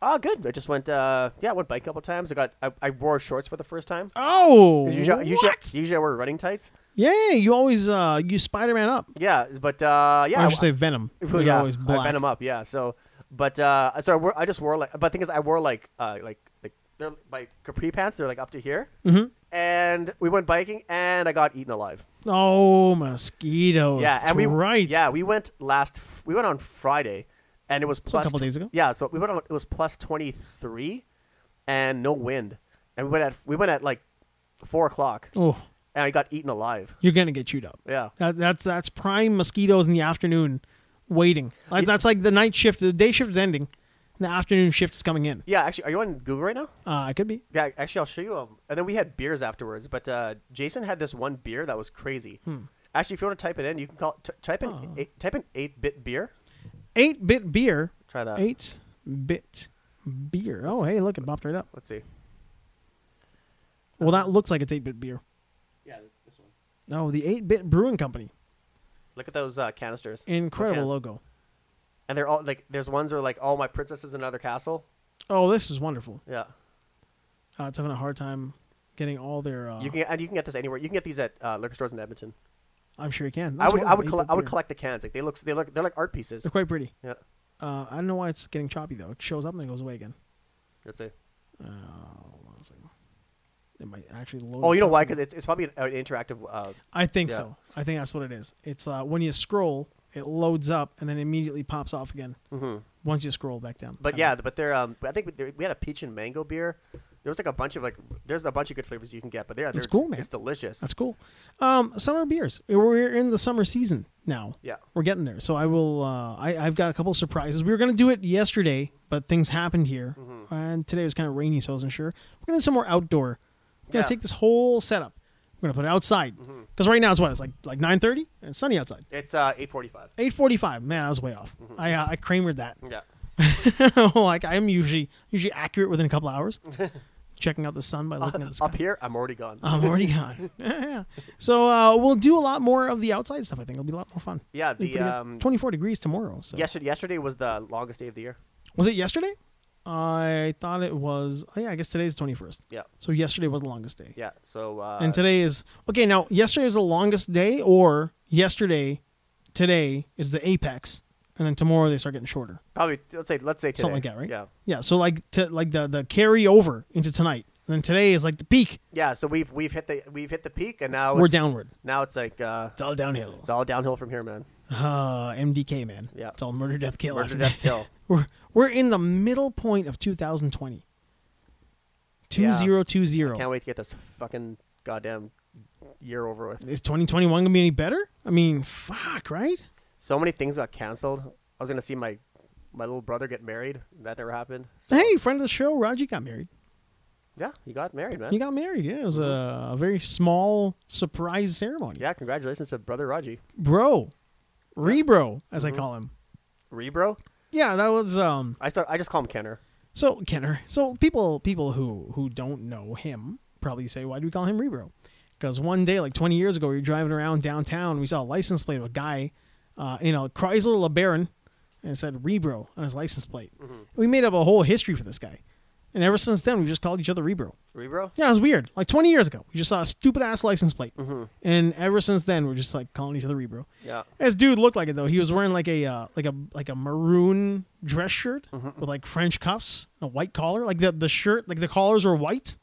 Oh, good. I just went. Uh, yeah, I went bike a couple times. I got. I, I wore shorts for the first time.
Oh,
'Cause Usually, usually,
what?
usually I wear running tights.
yeah, you always uh, you Spider Man up.
Yeah, but uh, yeah,
I should say Venom.
I-
who's
yeah,
always black.
I bent them up. Yeah, so but uh, so I, wore, I just wore like. But the thing is, I wore like uh, like like they're like capri pants. They're like up to here. Mm-hmm. And we went biking, and I got eaten alive.
Oh, mosquitoes.
Yeah, and we
right.
Yeah, we went last. f- We went on Friday, and it was plus
couple
tw-
days ago?
Yeah, so we went on. It was plus twenty three, and no wind, and we went at we went at like four o'clock,
Oh,
and I got eaten alive.
you're gonna get chewed up.
Yeah,
That, that's that's prime mosquitoes in the afternoon, waiting. Like, that's like the night shift. The day shift is ending. and The afternoon shift is coming in.
yeah. Actually, are you on Google right now?
Uh, it could be.
Yeah, actually, I'll show you. Um, and then we had beers afterwards, but uh, Jason had this one beer that was crazy.
Hmm.
Actually, if you want to type it in, you can call t- type in eight, type in eight bit beer.
Eight bit beer.
Try that.
Eight bit beer. Oh, hey, look, it popped right up.
Let's see.
Well, that looks like it's 8 bit beer.
Yeah, this one.
No, the 8 bit brewing company.
Look at those uh, canisters. Those
Incredible
cans.
logo.
And they're all like, there's ones where like, oh, my princess is in another castle.
Oh, this is wonderful.
Yeah.
Uh, it's having a hard time getting all their. Uh,
You can and you can get this anywhere. You can get these at uh, liquor stores in Edmonton.
I'm sure you can.
I
That's
would, I
wonderful.
would,
They
collect,
put
I would
beer.
collect the cans. Like they look, they look, they're like art pieces.
They're quite pretty.
Yeah,
Uh, I don't know why it's getting choppy though. It shows up and then goes away again.
that's it.
Uh, hold on a second. It might actually load.
Oh,
it
you know why?
properly.
Because it's, it's probably an, an interactive. Uh,
I think
Yeah.
so. I think that's what it is. It's uh, when you scroll, it loads up and then immediately pops off again
mhm.
once you scroll back down.
But
I
yeah,
don't-
but they're. Um, I think we- we had a peach and mango beer. There was like a bunch of like. There's a bunch of good flavors you can get, but yeah,
That's
they're-
cool, man.
It's delicious.
that's cool. Um, summer beers. We're in the summer season now.
yeah.
We're getting there. So I will. Uh, I, I've got a couple of surprises. We were going to do it yesterday, but things happened here,
Mm-hmm.
and today was kind of rainy, so I wasn't sure. We're going to do some more outdoor. We're going to
Yeah. Mm-hmm.
take this whole setup. We're going to put it outside because right now it's what it's like like nine thirty and it's sunny outside.
It's uh, eight forty-five.
Eight forty-five. Man, I was way off.
Mm-hmm.
I uh, I Kramered that.
Yeah.
like I'm usually usually accurate within a couple hours. Checking out the sun by looking at the sky.
Up here, I'm already gone.
I'm already gone. yeah. So uh, we'll do a lot more of the outside stuff. I think it'll be a lot more fun.
yeah.
It'll be
The
pretty good.
um,
24 degrees tomorrow. So
yesterday, yesterday was the longest day of the year.
was it yesterday? I thought it was. Oh yeah, I guess today's 21st.
Yeah.
So yesterday was the longest day.
Yeah. So. Uh,
And today is okay. Now yesterday is the longest day, or yesterday, today is the apex, and then tomorrow they start getting shorter.
Probably let's say let's say today.
Something like that, right?
Yeah.
Yeah. So like to like the the carryover into tonight, and then today is like the peak.
Yeah. So we've we've hit the we've hit the peak and now
We're
it's-
downward.
Now it's like uh,
It's all downhill.
it's all downhill from here, man.
Uh, MDK man.
Yeah.
It's all murder, death, kill.
Murder,
after
death,
that.
kill.
We're we're in the middle point of 2020.
Yeah.
2020.
Can't wait to get this fucking goddamn year over with.
Is 2021 gonna be any better? I mean, fuck, right?
So many things got canceled. I was gonna see my my little brother get married. That never happened. So,
Hey, friend of the show, Raji got married.
Yeah, he got married, man.
He got married. Yeah, it was a, a very small surprise ceremony.
yeah, congratulations to brother Raji.
Bro, rebro, as
Mm-hmm.
I call him.
Rebro?
Yeah, that was um.
I start, I just call him Kenner.
So Kenner, so people people who who don't know him probably say, why do we call him Rebro? Because one day, like 20 years ago, we were driving around downtown, we saw a license plate of a guy uh, in a Chrysler LeBaron, and it said Rebro on his license plate. We made up a whole history for this guy, and ever since then, we've just called each other Rebro.
Rebro?
Yeah, it was weird. Like 20 years ago, we just saw a stupid ass license plate, and ever since then, we're just like calling each other Rebro.
Yeah.
This dude looked like it though. He was wearing like a uh, like a like a maroon dress shirt
Mm-hmm.
with like French cuffs, and a white collar. Like the the shirt, like the collars were white,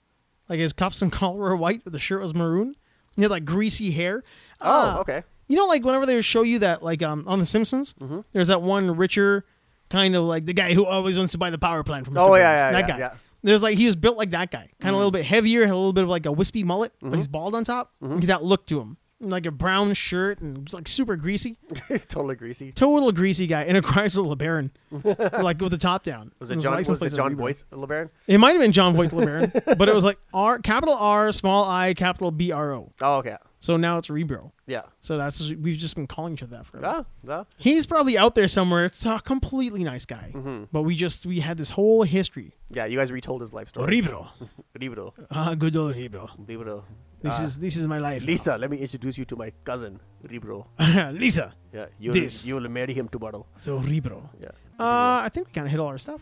like his cuffs and collar were white, but the shirt was maroon. He had like greasy hair.
Oh,
Uh,
okay.
You know, like whenever they would show you that, like um, on The Simpsons,
Mm-hmm.
there's that one richer kind of like the guy who always wants to buy the power plant from.
Oh,
Simpsons,
yeah, yeah,
that
yeah,
guy.
yeah. Mm.
There's like he was built like that guy, kind of a little bit heavier, had a little bit of like a wispy mullet,
Mm-hmm.
but he's bald on top. That look to him, like a brown shirt and like super greasy
totally greasy.
total greasy guy in a Chrysler LeBaron, like with the top down.
Was it
His
John
license
was
plate's
it
a
John
Reebok.
Voight LeBaron?
It might have been John Voight LeBaron, but it was like R capital R small I capital B R O.
Oh, okay.
So now it's Rebro.
Yeah.
So that's we've just been calling each other that forever.
Oh, well.
He's probably out there somewhere. It's a completely nice guy,
Mm-hmm.
but we just we had this whole history.
Yeah, you guys retold his life story.
Rebro,
Rebro.
ah, good old Rebro.
Rebro.
This is this is my life. now.
Ah. Lisa, let me introduce you to my cousin, Rebro.
Lisa.
Yeah, you'll,
This.
you'll marry him tomorrow.
So Rebro.
Yeah.
Uh, I think we kind of hit all our stuff.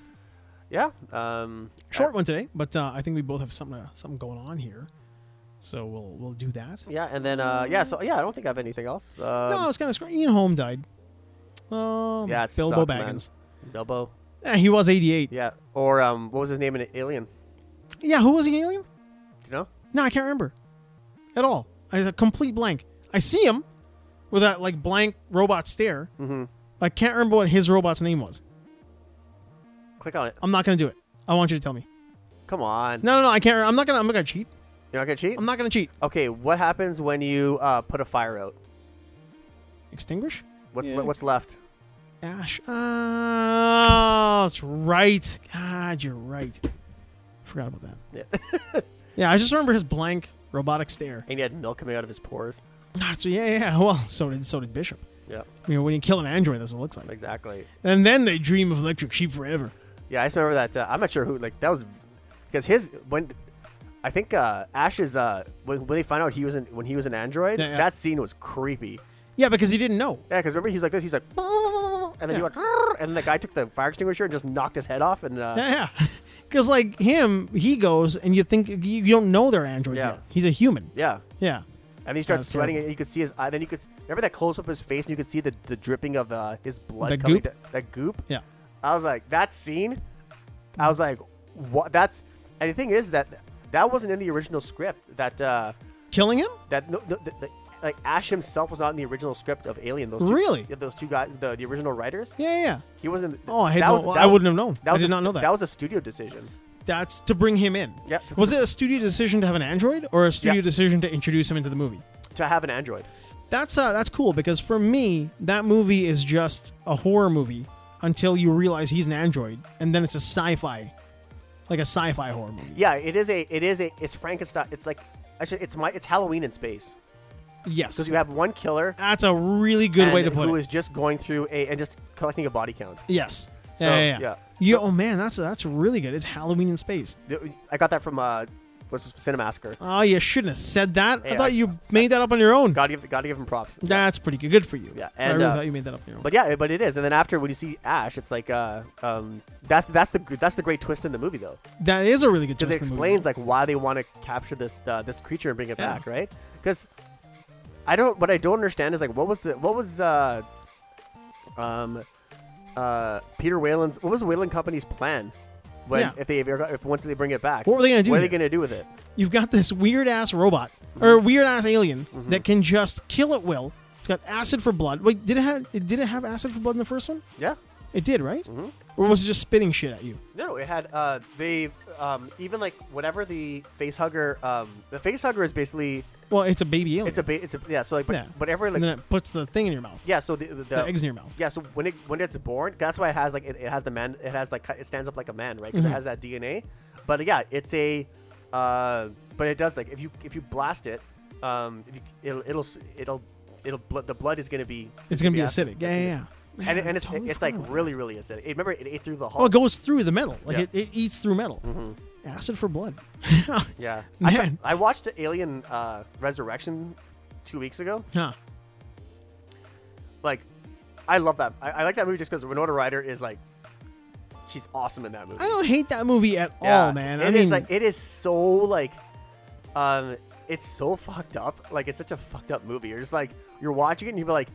Yeah. Um,
short one today, but uh, I think we both have something uh, something going on here, so we'll we'll do that.
Yeah, and then uh, yeah, so yeah, I don't think I have anything else. Um,
no, I was kind of scr- Ian Holm died. Um,
yeah, it
Bilbo
sucks,
Baggins.
Man. Bilbo.
Yeah, he was 88. Yeah.
Yeah, or um, what was his name in Alien?
who was he? an Alien?
Do you know?
No, I can't remember at all. I a complete blank. I see him with that like blank robot stare.
Mm-hmm.
I can't remember what his robot's name was.
Click on it.
I'm not gonna do it. I want you to tell me.
Come on.
No, no, no. I can't. re- I'm not gonna. I'm not gonna cheat.
You're not gonna cheat.
I'm not gonna cheat.
okay, what happens when you uh, put a fire out?
Extinguish.
What's
Yeah.
le- what's left?
Ash. Oh, that's right. God, you're right. Forgot about that.
Yeah.
Yeah, I just remember his blank robotic stare.
and he had milk coming out of his pores.
Ah, so yeah, yeah, yeah. Well, so did so did Bishop.
Yeah,
I mean, when you kill an android, that's what it looks like.
exactly.
And then they dream of electric sheep forever.
Yeah, I just remember that. Uh, I'm not sure who. Like that was because his when I think uh, Ash's uh, when, when they find out he was an, when he was an android,
Yeah, yeah.
that scene was creepy.
Yeah, because he didn't know.
Yeah, because remember he was like this. He's like, and then he
Yeah.
went, and then the guy took the fire extinguisher and just knocked his head off. And uh,
Yeah, yeah. Because like him, he goes and you think you, you don't know they're androids
Yeah.
yet. He's a human.
yeah,
Yeah.
And then he starts
That's
sweating,
terrible.
and you could see his eye. Then you could remember that close up of his face, and you could see the, the dripping of uh, his blood.
The
coming
goop?
down- that goop.
Yeah.
I was like, that scene. I was like, what? That's. And the thing is that that wasn't in the original script. That uh,
Killing him?
that no, the, the, the, like Ash himself was not in the original script of Alien. Those two,
Really?
yeah, those two guys, the, the original writers.
Yeah, yeah.
He wasn't.
Oh, I had
that
no,
was-
well,
that
I
was-
wouldn't have known.
That was
I did
a
not
stu-
know that.
That was a studio decision.
That's to bring him in.
Yeah, to-
Was it a studio decision to have an android or a studio
Yeah.
decision to introduce him into the movie?
to have an android.
That's uh, that's cool because for me, that movie is just a horror movie until you realize he's an android, and then it's a sci-fi, like a sci-fi horror movie.
Yeah, it is a it is a it's Frankenstein. It's like actually it's my it's Halloween in space
Yes,
because you have one killer
that's a really good way to
and
put
who
it.
is just going through a and just collecting a body count.
yes.
So,
yeah, yeah, yeah.
yeah.
You- oh man, that's that's really good. It's Halloween in space.
The- I got that from uh, what's his- Cinemassacre.
Oh, you shouldn't have said that. I
Yeah.
thought you made that up on your own.
Gotta give gotta give him props.
That's pretty good. Good for you.
Yeah,
I
and,
really
uh,
thought you made that up on your own.
But yeah, but it is. And then after when you see Ash, it's like uh, um, that's that's the gr- that's the great twist in the movie though,
that is a really good.
because
twist
it
in the movie.
explains like why they want to capture this uh, this creature and bring it
Yeah.
back, right? Because I don't what I don't understand is like what was the what was uh, um, uh, Peter Whalen's what was the Whalen Company's plan when
Yeah.
if they ever got- if once they bring it back,
What were they gonna do
What are
here?
they gonna do with it?
you've got this weird ass robot or
Mm-hmm.
weird ass alien that can just kill at will. It's got acid for blood. Wait, did it have it, did it have acid for blood in the first one?
Yeah.
It did, right?
Mm-hmm.
Or was it just spitting shit at you?
No, it had uh, they um, even like whatever the facehugger um, the facehugger is basically
Well, it's a baby alien.
it's a ba- it's a yeah so like but,
yeah.
but every like
and then it puts the thing in your mouth.
Yeah, so the, the,
The eggs in your mouth.
Yeah, so when it when it's born, that's why it has like it, it has the man. It has like it stands up like a man, right? Because
Mhm.
it has that DNA. But yeah, it's a. Uh, but it does like if you if you blast it, um, if you, it'll it'll s- it'll it'll bl- the blood is gonna be
It's gonna be
acid.
acidic. Yeah,
It's
yeah,
gonna-
yeah. Man,
And, it-
I'm
and it's
totally
it's like
fine with that.
really really acidic. It, remember it ate through the
oh,
hole.
it goes through the metal. Like
Yeah. Mm-hmm.
it, it eats through metal. Acid for blood.
yeah, I,
Man.
tried- I watched Alien uh, Resurrection two weeks ago.
huh.
Like, I love that. I, I like that movie just because Winona Ryder is like, she's awesome in that movie.
I don't hate that movie at
Yeah,
all, Oh, man.
It
I
is,
mean,
like it is so like, um, it's so fucked up. Like it's such a fucked up movie. You're just like you're watching it and you're like,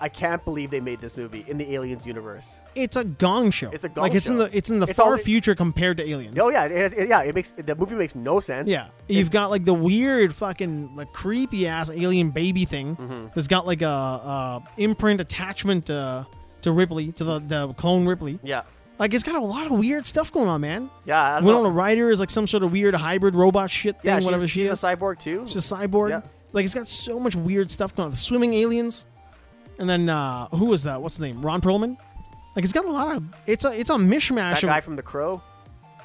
I can't believe they made this movie in the Aliens universe.
it's a gong show.
It's a gong
like it's in
show.
the it's in the
It's
far
all-
future compared to aliens.
Oh yeah, it, it- yeah. It makes the movie makes no sense.
Yeah, you've got like the weird fucking like creepy ass alien baby thing
Mm-hmm.
that's got like a, a imprint attachment uh, to Ripley to the, the clone Ripley.
yeah,
Like it's got a lot of weird stuff going on, man.
yeah. I don't
Winona
know.
Ryder is like some sort of weird hybrid robot shit thing,
yeah, she's,
whatever she
she's
is.
a cyborg too.
she's a cyborg.
Yeah.
Like it's got so much weird stuff going on. The swimming aliens, and then uh, who was that? What's the name? Ron Perlman. Like it's got a lot of it's a it's a mishmash.
that
of,
guy from The Crow.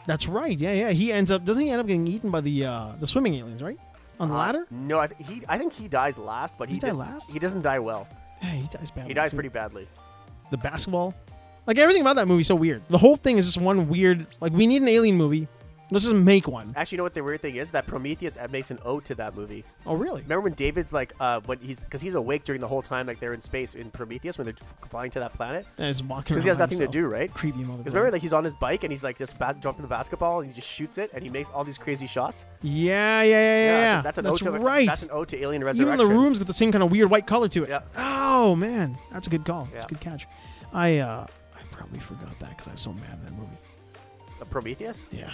That's right. Yeah, yeah. He ends up doesn't he end up getting eaten by the uh, the swimming aliens, right? On the
Uh,
ladder.
No, I th- he. I think he dies last, but
Does
he
he die
did-
last?
He doesn't die well.
Yeah, he dies badly.
He dies
too.
pretty badly.
The basketball, like everything about that movie, is so weird. The whole thing is just one weird. Like we need an alien movie. Let's just make one.
Actually, you know what the weird thing is? That Prometheus makes an ode to that movie.
Oh really?
Remember when David's like, uh, when he's because he's awake during the whole time, like they're in space in Prometheus when they're f- flying to that planet,
And he's walking.
because he has
around
nothing
himself.
to do, right? Because
Creepy motherfucker.
remember, like he's on his bike and he's like just ba- jumping the basketball and he just shoots it and he makes all these crazy shots.
yeah, yeah, yeah, yeah.
so
yeah.
that's an ode to
right.
That's an ode to Alien
Even
Resurrection.
the room's got the same kind of weird white color to it.
Yeah.
Oh man, that's a good call. That's a
Yeah.
good catch. I uh, I probably forgot that because I was so mad at that movie.
Uh, Prometheus.
Yeah.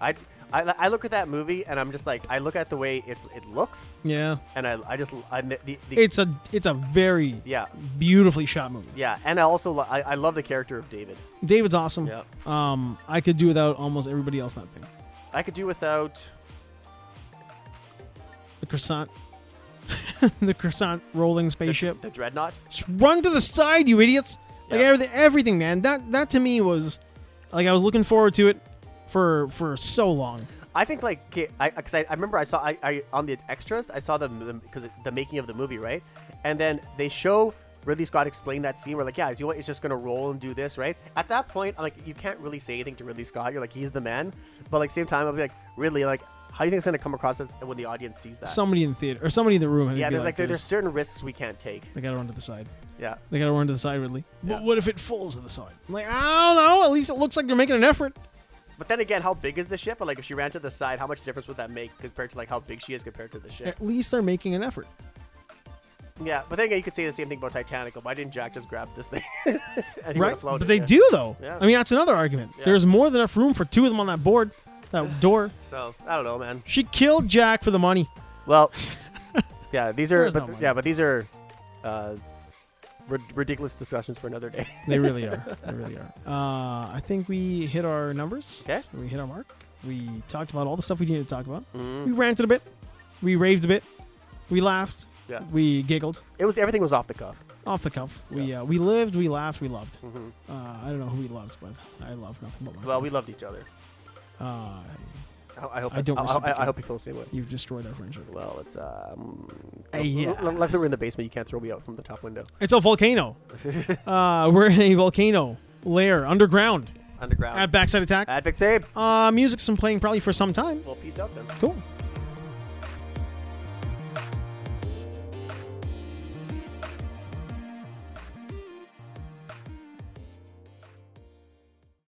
I, I I look at that movie and I'm just like, I look at the way it it looks
Yeah.
and I I just I, the, the,
It's a it's a very
yeah
beautifully shot movie.
yeah and I also lo- I, I love the character of David.
David's awesome.
Yeah.
Um, I could do without almost everybody else in that thing.
I could do without.
The croissant, the croissant rolling
the-
spaceship.
the dreadnought.
Just run to the side, you idiots! Like
Yeah.
everything, everything, man. That that to me was like I was looking forward to it for for so long.
I think like 'kay, I because I, I remember I saw I, I on the extras I saw them because the making of the movie right, and then they show Ridley Scott explain that scene where like yeah you know what it's just gonna roll and do this right. At that point I'm like you can't really say anything to Ridley Scott. You're like he's the man, but like same time I'll be like Ridley like how do you think it's gonna come across as, when the audience sees that?
Somebody in the theater or somebody in the room. had
Uh,
to
yeah,
be
there's like, there, there's
this.
certain risks we can't take.
They gotta run to the side.
Yeah,
They gotta run to the side, Ridley. But
Yeah.
what if it falls to the side? I'm like I don't know. At least it looks like they're making an effort.
But then again, how big is the ship? But like, if she ran to the side, how much difference would that make compared to like how big she is compared to the ship?
At least they're making an effort.
Yeah, but then again, you could say the same thing about Titanic. Why didn't Jack just grab this thing? and he
right?
would've
But
floated,
they
yeah.
do though.
Yeah.
I mean, that's another argument.
Yeah.
There's more than enough room for two of them on that board, that door.
So I don't know, man.
She killed Jack for the money.
Well, yeah, these are
There's
but,
no money.
yeah, but these are uh, rid- ridiculous discussions for another day.
They really are. They really are. Uh, I think we hit our numbers.
Okay.
We hit our mark. We talked about all the stuff we needed to talk about.
Mm.
We ranted a bit. We raved a bit. We laughed.
Yeah.
We giggled.
It was everything was off the cuff.
Off the cuff. We
Yeah.
uh, we lived. We laughed. We loved.
Mhm.
Uh, I don't know who we loved, but I love nothing but myself.
Well, we loved each other.
Uh,
I, I hope.
I don't
I, I, I
reciprocate.
hope you feel the same way.
you've destroyed our friendship.
Well, it's um.
Hey, Uh, yeah.
l- l- Luckily, we're in the basement. You can't throw me out from the top window.
It's a volcano. uh, we're in a volcano lair underground
Underground.
at Backside Attack.
Advocate.
Uh, music's been playing probably for some time.
Well, peace out then.
Cool.